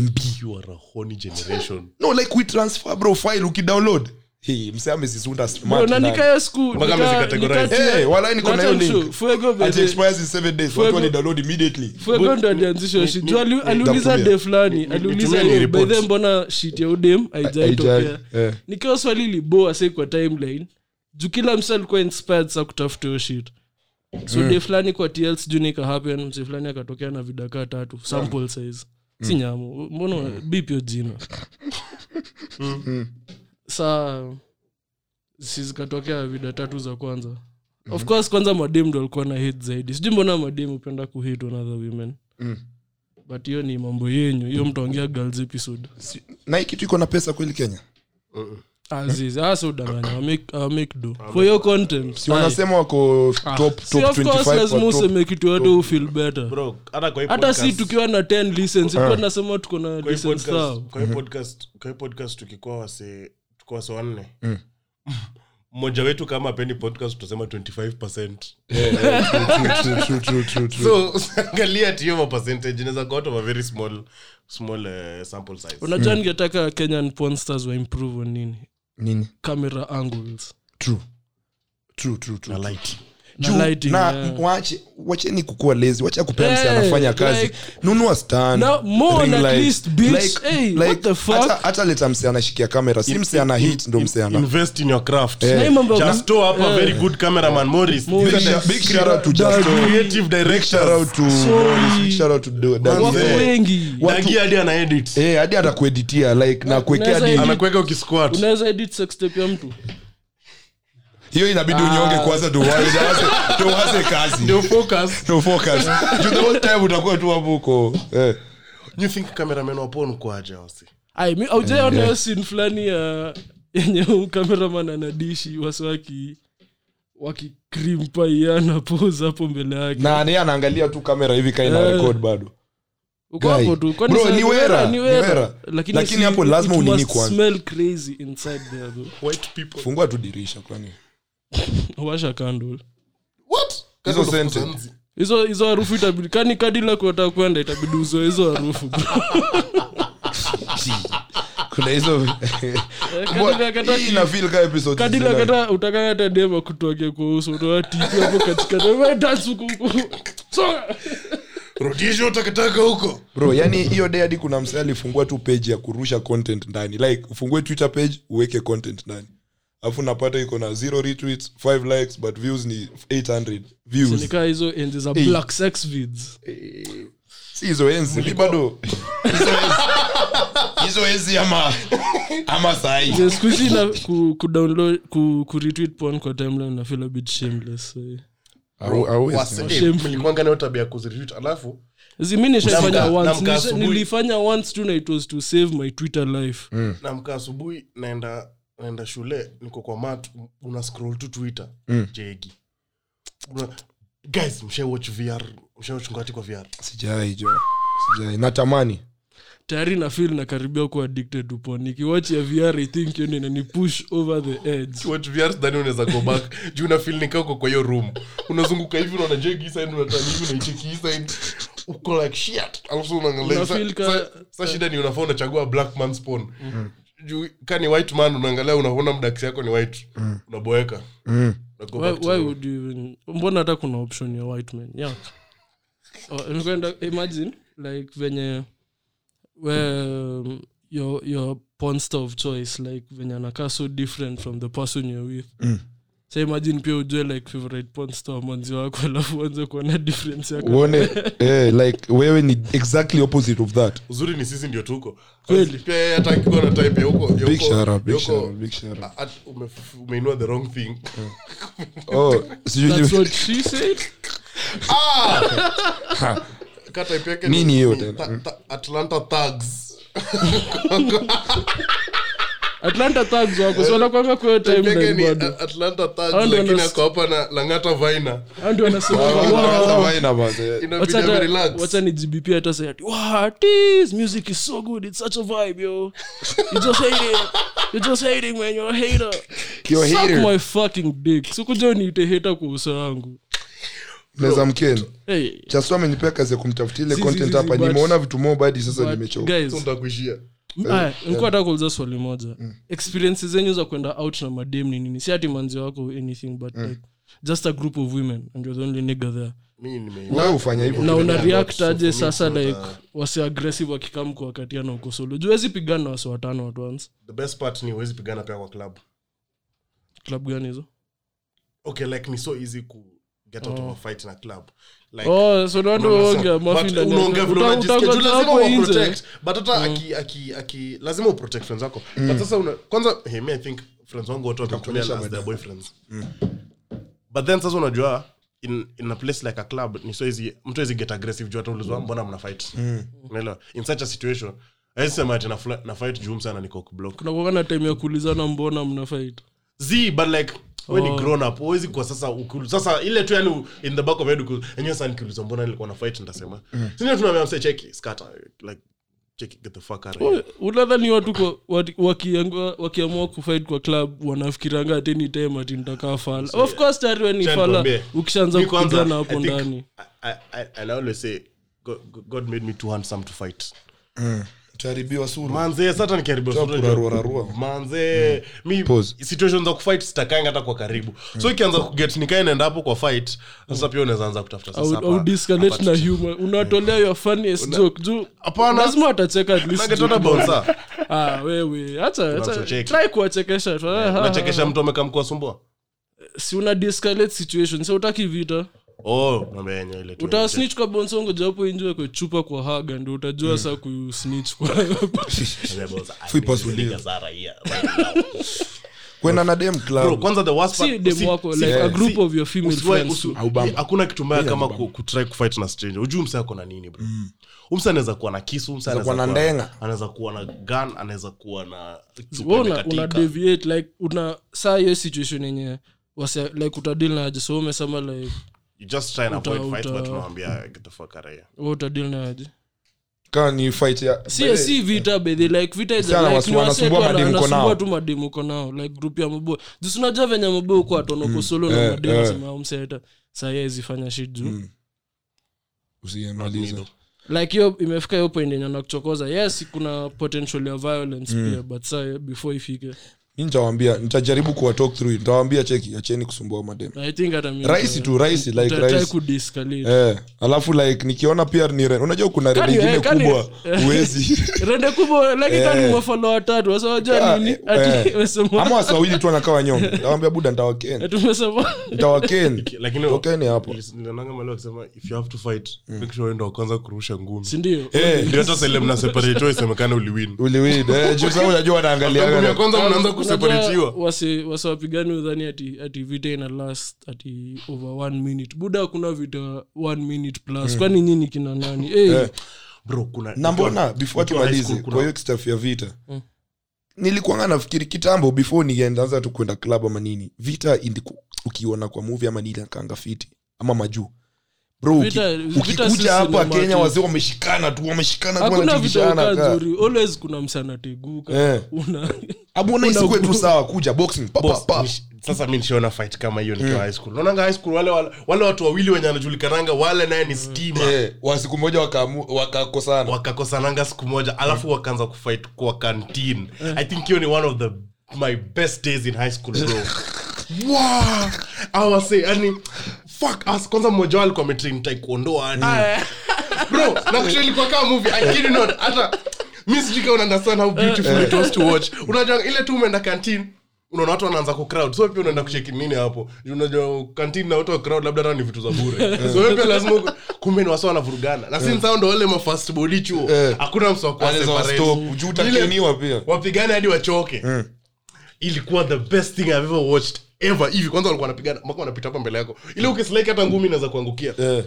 Speaker 2: mb
Speaker 4: you are a horny generation
Speaker 2: no like we transfer bro file ukidownload Hey, msee amesisunda
Speaker 3: Bro,
Speaker 2: smart
Speaker 3: na
Speaker 2: nani.
Speaker 3: nikaya siku nika-
Speaker 4: Mpaka amezikategorize.
Speaker 3: nikatia-
Speaker 2: Eh, walai niko na hiyo
Speaker 3: Nataka
Speaker 2: link.
Speaker 3: nishow. Fuego
Speaker 2: Ati
Speaker 3: vede-
Speaker 2: expires in seven days watu
Speaker 3: Fuego-
Speaker 2: walidownload immediately
Speaker 3: Fuego ndo alianzisha hiyo shit. Juu ali- aliuliza
Speaker 2: Nitakutumia.
Speaker 3: de fulani aliuliza
Speaker 4: nitumie ni
Speaker 3: "Yo, by
Speaker 4: report."
Speaker 3: the mbona shit ya udem haijaitokea
Speaker 2: Haijai, eh.
Speaker 3: nikiwa swali liboa sai kwa timeline juu kila msa alikuwa inspired sa kutafuta hiyo shit so
Speaker 2: Mm.
Speaker 3: de fulani kwa tls juu nikahappen msi fulani akatokea na vidakaa tatu
Speaker 2: Mm.
Speaker 3: sample size si nyamo mbona una- beep hiyo jina
Speaker 2: Mm.
Speaker 3: saa si zikatokea vida tatu za kwanza
Speaker 2: Mm.
Speaker 3: of course kwanza mademu ndo alikuwa na hit zaidi sijui mbona mademu hupenda kuhit on other women
Speaker 2: Mm.
Speaker 3: but hiyo ni mambo yenyu hiyo mtaongea girls episode
Speaker 2: na hii kitu iko na pesa kweli kenya
Speaker 4: Hmm?
Speaker 3: aziz asa udanganya awamake- awamake do for your content
Speaker 2: si wanasema wako top,
Speaker 3: Ah, si
Speaker 2: top
Speaker 3: of course
Speaker 2: 25
Speaker 3: lazima
Speaker 2: wa top.
Speaker 3: useme kitu yote ufeel better
Speaker 4: bro hata kwa hii
Speaker 3: hata si
Speaker 4: podcast- Ah.
Speaker 3: tukiwa na 10 listens ilikuwa tunasema tuko na
Speaker 4: kwa hii
Speaker 3: listens sawa
Speaker 4: podcast- kwa
Speaker 2: Mhm.
Speaker 4: hii podcast kwa hii podcast tukikuwa wase tuko wase wanne
Speaker 2: Mm.
Speaker 4: mmoja wetu kama apendi podcast tutasema 25
Speaker 2: Mm. True, true, true, true, true.
Speaker 4: so angalia tiyo mapercentage inaweza go out of a very small small uh, sample size
Speaker 3: unajua ningetaka kenyan porn stars wa improve on nini
Speaker 2: nini
Speaker 3: camera angles
Speaker 2: true true true true
Speaker 4: na light
Speaker 3: na
Speaker 2: Juu-
Speaker 3: lighting,
Speaker 2: na
Speaker 3: yeah.
Speaker 2: wache wacheni kukuwa lezi wacha kupea msi
Speaker 3: Eh,
Speaker 2: anafanya kazi
Speaker 3: like-
Speaker 2: nunua stand
Speaker 3: No, more than at least, bitch. Hey, what the fuck?
Speaker 2: hata, hata leta msi anashikia kamera si msi ana hit ndo msi ana Eh.
Speaker 4: invest in your craft
Speaker 3: Na hii mambo ya- eh.
Speaker 4: just store up a very good cameraman morris
Speaker 3: Morris.
Speaker 2: Big shout- big shout out to Justo.
Speaker 4: creative
Speaker 2: Big shout
Speaker 4: director
Speaker 2: out to
Speaker 3: Sorry.
Speaker 2: Big shout out to Do- Dan
Speaker 3: wako
Speaker 4: eh.
Speaker 2: Zee.
Speaker 3: wengi
Speaker 2: Watu-
Speaker 4: dagi hadi ana edit
Speaker 2: Eh, hadi atakueditia like na kuwekea
Speaker 3: Unaweza
Speaker 2: deal.
Speaker 3: edit.
Speaker 4: anakuweka ukisquat
Speaker 3: unaweza edit sextape ya mtu
Speaker 2: hiyo inabidi unyonge
Speaker 3: Ah.
Speaker 2: kwanza tuwaze kazi
Speaker 4: ndio focus
Speaker 2: No focus. Juu the whole time utakuwa tu hapo huko Eh.
Speaker 4: you think cameraman wa porn kwa aje wasi
Speaker 3: Ai, mi- haujaona hiyo scene fulani ya yenye huyu cameraman anadishi wasi waki wakicrimpaiana pose hapo mbele yake
Speaker 2: na ni anaangalia tu kamera hivi kaina
Speaker 3: Eh.
Speaker 2: record bado
Speaker 3: uko
Speaker 2: guy.
Speaker 3: hapo tu kwani
Speaker 2: Bro,
Speaker 3: sasa
Speaker 2: ni wera,
Speaker 3: ni
Speaker 2: ni
Speaker 3: wera
Speaker 2: wera.
Speaker 3: lakini,
Speaker 2: Lakini
Speaker 3: si-
Speaker 2: hapo
Speaker 3: it
Speaker 2: lazima
Speaker 3: must
Speaker 2: unini kwanza.
Speaker 3: smell crazy inside there though
Speaker 4: white people
Speaker 2: fungua tu dirisha kwani
Speaker 3: washa candle
Speaker 4: what
Speaker 2: Hizo
Speaker 4: Kaka ndo
Speaker 2: sente.
Speaker 4: kuzanzi.
Speaker 3: hizo hizo harufu itabidi kani kadi lako wataka kwenda itabidi uzoe hizo harufu bro.
Speaker 2: kuna hizo
Speaker 3: Kadi lako hata-
Speaker 2: Hii inafeel kama episode
Speaker 3: kadi
Speaker 2: zile.
Speaker 3: lako hata utakaye hata dem akutoage kwa uso utoa tipi hapo katikati wewe dance huko huko Songa.
Speaker 4: rudisha utakataka huko
Speaker 2: bro yani hiyo day hadi kuna msee alifungua tu page ya kurusha content ndani like ufungue twitter page uweke content ndani alafu napata iko na zero retweets five likes but views ni 800
Speaker 3: Si
Speaker 2: views
Speaker 3: nikaa hizo enzi za black sex vids
Speaker 2: si hizo enzi ni bado Hizo enzi- hizo enzi ama ama sahi
Speaker 3: Yes, siku hizi na ku, ku download ku, ku retweet porn kwa timeline na feel a bit shameless eh. so, yeah.
Speaker 2: Au- au-
Speaker 4: Wasi- eh,
Speaker 3: Shameful.
Speaker 4: mlikuwanga nayo tabia ya kuziretweet alafu
Speaker 3: Zi, mi nishaifanya
Speaker 4: Namka-
Speaker 3: once
Speaker 4: namka
Speaker 3: Nisha-
Speaker 4: asubuhi.
Speaker 3: nilifanya once tu na it was to save my twitter life
Speaker 4: namka asubuhi naenda naenda shule niko kwa mat una scroll tu twitter jegi una, guys mshawatch vr mshawatch ngati kwa vr
Speaker 2: sijai jo sijai natamani
Speaker 3: tayari na feel nakaribia kuwa addicted to porn nikiwatch ya vr i think yoni nani push over the edge
Speaker 4: watch vr sidhani unaweza go back juu na feel nikako kwa hiyo room unazunguka hivi unaona jegi hii side unatani hivi unaicheki hii side uko like shit alafu unaangalia
Speaker 3: Una feel
Speaker 4: sa,
Speaker 3: ka-
Speaker 4: sa, sa shida ni unafaa unachagua black man spawn
Speaker 2: Mm.
Speaker 4: juu ka ni white man unaangalia unaona mdaksi yako ni white
Speaker 2: Mm.
Speaker 4: unaboeka Na go
Speaker 3: why,
Speaker 4: back to
Speaker 3: why
Speaker 4: the-
Speaker 3: would you even mbona hata kuna option ya white man yeah. oh, nikwenda imagine like venye we um, your your ponster of choice like venye anakaa so different from the person you're with mm. sa imagine pia ujue like favorite ponster wa mwanzi wako alafu uanze kuona difference yako
Speaker 2: uone eh, like wewe ni exactly opposite of that
Speaker 4: uzuri ni sisi ndio tuko
Speaker 3: Kweli.
Speaker 4: Pia yeye hata akikuwa na type ya huko ya
Speaker 2: big
Speaker 4: huko-
Speaker 2: shout out, big
Speaker 4: ya huko,
Speaker 2: shout out, big Mm. shout out.
Speaker 4: a- at- ume- umeinua the wrong thing
Speaker 2: Oh, sijui-
Speaker 3: That's what she said.
Speaker 4: ka type yake
Speaker 2: Nini hiyo
Speaker 4: ni
Speaker 2: tena?
Speaker 4: ta- ta- atlanta thugs
Speaker 3: atlanta thugs wako so wanakwanga kwa
Speaker 4: Peke ni
Speaker 3: timeline
Speaker 2: uh,
Speaker 3: bado
Speaker 4: A- Atlanta Thugs,
Speaker 3: Hao ndio
Speaker 4: lakini
Speaker 3: wana-
Speaker 4: ako hapa na Langata Vaina.
Speaker 3: Hao ndio wanasema
Speaker 2: Hata vaina basi.
Speaker 4: Inabidi
Speaker 3: Wacha
Speaker 4: ame
Speaker 3: hata-
Speaker 4: relax.
Speaker 3: wacha nijibipia hata say ati, "Wow, artist, music is so good it's such a vibe yo you just hate it you just hating man you're a hater
Speaker 2: You're a
Speaker 3: Suck
Speaker 2: hater.
Speaker 3: my fucking dick sikuja niite hater kwa uso wangu
Speaker 2: Meza mkeni
Speaker 3: hey
Speaker 2: chasu amenipea kazi ya kumtafutia ile
Speaker 3: Si, si,
Speaker 2: content
Speaker 3: si, si,
Speaker 2: hapa
Speaker 3: but-
Speaker 2: nimeona vitu more badi sasa
Speaker 3: but
Speaker 2: nimechoka
Speaker 3: guys
Speaker 4: Nitakuishia.
Speaker 3: aya, nilikuwa nataka kuuliza swali moja
Speaker 2: Mm.
Speaker 3: experiences zenyu za kwenda out na madem ni nini si ati manzi wako anything but
Speaker 2: Mm.
Speaker 3: like just a group of women and you're the only nigga there
Speaker 4: Mi nime-
Speaker 2: wewe ufanya hivyo
Speaker 3: na
Speaker 2: kila
Speaker 3: una
Speaker 2: mara.
Speaker 3: react
Speaker 4: so uh, for
Speaker 3: aje
Speaker 4: me,
Speaker 3: sasa
Speaker 4: it's not
Speaker 3: like
Speaker 4: a-
Speaker 3: wasi aggressive wakikamu kuwakatiana uko solo juwezi pigana na wasi watano at once
Speaker 4: the best part ni huwezi pigana pia kwa club
Speaker 3: club gani hizo
Speaker 4: okay like ni so easy ku get out of a fight na club like
Speaker 3: oh so ndio
Speaker 4: unaona, so-
Speaker 3: unaonga
Speaker 4: but unaongea vile unajisikia. Juu lazima uwaprotect. But hata aki- aki- aki- lazima uprotect friends wako but sasa una- kwanza hey, me I think friends wangu wote watakutumia
Speaker 2: Utakuonyesha
Speaker 4: as their boyfriends but then sasa unajua in, in a place like a club ni so easy mtu easy get aggressive juu ataulizwa mbona mna fight unaelewa in such a situation hawezi sema ati na, na fight juu msana niko kublock
Speaker 3: kuna kuwa na time ya kuulizana mbona mna fight
Speaker 4: z but like we ni
Speaker 3: Oh.
Speaker 4: grown up huwezi kuwa sasa ukiulu sasa ile tu yani u- in the back of your head ukiulu- enyewe sana nikiulizwa mbona nilikuwa na fight nitasema
Speaker 3: Mm-hmm.
Speaker 4: sindio tunaambia mse cheki scatter like cheki get the fuck out of here."
Speaker 3: Oh, unadhani watu kwa- wati- wakiangua- wakiamua kufight kwa club wanafikiranga ati ni time ati nitakaa fala of course tayari we ni
Speaker 4: Acha
Speaker 3: fala
Speaker 4: nikwambie.
Speaker 3: ukishaanza
Speaker 4: Mi kwanza,
Speaker 3: kupigana
Speaker 4: I
Speaker 3: hapo
Speaker 4: think-
Speaker 3: ndani
Speaker 4: I, I, I always say God, God made me too handsome to fight
Speaker 2: Utaharibiwa sura.
Speaker 4: manze sasa nikiharibia
Speaker 2: Toa
Speaker 4: sura
Speaker 2: kurarua
Speaker 4: juu.
Speaker 2: rarua.
Speaker 4: manze
Speaker 3: Mm.
Speaker 4: mi
Speaker 2: Pause. Mm.
Speaker 4: situation za kufight sitakanga hata kwa karibu so ikianza kuget nikae naenda hapo kwa fight sasa pia unaweza anza kutafuta sasa
Speaker 3: au
Speaker 4: hapa-
Speaker 3: au disconnect
Speaker 4: hapa
Speaker 3: na humor unatolea your funniest joke juu
Speaker 4: Hapana.
Speaker 3: lazima watacheka at least
Speaker 4: Nugget wana
Speaker 3: joke moja.
Speaker 4: bouncer.
Speaker 3: ah wewe acha acha
Speaker 4: Tunamchocheki.
Speaker 3: try kuwachekesha tu.
Speaker 2: Eh,
Speaker 3: Ah, ah,
Speaker 4: nachekesha mtu amekamkua sumbua
Speaker 3: si una de-escalate situation si utaki vita
Speaker 4: oh naambia yenyewe ile tu.
Speaker 3: utasnitch kwa bonsongo japo injue kwa chupa kwa haga ndo utajua
Speaker 2: Mm.
Speaker 3: saa kusnitch kwa
Speaker 4: Naambia boss, "Ah,
Speaker 2: Fui
Speaker 4: hizi
Speaker 2: pasulia."
Speaker 4: niggas are raia. Right now.
Speaker 2: kwenda na dem
Speaker 4: Bro,
Speaker 2: club
Speaker 4: kwanza the worst part-
Speaker 3: si dem
Speaker 4: si-
Speaker 3: wako
Speaker 4: si-
Speaker 3: like a
Speaker 4: si-
Speaker 3: group of your female
Speaker 4: usiwahi-
Speaker 3: friends
Speaker 4: usi-
Speaker 2: Au bamba.
Speaker 4: hakuna kitu mbaya
Speaker 2: Yeah,
Speaker 4: kama
Speaker 2: bamba. Mm.
Speaker 4: ku- kutry kufight na stranger ujuu msa ako na nini bro umsa anaweza kuwa na kisu msa
Speaker 2: Anaweza kuwa
Speaker 4: anaweza
Speaker 2: na
Speaker 4: kuwa-
Speaker 2: ndenga.
Speaker 4: anaweza kuwa na gun anaweza kuwa na chupa
Speaker 3: Wewe una,
Speaker 4: imekatika.
Speaker 3: una deviate like una saa hiyo situation yenye wasi- like utadil naje so umesema like
Speaker 4: You just try and
Speaker 3: Uta-
Speaker 4: avoid fight,
Speaker 3: uta-
Speaker 4: but unawaambia, "Get the fuck out of here."
Speaker 3: we utadil naje
Speaker 2: kaa ni fight ya
Speaker 3: si si vita bedhi like vita is
Speaker 2: eh. Sana
Speaker 3: like
Speaker 2: wasi-
Speaker 3: ni wasee tu
Speaker 2: wanasumbua mademu uko nao.
Speaker 3: wanasumbua tu mademu uko nao like group ya mabo jisunajua venye mabo uko atonoko solo na
Speaker 2: eh, eh. Mm.
Speaker 3: mademu simaumseeta saa hiyo izifanya shit juu
Speaker 2: usiemalize
Speaker 3: like hiyo imefika hiyo point yenye nakuchokoza yes kuna potential ya violence
Speaker 2: Mm.
Speaker 3: pia but saa before ifike
Speaker 2: mi nitawambia nitajaribu kuwa talk through it. nitawambia cheki acheni kusumbua madem
Speaker 3: i think hata mimi
Speaker 2: rahisi tu rahisi like
Speaker 3: nita- try
Speaker 2: rahisi
Speaker 3: kudiscalate.
Speaker 2: eh alafu like nikiona pia ni re- unajua kuna rede
Speaker 3: Kani,
Speaker 2: ingine
Speaker 3: eh, kani-
Speaker 2: kubwa uwezi
Speaker 3: rende kubwa lakini
Speaker 2: Eh.
Speaker 3: kani mwafalo watatu wasawajua nini ati
Speaker 2: Eh, ama
Speaker 3: wesema
Speaker 2: wasi wawili tu anakaa wanyonge ntawambia buda ntawakeni
Speaker 3: ati umesema
Speaker 2: ntawakeni
Speaker 4: Lakini-
Speaker 2: tokeni hapo Mm.
Speaker 4: nilis- nilionanga mahali wakisema, "If you have to fight, make sure wewe ndio wa kwanza kurusha ngumi."
Speaker 3: si ndio
Speaker 2: Eh,
Speaker 4: Ndio hata sasa ile mnaseparate, wewe isemekane uliwin.
Speaker 2: uliwid eh, juu sasa unajua
Speaker 4: Ngumi ya
Speaker 2: wanaangaliana
Speaker 4: kwanza mnaanza kuseparatiwa.
Speaker 3: wasawapigani udhani ati, ati vita ina last ati over one minute buda hakuna vita one minute plus
Speaker 2: Mm.
Speaker 3: kwani nyinyi kina nani Eh,
Speaker 2: Eh.
Speaker 3: hey,
Speaker 4: Bro, kuna-
Speaker 2: na mbona
Speaker 4: nikiwa-
Speaker 2: before
Speaker 4: nikiwa high
Speaker 2: tumalize
Speaker 4: school kuna- Hmm.
Speaker 2: kwa hiyo staff ya vita nilikuanga nafikiri kitambo before nianza tu kwenda club ama nini vita indiku, ukiona kwa movie ama nini akanga fiti ama majuu bro uki-
Speaker 3: Vita- vita sisi
Speaker 2: ukikuja hapa
Speaker 3: ni
Speaker 2: kenya
Speaker 3: matu.
Speaker 2: wazee wameshikana tu wameshikana tu
Speaker 3: hakuna
Speaker 2: wanatibishana
Speaker 3: vitauka
Speaker 2: ka.
Speaker 3: nzuri always kuna msanateguka
Speaker 2: Eh.
Speaker 3: una
Speaker 2: abu unaisi kwetu sawa kuja boxing pa, pa,
Speaker 4: Boss,
Speaker 2: pa.
Speaker 4: nish- sasa mi nishaona fight kama hiyo
Speaker 2: Eh.
Speaker 4: nikiwa high school naonanga high school wale, wale, wale watu wawili wenye wanajulikananga wale naye ni stima
Speaker 2: Eh, wa siku moja wakaamu- wakakosana
Speaker 4: wakakosananga siku moja
Speaker 2: Eh.
Speaker 4: alafu wakaanza kufight kwa canteen i think hiyo ni one of the my best days in high school bro Wow! I was say, yani, fuck us kwanza mmoja wao alikuwa ametrain nitaikuondoa yani
Speaker 2: Eh.
Speaker 4: bro na kusha ilikuwa kama movie i kid you not hata mi sijui kama una understand how
Speaker 2: Eh.
Speaker 4: beautiful it was to watch unajua ile tu umeenda canteen unaona watu wanaanza ku crowd so pia unaenda kucheki nini hapo Juu unajua canteen na watu wa crowd labda hata ni vitu za
Speaker 2: Eh.
Speaker 4: bure so wewe pia lazima uku- kumbe ni wasa wanavurugana na since hao ndio wale ma first body chuo
Speaker 2: Eh.
Speaker 4: hakuna msa wa kuwa
Speaker 2: Anaweza wa
Speaker 4: separate.
Speaker 2: stop, juu utakeniwa pia. Eh.
Speaker 4: wapigane hadi wachoke ilikuwa the best thing I've ever watched ever hivi kwanza walikuwa wanapigana mpaka wanapita hapa mbele yako ile ukislike hata ngumi inaweza kuangukia
Speaker 2: Eh,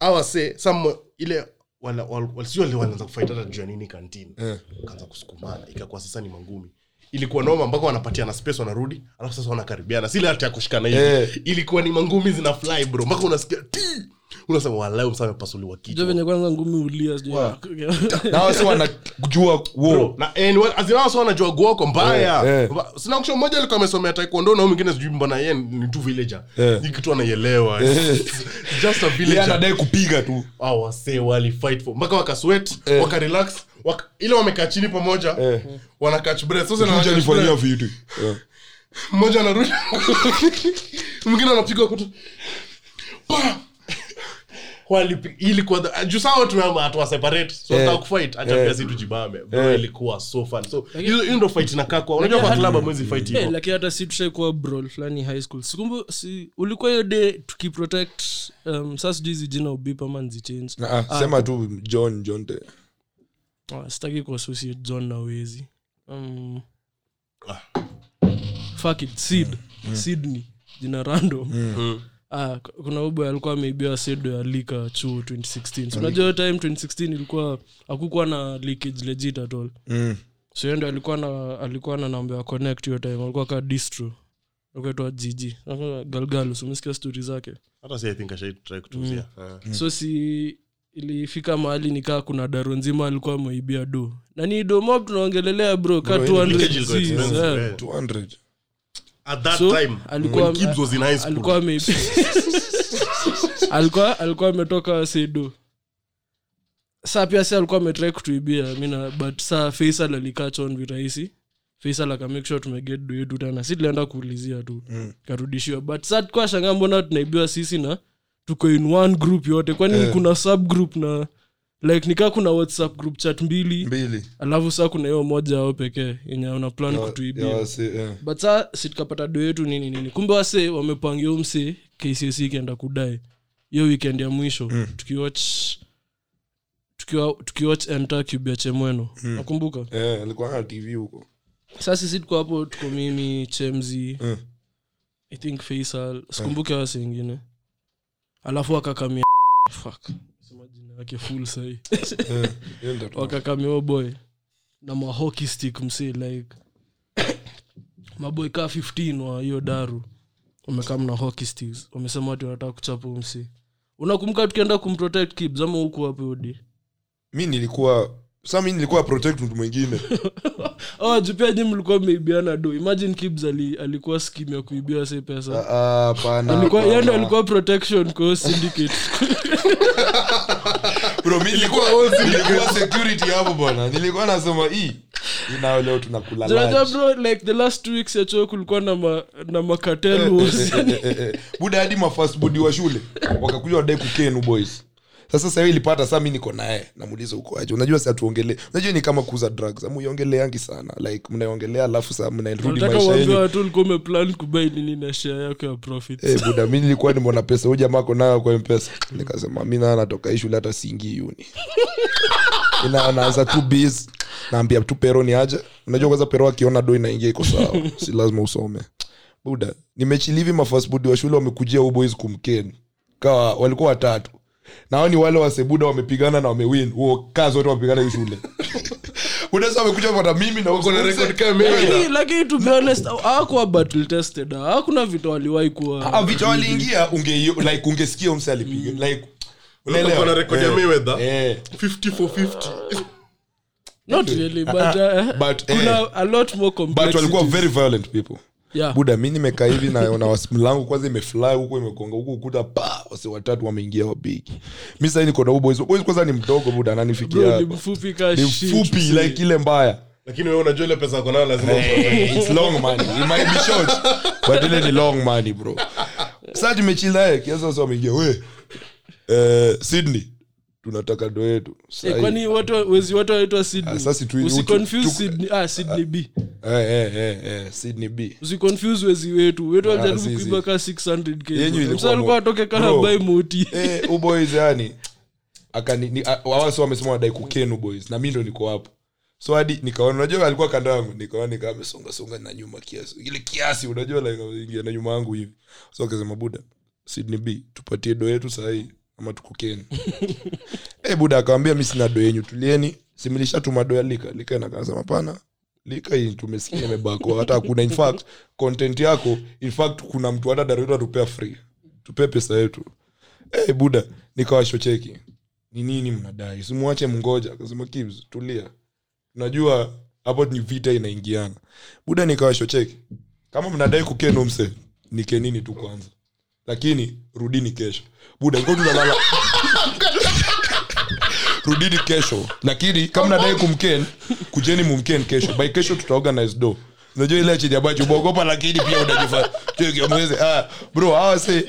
Speaker 4: awase some ile wala- wal- wal- sio wale walianza kufaitana juu ya nini kantini
Speaker 2: Eh.
Speaker 4: kaanza kusukumana ikakuwa sasa ni mangumi ilikuwa noma mpaka wanapatia na space wanarudi alafu sasa wanakaribiana sile hati ya kushikana hivi
Speaker 2: Eh.
Speaker 4: ilikuwa ni mangumi zina fly bro mpaka unasikia ti unasema walai msaa amepasuliwa
Speaker 3: Jo
Speaker 4: kichwa
Speaker 3: venye kwanza ngumi ulia sijui-
Speaker 2: Wa. na wasi wanajua
Speaker 4: Bro,
Speaker 2: wo
Speaker 4: na anyway, as in wao sasa wanajua guoko mbaya
Speaker 2: Eh, eh.
Speaker 4: Ba- sina kusho mmoja alikuwa amesomea taekwondo na huyu mwingine sijui mbona yeye ni tu villager
Speaker 2: Eh.
Speaker 4: hii kitu anaielewa
Speaker 2: Eh.
Speaker 4: just a
Speaker 2: Yeye
Speaker 4: villager
Speaker 2: anadai kupiga tu
Speaker 4: Hao wasee walifight for mpaka wakaswet
Speaker 2: Eh.
Speaker 4: wakarelax waka, ile wamekaa chini pamoja
Speaker 2: Eh.
Speaker 4: wana catch breath sasa
Speaker 2: kuja
Speaker 4: wana catch
Speaker 2: nifanyia
Speaker 4: breath.
Speaker 2: vitu Eh.
Speaker 4: mmoja anarudi mwingine anapiga kutu Pa! Walipi- ilikuwa the- juu sawa tunaama hatuwa separate so
Speaker 2: Eh.
Speaker 4: nataka kufight acha
Speaker 2: Eh.
Speaker 4: pia si tujibame bro
Speaker 2: Eh.
Speaker 4: ilikuwa so fun so hiyo hiyo ndo fight inakaa kwa unajua
Speaker 3: Lakini
Speaker 4: kwa
Speaker 3: hata-
Speaker 4: club mwezi fight
Speaker 3: Eh,
Speaker 4: hiyo
Speaker 3: lakini hata si tushaikuwa brawl fulani high school sikumbu si ulikuwa hiyo day tukiprotect um, saa sijui hizi jina ubipa ama nzichange
Speaker 2: Na, ah, sema tu john jonte
Speaker 3: Ah, sitaki kuassociate john na wezi um, fuck it sid sydney jina random Ah, k- kuna ubo alikuwa ameibiwa sedo ya lika chuo 2016 So, unajua hiyo time 2016 ilikuwa hakukuwa na leakage legit at all
Speaker 2: Mm.
Speaker 3: so hiyo ndio alikuwa na alikuwa na namba ya connect hiyo time alikuwa ka distro akaitwa jiji galgalus umesikia stori zake
Speaker 4: hata si i think i should try kutuzia
Speaker 3: Mm.
Speaker 4: Eh.
Speaker 3: so si ilifika mahali nikaa kuna daro nzima alikuwa ameibia do na ni do mob tunaongelelea bro ka
Speaker 2: Bro, ile
Speaker 4: Leakage
Speaker 3: 200 Gs,
Speaker 4: ilikuwa expensive,
Speaker 3: eh.
Speaker 4: eh.
Speaker 2: 200
Speaker 4: at that
Speaker 3: So,
Speaker 4: time
Speaker 3: alikuwa-
Speaker 4: when Gibbs was in high school
Speaker 3: alikuwa ame- alikuwa alikuwa ametoka sedo saa pia si alikuwa ametrai kutuibia mina but saa faisal alikaa chon virahisi faisal akamake sure tumeget do yetu tena si tulienda kuulizia tu mm. karudishiwa but saa tukwa shangaa mbona tunaibiwa sisi na tuko in one group yote kwani
Speaker 2: Eh.
Speaker 3: kuna subgroup na like nikaa kuna whatsapp group chat mbili
Speaker 2: mbili
Speaker 3: alafu saa kuna hiyo moja ao pekee yenye una plan kutuibia
Speaker 2: Ya wasi, eh.
Speaker 3: but saa si tukapata do yetu nini nini kumbe wase wamepangia umse kcs ikienda E kudai hiyo weekend ya mwisho mm. tukiwatch tukiwa tukiwatch enta cube ya chemweno mm. nakumbuka
Speaker 2: Eh, alikuwa na tv huko
Speaker 3: saa sisi tuko hapo tuko mimi chemzi
Speaker 2: Mm.
Speaker 3: i think faisal sikumbuke mm. wase wengine alafu wakakamia fuck sema jina yake full sahi
Speaker 2: Eh, yeye ndo tu-
Speaker 3: wakakameo boy na mahoki stick msee like maboy kaa 15 wa hiyo daru wamekaa mna hockey sticks wamesema watu wanataka kuchapa msee unakumbuka tukienda kumprotect kibs ama huku hapo odi
Speaker 2: mi nilikuwa sa mi nilikuwa protect mtu mwingine
Speaker 3: oh jupia nyi mlikuwa mmeibiana do imagine kibs ali, alikuwa skim ya kuibia se
Speaker 2: Ah,
Speaker 3: pesa
Speaker 2: ah, pana,
Speaker 3: alikuwa yeye ndo
Speaker 2: pana.
Speaker 3: alikuwa protection kwa hiyo syndicate
Speaker 2: Bro, mi nilikuwa nilikuwa security hapo bwana nilikuwa nasema hii inao leo tunakula
Speaker 3: unajua
Speaker 2: lunch."
Speaker 3: bro like the last two weeks ya chuo kulikuwa na ma, na
Speaker 2: Eh,
Speaker 3: makatel
Speaker 2: eh, eh, eh, eh, eh. buda hadi mafasbudi wa shule wakakuja wadai kukenu boys sasa sahivi ilipata saa mi niko naye namuuliza uko aje unajua sa tuongele unajua ni kama kuuza drugs amuiongeleangi sana like mnaongelea alafu sa mnarudi
Speaker 3: nataka
Speaker 2: maisha
Speaker 3: uambia
Speaker 2: yenyu
Speaker 3: watu ulikuwa umeplan kubai nini na share yako ya profit
Speaker 2: Eh, buda mi nilikuwa nimeona pesa huyu jamaa ako nayo kwa mpesa nikasema mi naa natoka hii shule hata siingi uni Ina- naanza tu bs naambia tu pero ni aje unajua kwanza pero akiona do inaingia iko sawa si lazima usome buda nimechilivi mafasbudi wa shule wamekujia huyu boys kumkeni kawa walikuwa watatu nao ni wale wasebuda wamepigana na wamewin huo kaa zote wamepigana hii shule buda sa wamekuja pata mimi na wako na record camera
Speaker 3: Lakini- lakini to be honest hawakuwa battle tested hakuna vitu waliwahi kuwa
Speaker 2: Ah, vichwa waliingia unge like ungesikia mse alipiga like unaelewa?
Speaker 4: Kuna record ya
Speaker 2: Eh,
Speaker 4: Mayweather.
Speaker 2: eh.
Speaker 4: 50 for 50
Speaker 3: not really but, uh,
Speaker 2: Ah, But, eh,
Speaker 3: kuna a lot more
Speaker 2: but walikuwa
Speaker 3: complexities.
Speaker 2: very violent people
Speaker 3: Yeah.
Speaker 2: buda mi nimekaa hivi naona wasimulangu kwanza imefly huko imegonga huko ukuta pa wase watatu wameingia wabigi mi sahii niko na huu boys boys kwanza ni mdogo buda
Speaker 3: Bro,
Speaker 2: ananifikia
Speaker 3: ni mfupi ka
Speaker 2: ni
Speaker 3: shit,
Speaker 2: mfupi
Speaker 3: msee.
Speaker 2: like ile mbaya
Speaker 4: lakini wewe unajua ile pesa ako nayo lazima
Speaker 2: Eh, it's long money. It might be short, but ile ni long money, bro. Sasa tumechill naye kiasi sasa wameingia we eh, Sydney tunataka do yetu
Speaker 3: Eh,
Speaker 2: Sahi-
Speaker 3: kwani watu wezi watu wanaitwa
Speaker 2: Ah, sasa si tu-
Speaker 3: usiconfuse
Speaker 2: tu-
Speaker 3: Sydney- ah, Sydney b
Speaker 2: Eh, eh, eh, eh, Sydney B.
Speaker 3: usiconfuse wezi wetu wetu walijaribu
Speaker 2: Ah, si, si.
Speaker 3: kuiba ka 600k
Speaker 2: Yenyu
Speaker 3: Msa
Speaker 2: ilikuwa
Speaker 3: alikuwa
Speaker 2: mo-
Speaker 3: atoke kama
Speaker 2: Bro.
Speaker 3: by moti
Speaker 2: Eh, u boys yani akani- ni- a- awasi wamesema wadai kukenu boys na mi ndo niko hapo so hadi nikaona unajua alikuwa kando yangu nikaona kaa amesongasonga na nyuma kiasi ile kiasi unajua like ingia na nyuma yangu hivi so akasema buda sydney b tupatie do yetu sahii ama tukukeni Eh, e buda akawambia mi sina do yenyu tulieni similishatuma do ya lika lika nakasema pana lika hii tumesikia imebakwa hata kuna in fact content yako in fact kuna mtu hata daruta tupea free tupee pesa yetu hey, buda nikawasho cheki ni nini mnadai simwache mngoja kasema kibs tulia najua hapo ni vita inaingiana buda nikawasho cheki kama mnadai kukeno mse nikenini tu kwanza lakini rudini kesho buda ngo tunalala rudini kesho lakini kama nadai kumken kujeni mumken kesho by kesho tutaorganize do unajua ile chini ambacho umeogopa lakini pia unajifanya kiamweze ah bro hawa se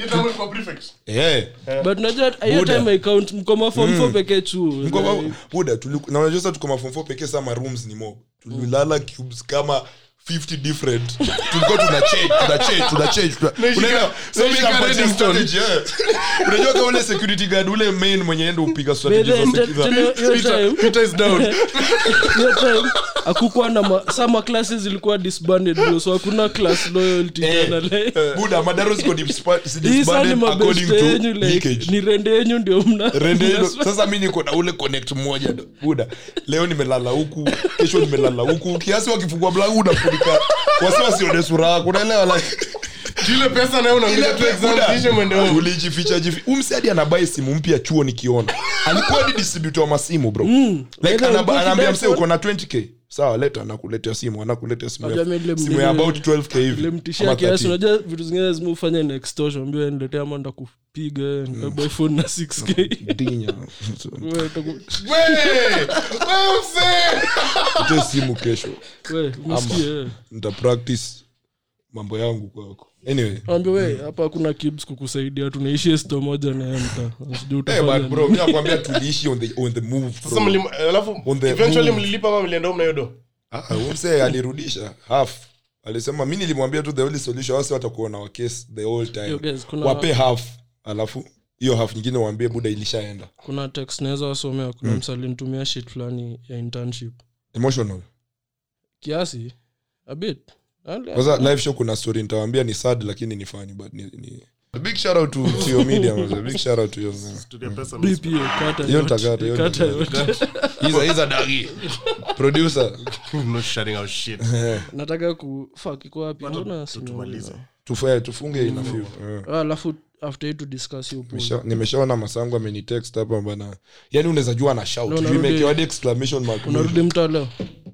Speaker 2: eh
Speaker 3: but unajua hiyo
Speaker 2: Buda.
Speaker 3: time i count mkoma form
Speaker 2: Mm.
Speaker 3: 4 pekee tu
Speaker 2: Mko ma- buda tuli- na unajua sasa tuko mafomfo pekee saa marooms ni mob tulilala cubes kama 50 different tulikuwa tuna change tuna change tuna change tuna- unaelewa? So mimi nampatia strategy, eh. unajua kama ule security guard ule main mwenye enda upiga strategy
Speaker 3: By the-
Speaker 2: za security.
Speaker 3: tena- hiyo
Speaker 2: Peter-
Speaker 3: time-
Speaker 2: Peter is down
Speaker 3: hiyo time hakukuwa na ma, sama classes zilikuwa disbanded bro so hakuna class loyalty tena like
Speaker 2: buda madaro ziko dispa- si
Speaker 3: hii saa ni
Speaker 2: Eh, disbanded according
Speaker 3: mabeste
Speaker 2: to
Speaker 3: yenyu like
Speaker 2: leakage.
Speaker 3: ni rende yenyu ndio mna
Speaker 2: Rende hilo.
Speaker 3: mna-
Speaker 2: sasa mi niko na ule connect moja ndo. buda leo nimelala huku kesho nimelala huku kiasi wakifungua mlango unafunika wasi wasione sura yako unaelewa like
Speaker 4: ile pesa nayo unakuja tu exam kisha mwende home.
Speaker 2: tulijificha jifi umsi hadi anabai simu mpya chuo nikiona alikuwa ni distributor wa masimu bro
Speaker 4: Mm.
Speaker 2: like
Speaker 3: Either
Speaker 2: anaba-
Speaker 3: ulikuwa
Speaker 2: anaambia
Speaker 3: kidai
Speaker 2: mse uko na 20k sawa leta anakuletea simu anakuletea simu
Speaker 3: Unajua mi
Speaker 2: ya-
Speaker 3: ile
Speaker 2: simu ya
Speaker 3: mgeni-
Speaker 2: about 12k hivi
Speaker 3: lemtishia
Speaker 2: ama
Speaker 3: kiasi
Speaker 2: 13.
Speaker 3: unajua vitu zingine lazima ufanye na extortion mbio niletea ama ndakupiga
Speaker 2: Mm.
Speaker 3: ndabwa iphone na 6k
Speaker 2: Dinya. So,
Speaker 3: Wewe utaku-
Speaker 4: Wewe! Wewe mzee!
Speaker 2: nitoe simu kesho
Speaker 3: wewe, umesikia, eh?
Speaker 2: nita practice mambo yangu kwako anyway
Speaker 3: Ambia, wewe, hapa hakuna kibs kukusaidia tunaishia sto moja na yeye mtaa. Sijui
Speaker 2: Hey,
Speaker 3: utafanya
Speaker 2: Eh, but bro,
Speaker 3: nini.
Speaker 2: mi nakwambia tuliishi on the, on the move bro.
Speaker 4: Sasa mlim- alafu
Speaker 2: On the
Speaker 4: eventually
Speaker 2: move.
Speaker 4: mlilipa ama mlienda home na hiyo do?
Speaker 2: Ah, huyu mse alirudisha half alisema mi nilimwambia tu the only solution wasi watakuona wakesi the whole time
Speaker 3: Yo, guys, kuna-
Speaker 2: wape half alafu hiyo half nyingine waambie buda ilishaenda
Speaker 3: kuna text naweza wasomea
Speaker 2: Mm.
Speaker 3: kuna msa alinitumia shit fulani ya internship
Speaker 2: emotional
Speaker 3: kiasi a bit uh, Ale-
Speaker 2: kwanza live show kuna story nitawaambia ni sad lakini ni funny but ni, ni... big shout out to, to your media man. big shout out to your man.
Speaker 3: DPA, eh, kata
Speaker 2: Hiyo
Speaker 3: yote,
Speaker 2: nitakata, hiyo
Speaker 3: kata
Speaker 2: nitakata.
Speaker 3: yote.
Speaker 2: He's a- he's a doggy. producer
Speaker 4: I'm not shutting out shit.
Speaker 2: Hmm.
Speaker 3: nataka ku fuck, iko wapi
Speaker 4: Bado
Speaker 3: Mbona
Speaker 4: tu- tumalize.
Speaker 3: simuuliza?
Speaker 2: Tufa- tufunge ina few yeah.
Speaker 3: Ah, alafu after hii to discuss hiyo poll.
Speaker 2: Nimesha- nimeshaona masangu amenitext hapa bana yani unaweza jua na shout
Speaker 3: No,
Speaker 2: Juu
Speaker 3: narudi-
Speaker 2: imewekewa hadi exclamation mark
Speaker 3: unarudi mtaa leo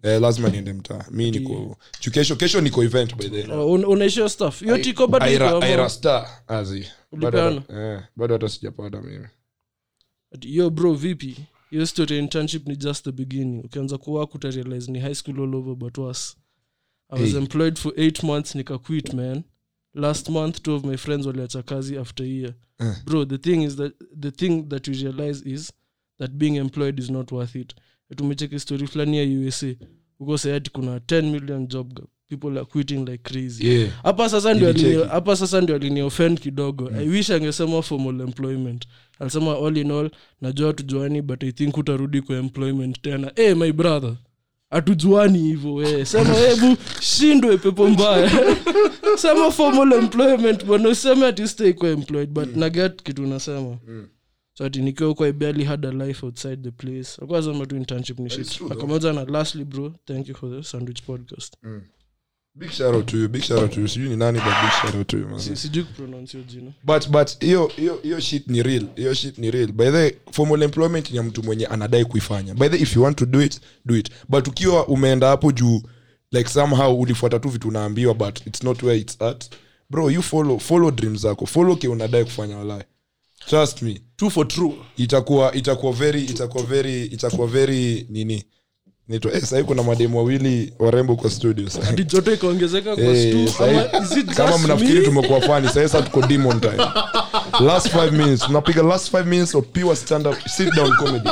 Speaker 2: eh, lazima niende mtaa mi niko juu kesho kesho niko event by the way.
Speaker 3: Oh, una- unaishia staff hiyo tiko bado iko
Speaker 2: Aira-
Speaker 3: ama-
Speaker 2: Aira Star. Azi. Bado
Speaker 3: Ulipeana?
Speaker 2: hata- eh, bado hata sijapata mimi
Speaker 3: Ati, yo bro vipi hiyo story ya internship ni just the beginning ukianza kuwa kutarealize ni high school all over but worse i was
Speaker 2: Hey.
Speaker 3: employed for eight months nikaquit man last month two of my friends waliacha kazi after a year
Speaker 2: Eh.
Speaker 3: bro the thing is that the thing that you realize is that being employed is not worth it tumecheki story fulani ya usa uko sayati kuna 10 million job gap people are quitting like crazy
Speaker 2: yeah.
Speaker 3: hapa sasa ndio
Speaker 2: Nilicheki.
Speaker 3: alini- hapa sasa ndio aliniofend kidogo i wish angesema formal employment alisema all in all najua tujuani but i think utarudi kwa employment tena hey, my brother hatujuani hivyo we sema hebu shindwe pepo mbaya sema formal employment bwana useme ati stay kwa employed but
Speaker 4: Mm.
Speaker 3: naget kitu unasema so ati nikiwa huko i barely had a life outside the place akuwa sema tu internship ni shit akamoja na lastly bro thank you for the sandwich podcast
Speaker 4: Mm.
Speaker 2: Big shout out to you, big shout out to you. Sijui ni nani, but big shout out to you, man.
Speaker 3: Si- sijui kupronounce hiyo jina
Speaker 2: but but hiyo hiyo hiyo shit ni real hiyo shit ni real by the way, formal employment ni ya mtu mwenye anadai kuifanya by the way, if you want to do it do it but ukiwa umeenda hapo juu like somehow ulifuata tu vitu unaambiwa but it's not where it's at bro you follow follow dreams zako follow ke unadai kufanya walai trust me
Speaker 4: True for true.
Speaker 2: itakuwa itakuwa very itakuwa very itakuwa very nini nito eh, sahii kuna mademu wawili warembo kwa studio sasa.
Speaker 3: Hadi joto ikaongezeka kwa
Speaker 2: Eh,
Speaker 3: stu,
Speaker 2: sahi-
Speaker 3: ama is it
Speaker 2: kama
Speaker 3: just
Speaker 2: mnafikiri
Speaker 3: me?
Speaker 2: tumekuwa fani sahi sasa tuko demon time last five minutes tunapiga last five minutes of pure stand up sit down comedy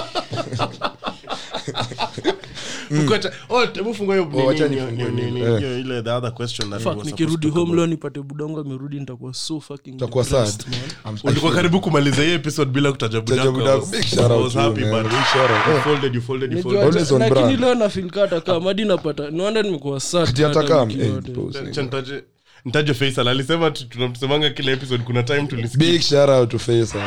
Speaker 4: Mko ata- oh, hebu fungua hiyo nini,
Speaker 2: wacha
Speaker 4: hiyo-
Speaker 2: nifungue
Speaker 4: nini,
Speaker 2: nini. Eh.
Speaker 4: hiyo- ile the other question that we
Speaker 3: Fuck,
Speaker 4: were
Speaker 3: nikirudi
Speaker 4: supposed to
Speaker 3: home
Speaker 4: talk
Speaker 3: leo nipate budongo amerudi nitakuwa so fucking
Speaker 2: takuwa sad
Speaker 3: depressed, man.
Speaker 2: I'm-
Speaker 4: about. ulikuwa karibu kumaliza hii episode bila kutaja
Speaker 2: Taja
Speaker 4: budako. I
Speaker 2: budako.
Speaker 4: was-
Speaker 2: Big
Speaker 4: I
Speaker 2: shout out
Speaker 4: was
Speaker 2: to you,
Speaker 4: happy,
Speaker 2: man.
Speaker 4: but
Speaker 2: Big shout out. Eh.
Speaker 4: you folded, you folded, you
Speaker 3: Najua-
Speaker 4: folded.
Speaker 2: Always on
Speaker 3: lakini
Speaker 2: brand.
Speaker 3: leo nafilkata kama hadi napata niwanda nimekuwa sad
Speaker 2: Ati hata
Speaker 3: hata
Speaker 2: kama,
Speaker 3: wiki
Speaker 2: eh,
Speaker 3: yote.
Speaker 2: bros,
Speaker 4: Ch- chantaje- nitaje faisal alisema tu- tunamsemanga kila episode kuna time tulisikia
Speaker 2: big shout out to Faisal.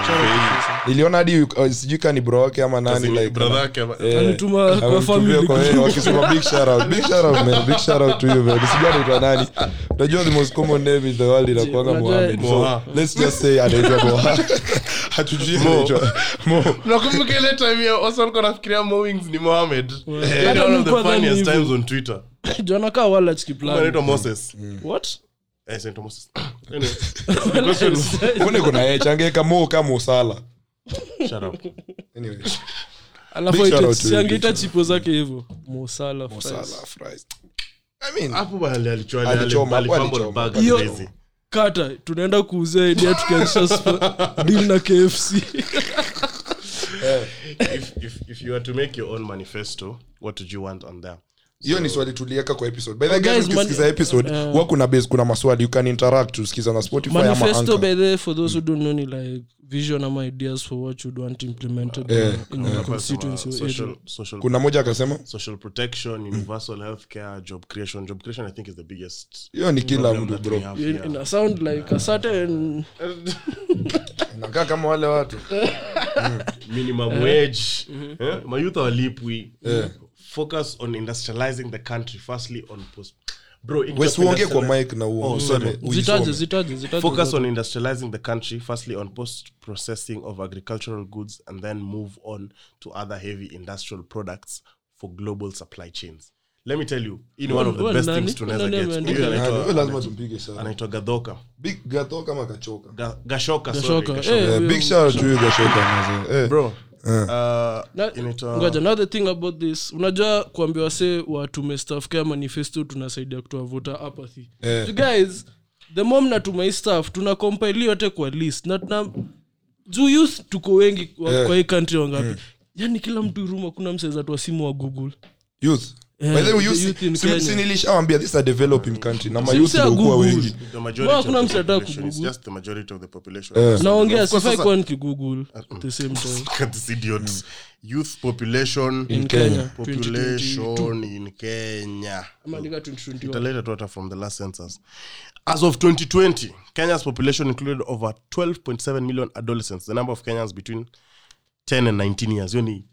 Speaker 2: niliona hadi uh, sijui kani bro wake ama nani like
Speaker 4: brother yake ama-
Speaker 2: eh,
Speaker 3: Alituma kwa
Speaker 2: amemtumia
Speaker 3: family
Speaker 2: kwa yeye, wakisema big shout out big shout out man big shout out to you man sijui anaitwa nani unajua the most common name in the world inakuanga
Speaker 3: unajua-
Speaker 2: Mohamed so
Speaker 4: Moha.
Speaker 2: let's just say anaitwa Moha hatujui anaitwa Mo
Speaker 4: nakumbuka ile time ya Oswald alikuwa anafikiria Mo Wings ni Mohamed. Eh,
Speaker 3: Hata
Speaker 4: one of the
Speaker 3: mlikuwa dhani
Speaker 4: funniest
Speaker 3: hivyo.
Speaker 4: times on Twitter.
Speaker 3: Jona kaa Wallace
Speaker 4: Alikuwa
Speaker 3: kiplani.
Speaker 4: anaitwa Moses.
Speaker 2: Mm.
Speaker 3: What?
Speaker 4: Eh, Saint Moses. Anyway,
Speaker 2: mbona kuna yeye changeka Mo kama usala
Speaker 4: shut up.
Speaker 2: anyway
Speaker 3: Alafu
Speaker 2: Big shout
Speaker 3: aite-
Speaker 2: out to you,
Speaker 3: siangeita
Speaker 2: big
Speaker 3: chipo zake hivyo Mosala
Speaker 2: Mo
Speaker 3: fries.
Speaker 2: Salah, fries i mean
Speaker 4: Hapo bali alichwa-
Speaker 2: Alichoma,
Speaker 4: ali- alifumble
Speaker 2: alichoma.
Speaker 4: bag
Speaker 3: Hiyo-
Speaker 4: crazy.
Speaker 3: kata tunaenda kuuzia idea tukianzisha sp- deal na kfc
Speaker 4: If- if- if you were to make your own manifesto, what would you want on there?
Speaker 2: hiyo ni swali tuliweka kwa episode by the way
Speaker 3: Oh, guys,
Speaker 2: guys ukisikiza
Speaker 3: mani-
Speaker 2: episode wa kuna base kuna maswali you can interact usikiza na spotify ama
Speaker 3: manifesto
Speaker 2: Anchor.
Speaker 3: by the way, for those who don't know ni like vision ama ideas for what you'd want implemented in your
Speaker 4: Kwa
Speaker 3: constituency
Speaker 4: sema
Speaker 3: or area.
Speaker 4: uh, social- social
Speaker 2: kuna moja akasema
Speaker 4: social protection universal healthcare job creation job creation i think is the biggest
Speaker 2: hiyo ni kila
Speaker 4: problem
Speaker 2: mtu
Speaker 4: that
Speaker 2: bro
Speaker 4: we have
Speaker 3: In-
Speaker 4: here.
Speaker 3: ina sound like a certain
Speaker 2: nakaa kama wale watu
Speaker 4: minimum wage
Speaker 3: Mm-hmm.
Speaker 4: eh? mayouth awalipwi
Speaker 2: Eh.
Speaker 4: focus on industrializing the country firstly on post bro inkija
Speaker 2: wesiuongee kwa
Speaker 4: kuindustrialize-
Speaker 2: mik na uo-
Speaker 4: Oh,
Speaker 2: useme,
Speaker 4: sorry.
Speaker 2: uisome.
Speaker 3: zitaje zitaje zitaje
Speaker 4: focus
Speaker 3: zote.
Speaker 4: on industrializing the country firstly on post processing of agricultural goods and then move on to other heavy industrial products for global supply chains let me tell you in one of the
Speaker 3: Huyu
Speaker 4: best
Speaker 3: nani?
Speaker 4: things tunaweza
Speaker 3: Huyu nani
Speaker 4: get
Speaker 3: ameandika?
Speaker 4: Huyu
Speaker 2: Ah, huyo lazima
Speaker 4: anaitwa
Speaker 2: tumpige sana
Speaker 4: anaitwa gadhoka
Speaker 2: big gato kama kachoka
Speaker 4: Ga- gashoka sorry,
Speaker 3: Gashoka.
Speaker 4: Gashoka.
Speaker 3: Eh,
Speaker 2: Eh,
Speaker 3: huyo-
Speaker 2: big shout out to you gachoka mazee. Eh,
Speaker 4: bro
Speaker 3: Na-
Speaker 4: uh, inaitwa-
Speaker 3: ngoja now the thing about this unajua kuambia wase watume staff kama manifesto tunasaidia kutoa voter apathy
Speaker 2: Eh.
Speaker 3: you guys the mom natuma hii staff tuna compile yote kwa list na tuna juu youth tuko wengi wa,
Speaker 2: Eh.
Speaker 3: kwa hii country wangapi yani kila mtu ruma kuna mseza tu wa simu wa google
Speaker 2: youth
Speaker 3: Eh,
Speaker 2: By the way,
Speaker 3: the
Speaker 2: youth-
Speaker 3: youth in
Speaker 2: si-
Speaker 3: Kenya.
Speaker 2: si nilishawambia this is a developing country na mayouth
Speaker 3: Msee ya
Speaker 2: ndio huwa
Speaker 3: Google.
Speaker 2: wengi
Speaker 4: The majority
Speaker 3: Mbona hakuna
Speaker 4: of
Speaker 3: mtu
Speaker 4: the
Speaker 3: anataka
Speaker 4: population is
Speaker 3: kugugu?
Speaker 4: just the majority of the population.
Speaker 2: Eh.
Speaker 3: naongea
Speaker 4: Of course,
Speaker 3: sifai
Speaker 4: sasa-
Speaker 3: kuwa nikigoogle at the same time
Speaker 4: Look at this idiot. Mm. Youth population
Speaker 2: In Kenya.
Speaker 4: population in Kenya.
Speaker 3: Ameandika 2021.
Speaker 4: Italeta tu hata from the last census. As of 2020, Kenya's population included over 12.7 million adolescents. The number of Kenyans between 10 and 19 years. Hiyo ni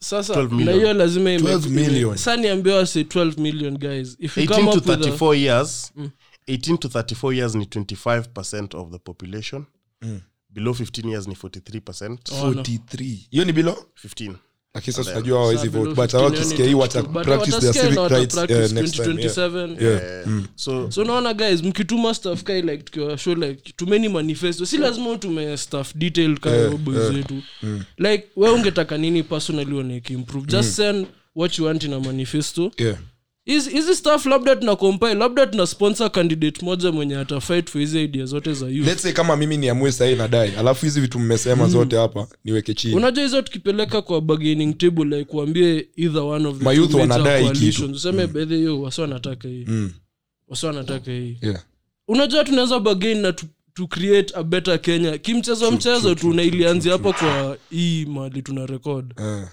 Speaker 3: sasa
Speaker 4: 12
Speaker 3: na
Speaker 4: million.
Speaker 3: hiyo lazima ime-
Speaker 2: 12 million.
Speaker 3: sa niambia wase 12 million guys if you
Speaker 4: 18
Speaker 3: come
Speaker 4: to
Speaker 3: up with Mm. a-
Speaker 4: 34 years 18 to 34 years ni 25% of the population
Speaker 2: Mm.
Speaker 4: below 15 years ni 43%
Speaker 3: Oh, no.
Speaker 2: 43 hiyo ni bilo
Speaker 4: 15
Speaker 2: lakini sasa tunajua hawawezi
Speaker 3: Sasa
Speaker 2: vote
Speaker 3: below
Speaker 2: but
Speaker 3: 15
Speaker 2: hawakisikia hii wata
Speaker 3: but
Speaker 2: practice their
Speaker 3: watasikia
Speaker 2: civic
Speaker 3: na
Speaker 2: rights
Speaker 3: watapractice
Speaker 2: eh, next time yeah.
Speaker 3: 2027.
Speaker 2: Yeah. mm,
Speaker 4: so
Speaker 3: so unaona guys mkituma staff kai like tukiwa show like tumeni manifesto si lazima utume staff detail kama
Speaker 2: Eh,
Speaker 3: boys
Speaker 2: eh,
Speaker 3: wetu like we ungetaka nini personally unaiki improve just send what you want in a manifesto
Speaker 2: Yeah.
Speaker 3: hizi hizi staff labda tuna compile labda tuna sponsor candidate moja mwenye ata fight for hizi idea zote za youth
Speaker 2: Let's say kama mimi niamue sahii nadai alafu hizi vitu
Speaker 3: Mm.
Speaker 2: mmesema zote hapa niweke chini
Speaker 3: unajua hizo tukipeleka kwa bargaining table like kuambie either one of the
Speaker 2: Mayouth
Speaker 3: two major
Speaker 2: wanadai kitu. Mm.
Speaker 3: coalitions. useme bedhe hiyo wasi wanataka hii wasi wanataka hii
Speaker 2: Yeah.
Speaker 3: unajua tunaweza bargain na tu, to create a better kenya kimchezo mchezo tuna ilianzi hapa kwa hii mali tuna record
Speaker 2: Eh.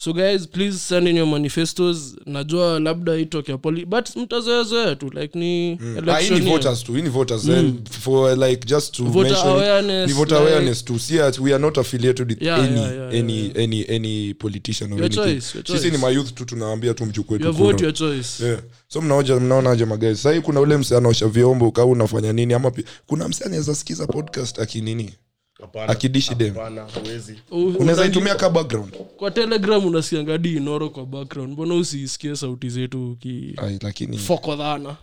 Speaker 3: so guys please send in your manifestos najua labda itokea poli but mtazoezoea tu like ni
Speaker 2: Ah, hii
Speaker 3: election
Speaker 2: ni
Speaker 3: year.
Speaker 2: voters tu hii ni voters and for like just to
Speaker 3: Mm. Voter
Speaker 2: mention
Speaker 3: awareness,
Speaker 2: ni voter
Speaker 3: like-
Speaker 2: awareness tu see that we are not affiliated with
Speaker 3: Yeah,
Speaker 2: any
Speaker 3: yeah, yeah, yeah,
Speaker 2: any any any politician or
Speaker 3: Your
Speaker 2: anything
Speaker 3: choice, your
Speaker 2: sisi
Speaker 3: choice.
Speaker 2: ni mayouth tu tunawaambia tu mchukue tu
Speaker 3: your
Speaker 2: kura.
Speaker 3: vote your choice
Speaker 2: yeah. Eh, so mnaoja mnaonaje magari sahii kuna ule mse anaosha vyombo kaa unafanya nini ama pi- kuna mse anaweza sikiza podcast akinini
Speaker 4: hapana.
Speaker 2: akidishi dem
Speaker 4: Hapana, huwezi.
Speaker 3: U-
Speaker 2: unaweza
Speaker 3: unajua-
Speaker 2: itumia ka background
Speaker 3: kwa telegram unasikianga hadi inoro kwa background mbona usiisikie sauti zetu
Speaker 2: Ai, lakini
Speaker 3: kifokodhana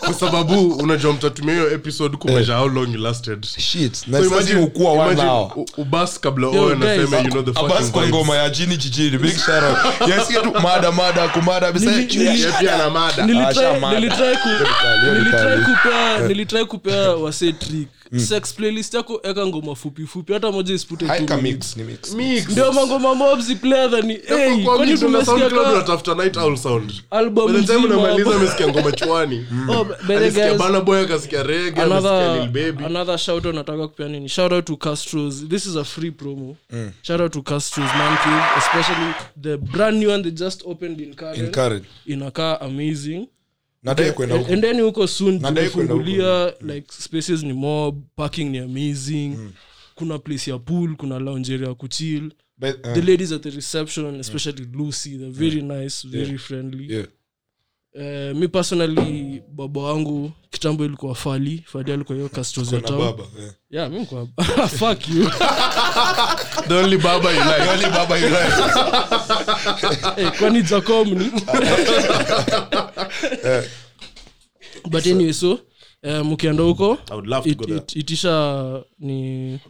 Speaker 4: kwa sababu unajua mtatumia hiyo episode kumeasure how long you lasted
Speaker 2: shit
Speaker 4: So
Speaker 2: na sasa
Speaker 4: imagine-
Speaker 2: ukua one
Speaker 4: imagine
Speaker 2: hour
Speaker 4: u- ubas kabla
Speaker 3: Yo,
Speaker 4: oyo
Speaker 3: guys,
Speaker 4: naseme you know the
Speaker 2: abas
Speaker 4: fucking
Speaker 2: kwa
Speaker 4: vibes.
Speaker 2: ngoma ya jini jijini big shout out yasikia tu mada mada kumada bisa
Speaker 3: Nili- nili-
Speaker 4: Yeah, pia na mada.
Speaker 2: Ashamada. kali, hiyo ni kali.
Speaker 3: nilitrai kupea wase trick
Speaker 4: Mm.
Speaker 3: sex playlist yako eka ngoma fupi fupi hata moja isipute two
Speaker 2: haika mix
Speaker 3: minutes.
Speaker 2: ni mix
Speaker 4: Mix.
Speaker 3: ndio mangoma mobs player than hey,
Speaker 4: Kwa
Speaker 3: kwani
Speaker 4: mix una
Speaker 3: tumesikia
Speaker 4: SoundCloud
Speaker 3: ka
Speaker 4: unatafuta night owl sound.
Speaker 3: album
Speaker 4: By the time
Speaker 3: nzima
Speaker 4: unamaliza
Speaker 3: hapo.
Speaker 4: amesikia ngoma chwani
Speaker 3: Oh, by the
Speaker 4: alisikia
Speaker 3: guys,
Speaker 4: bana boy akasikia rege amesikia
Speaker 3: another,
Speaker 4: lil baby
Speaker 3: another shout out nataka kupea nini shout out to castros this is a free promo mm. shout out to castros man cave especially the brand new one they just opened in Karen.
Speaker 2: in current
Speaker 3: inakaa amazing
Speaker 2: nadai kwenda huko
Speaker 3: endeni huko soon
Speaker 2: Nadai kwenda huko. Mm.
Speaker 3: tumefungulia like spaces ni mob parking ni amazing kuna place ya pool kuna lounge area ya kuchill
Speaker 2: But,
Speaker 3: the
Speaker 2: eh,
Speaker 3: ladies at the reception especially lucy they're very nice very friendly
Speaker 2: yeah.
Speaker 3: Eh, mi personally baba wangu kitambo ilikuwa fali fali alikuwa hiyo castos ya
Speaker 2: Kuna
Speaker 3: town
Speaker 2: baba, eh.
Speaker 3: yeah mi nikuwa fuck you
Speaker 4: The only baba you like.
Speaker 2: Only baba you like.
Speaker 3: Eh, kwani jakomni
Speaker 4: Eh.
Speaker 3: but anyway so eh, mkienda huko
Speaker 4: I would love to
Speaker 3: it,
Speaker 4: go there.
Speaker 3: it, itisha ni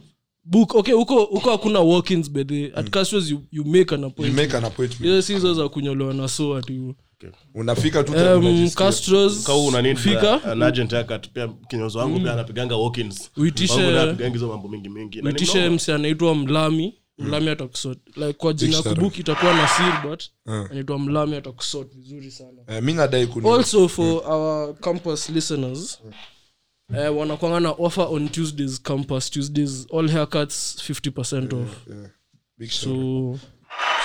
Speaker 3: book okay huko huko hakuna walk-ins by the way. at
Speaker 4: Mm.
Speaker 3: Castro's you, you make an
Speaker 2: You
Speaker 3: appointment
Speaker 2: make an appointment.
Speaker 3: hizo si hizo za kunyolewa na so ati
Speaker 2: unafika tu tena
Speaker 3: um,
Speaker 2: unajisikia.
Speaker 3: Castro's
Speaker 4: Kau una need uh,
Speaker 3: fika Mm.
Speaker 4: an agent yako atupia kinyozo wangu pia anapiganga walk-ins.
Speaker 3: Uitishe-
Speaker 4: Wangu naye anapigangi hizo mambo mingi mingi. Na ni
Speaker 3: uitishe
Speaker 4: mnono.
Speaker 3: msi anaitwa mlami
Speaker 4: Mm.
Speaker 3: mlami atakusort like kwa jina ya
Speaker 2: shout out.
Speaker 3: kubuki itakuwa na silbert
Speaker 4: Ah.
Speaker 3: anaitwa mlami atakusort vizuri sana
Speaker 2: Eh, mi nadai kuni-
Speaker 3: also for our campus listeners uh, wanakwanga na offer on tuesdays campus tuesdays all haircuts 50 off
Speaker 2: Yeah. Big
Speaker 3: so
Speaker 2: shout.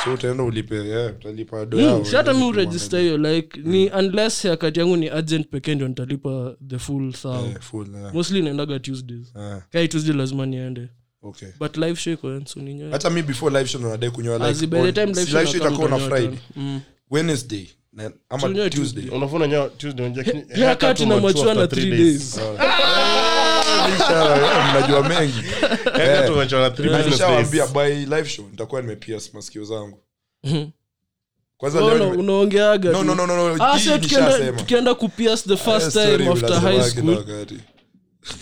Speaker 2: So utaenda ulipe yeah, utalipa do
Speaker 3: mm,
Speaker 2: yao,
Speaker 3: si hata mi
Speaker 2: yeah.
Speaker 3: uregister hiyo like ni unless haircut yangu ni urgent pekee ndio nitalipa the full thou
Speaker 2: Yeah, full, yeah.
Speaker 3: mostly naendaga tuesdays
Speaker 2: Ah,
Speaker 3: kai tuesday lazima niende
Speaker 2: okay.
Speaker 3: but live show iko so ninyoe
Speaker 2: hata mi before live show ndo nadai kunyoa
Speaker 3: As by the Ah, time live show inakaa
Speaker 2: itakuwa na
Speaker 3: mtanyoa
Speaker 2: friday
Speaker 3: tena. Mm.
Speaker 2: wednesday na- ama
Speaker 3: Tunyoe
Speaker 2: tuesday
Speaker 4: Unafuna nyoa Tuesday unajua kini-
Speaker 3: haircut
Speaker 4: haircut
Speaker 3: na machua
Speaker 4: unamachua
Speaker 3: na
Speaker 4: after
Speaker 3: 3
Speaker 4: three days.
Speaker 3: days
Speaker 2: Inshallah, yeah, eh, mnajua mengi
Speaker 4: Haircut unamachua na three business days.
Speaker 2: nishawambia by live show nitakuwa nimepias masikio zangu
Speaker 3: Hmm.
Speaker 2: kwanza
Speaker 3: Oh,
Speaker 2: leo
Speaker 3: no,
Speaker 2: nime-
Speaker 3: unaongeaga
Speaker 2: No,
Speaker 3: tu.
Speaker 2: no, no, no, no,
Speaker 3: Ah,
Speaker 2: hii
Speaker 3: sio tukienda
Speaker 2: nishasema.
Speaker 3: tukienda kupias the first
Speaker 2: Eh, sorry,
Speaker 3: time after
Speaker 2: lazima
Speaker 3: high
Speaker 2: kila
Speaker 3: school
Speaker 2: wakati.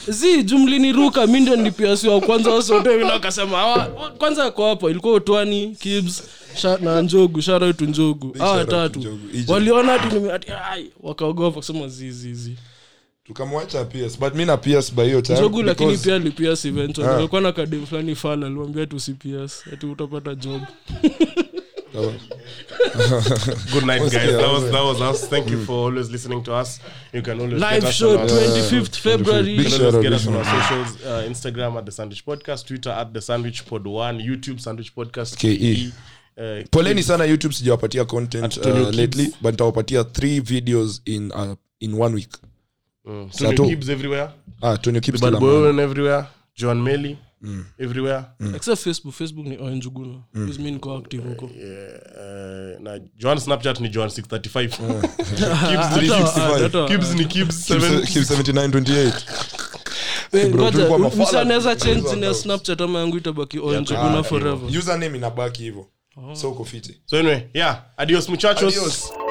Speaker 3: zi jumlini ruka mi ndio nipiasiwa kwanza wasoteakasema awa kwanza ako hapa ilikuwa utwani kibs sha, na njogu sharautu njogu
Speaker 2: shout
Speaker 3: awa
Speaker 2: out
Speaker 3: tatu
Speaker 2: Njogu, Egypt.
Speaker 3: waliona ati nime- ati, ai, wakaogopa kusema zizizi
Speaker 2: tukamwacha PS, but mi na PS by hiyo time
Speaker 3: njogu lakini
Speaker 2: because-
Speaker 3: pia alipias eventually alikuwa na kadem fulani fala aliwambia tusipias ati utapata job
Speaker 4: Good night, guys. Mm.
Speaker 2: yeah,
Speaker 4: That was
Speaker 2: yeah.
Speaker 4: that was us. Thank you for always listening to us. You can always get
Speaker 3: live
Speaker 4: us
Speaker 3: show
Speaker 4: on our-
Speaker 3: 25th february
Speaker 2: Big
Speaker 4: You can
Speaker 2: shout
Speaker 4: always
Speaker 2: out,
Speaker 4: get
Speaker 2: big
Speaker 4: us on our
Speaker 2: shout
Speaker 4: socials uh, Instagram at the Sandwich Podcast, Twitter at the Sandwich Pod One, YouTube Sandwich Podcast
Speaker 2: KE.
Speaker 4: Uh,
Speaker 2: poleni sana youtube sijawapatia content uh,
Speaker 4: Tony Kids.
Speaker 2: lately but nitawapatia three videos in uh, in one week
Speaker 4: mm,
Speaker 2: Sato.
Speaker 4: Tony Gibbs everywhere,
Speaker 2: ah Tony Kips
Speaker 4: Bad
Speaker 2: kila
Speaker 4: Boy
Speaker 2: mahali.
Speaker 4: Owen everywhere, John Melly everywhere,
Speaker 2: Mm.
Speaker 3: except facebook facebook ni oenjuguna mm. mi niko active huko
Speaker 4: uh, na John Snapchat ni John 635.
Speaker 3: Hata-
Speaker 4: Gibbs, ni-
Speaker 2: 365.
Speaker 3: hata- Eh,
Speaker 4: Gibbs ni Gibbs 7.
Speaker 2: Kips 7928 Bro, tulikuwa mafala.
Speaker 3: msanaweza change
Speaker 2: Tulikuwa
Speaker 3: jina ya
Speaker 2: mafala.
Speaker 3: snapchat ama yangu itabaki onjuguna
Speaker 2: Ah,
Speaker 3: forever
Speaker 2: username inabaki hivyo so uko fiti
Speaker 4: So anyway, yeah, adios muchachos.
Speaker 2: Adios.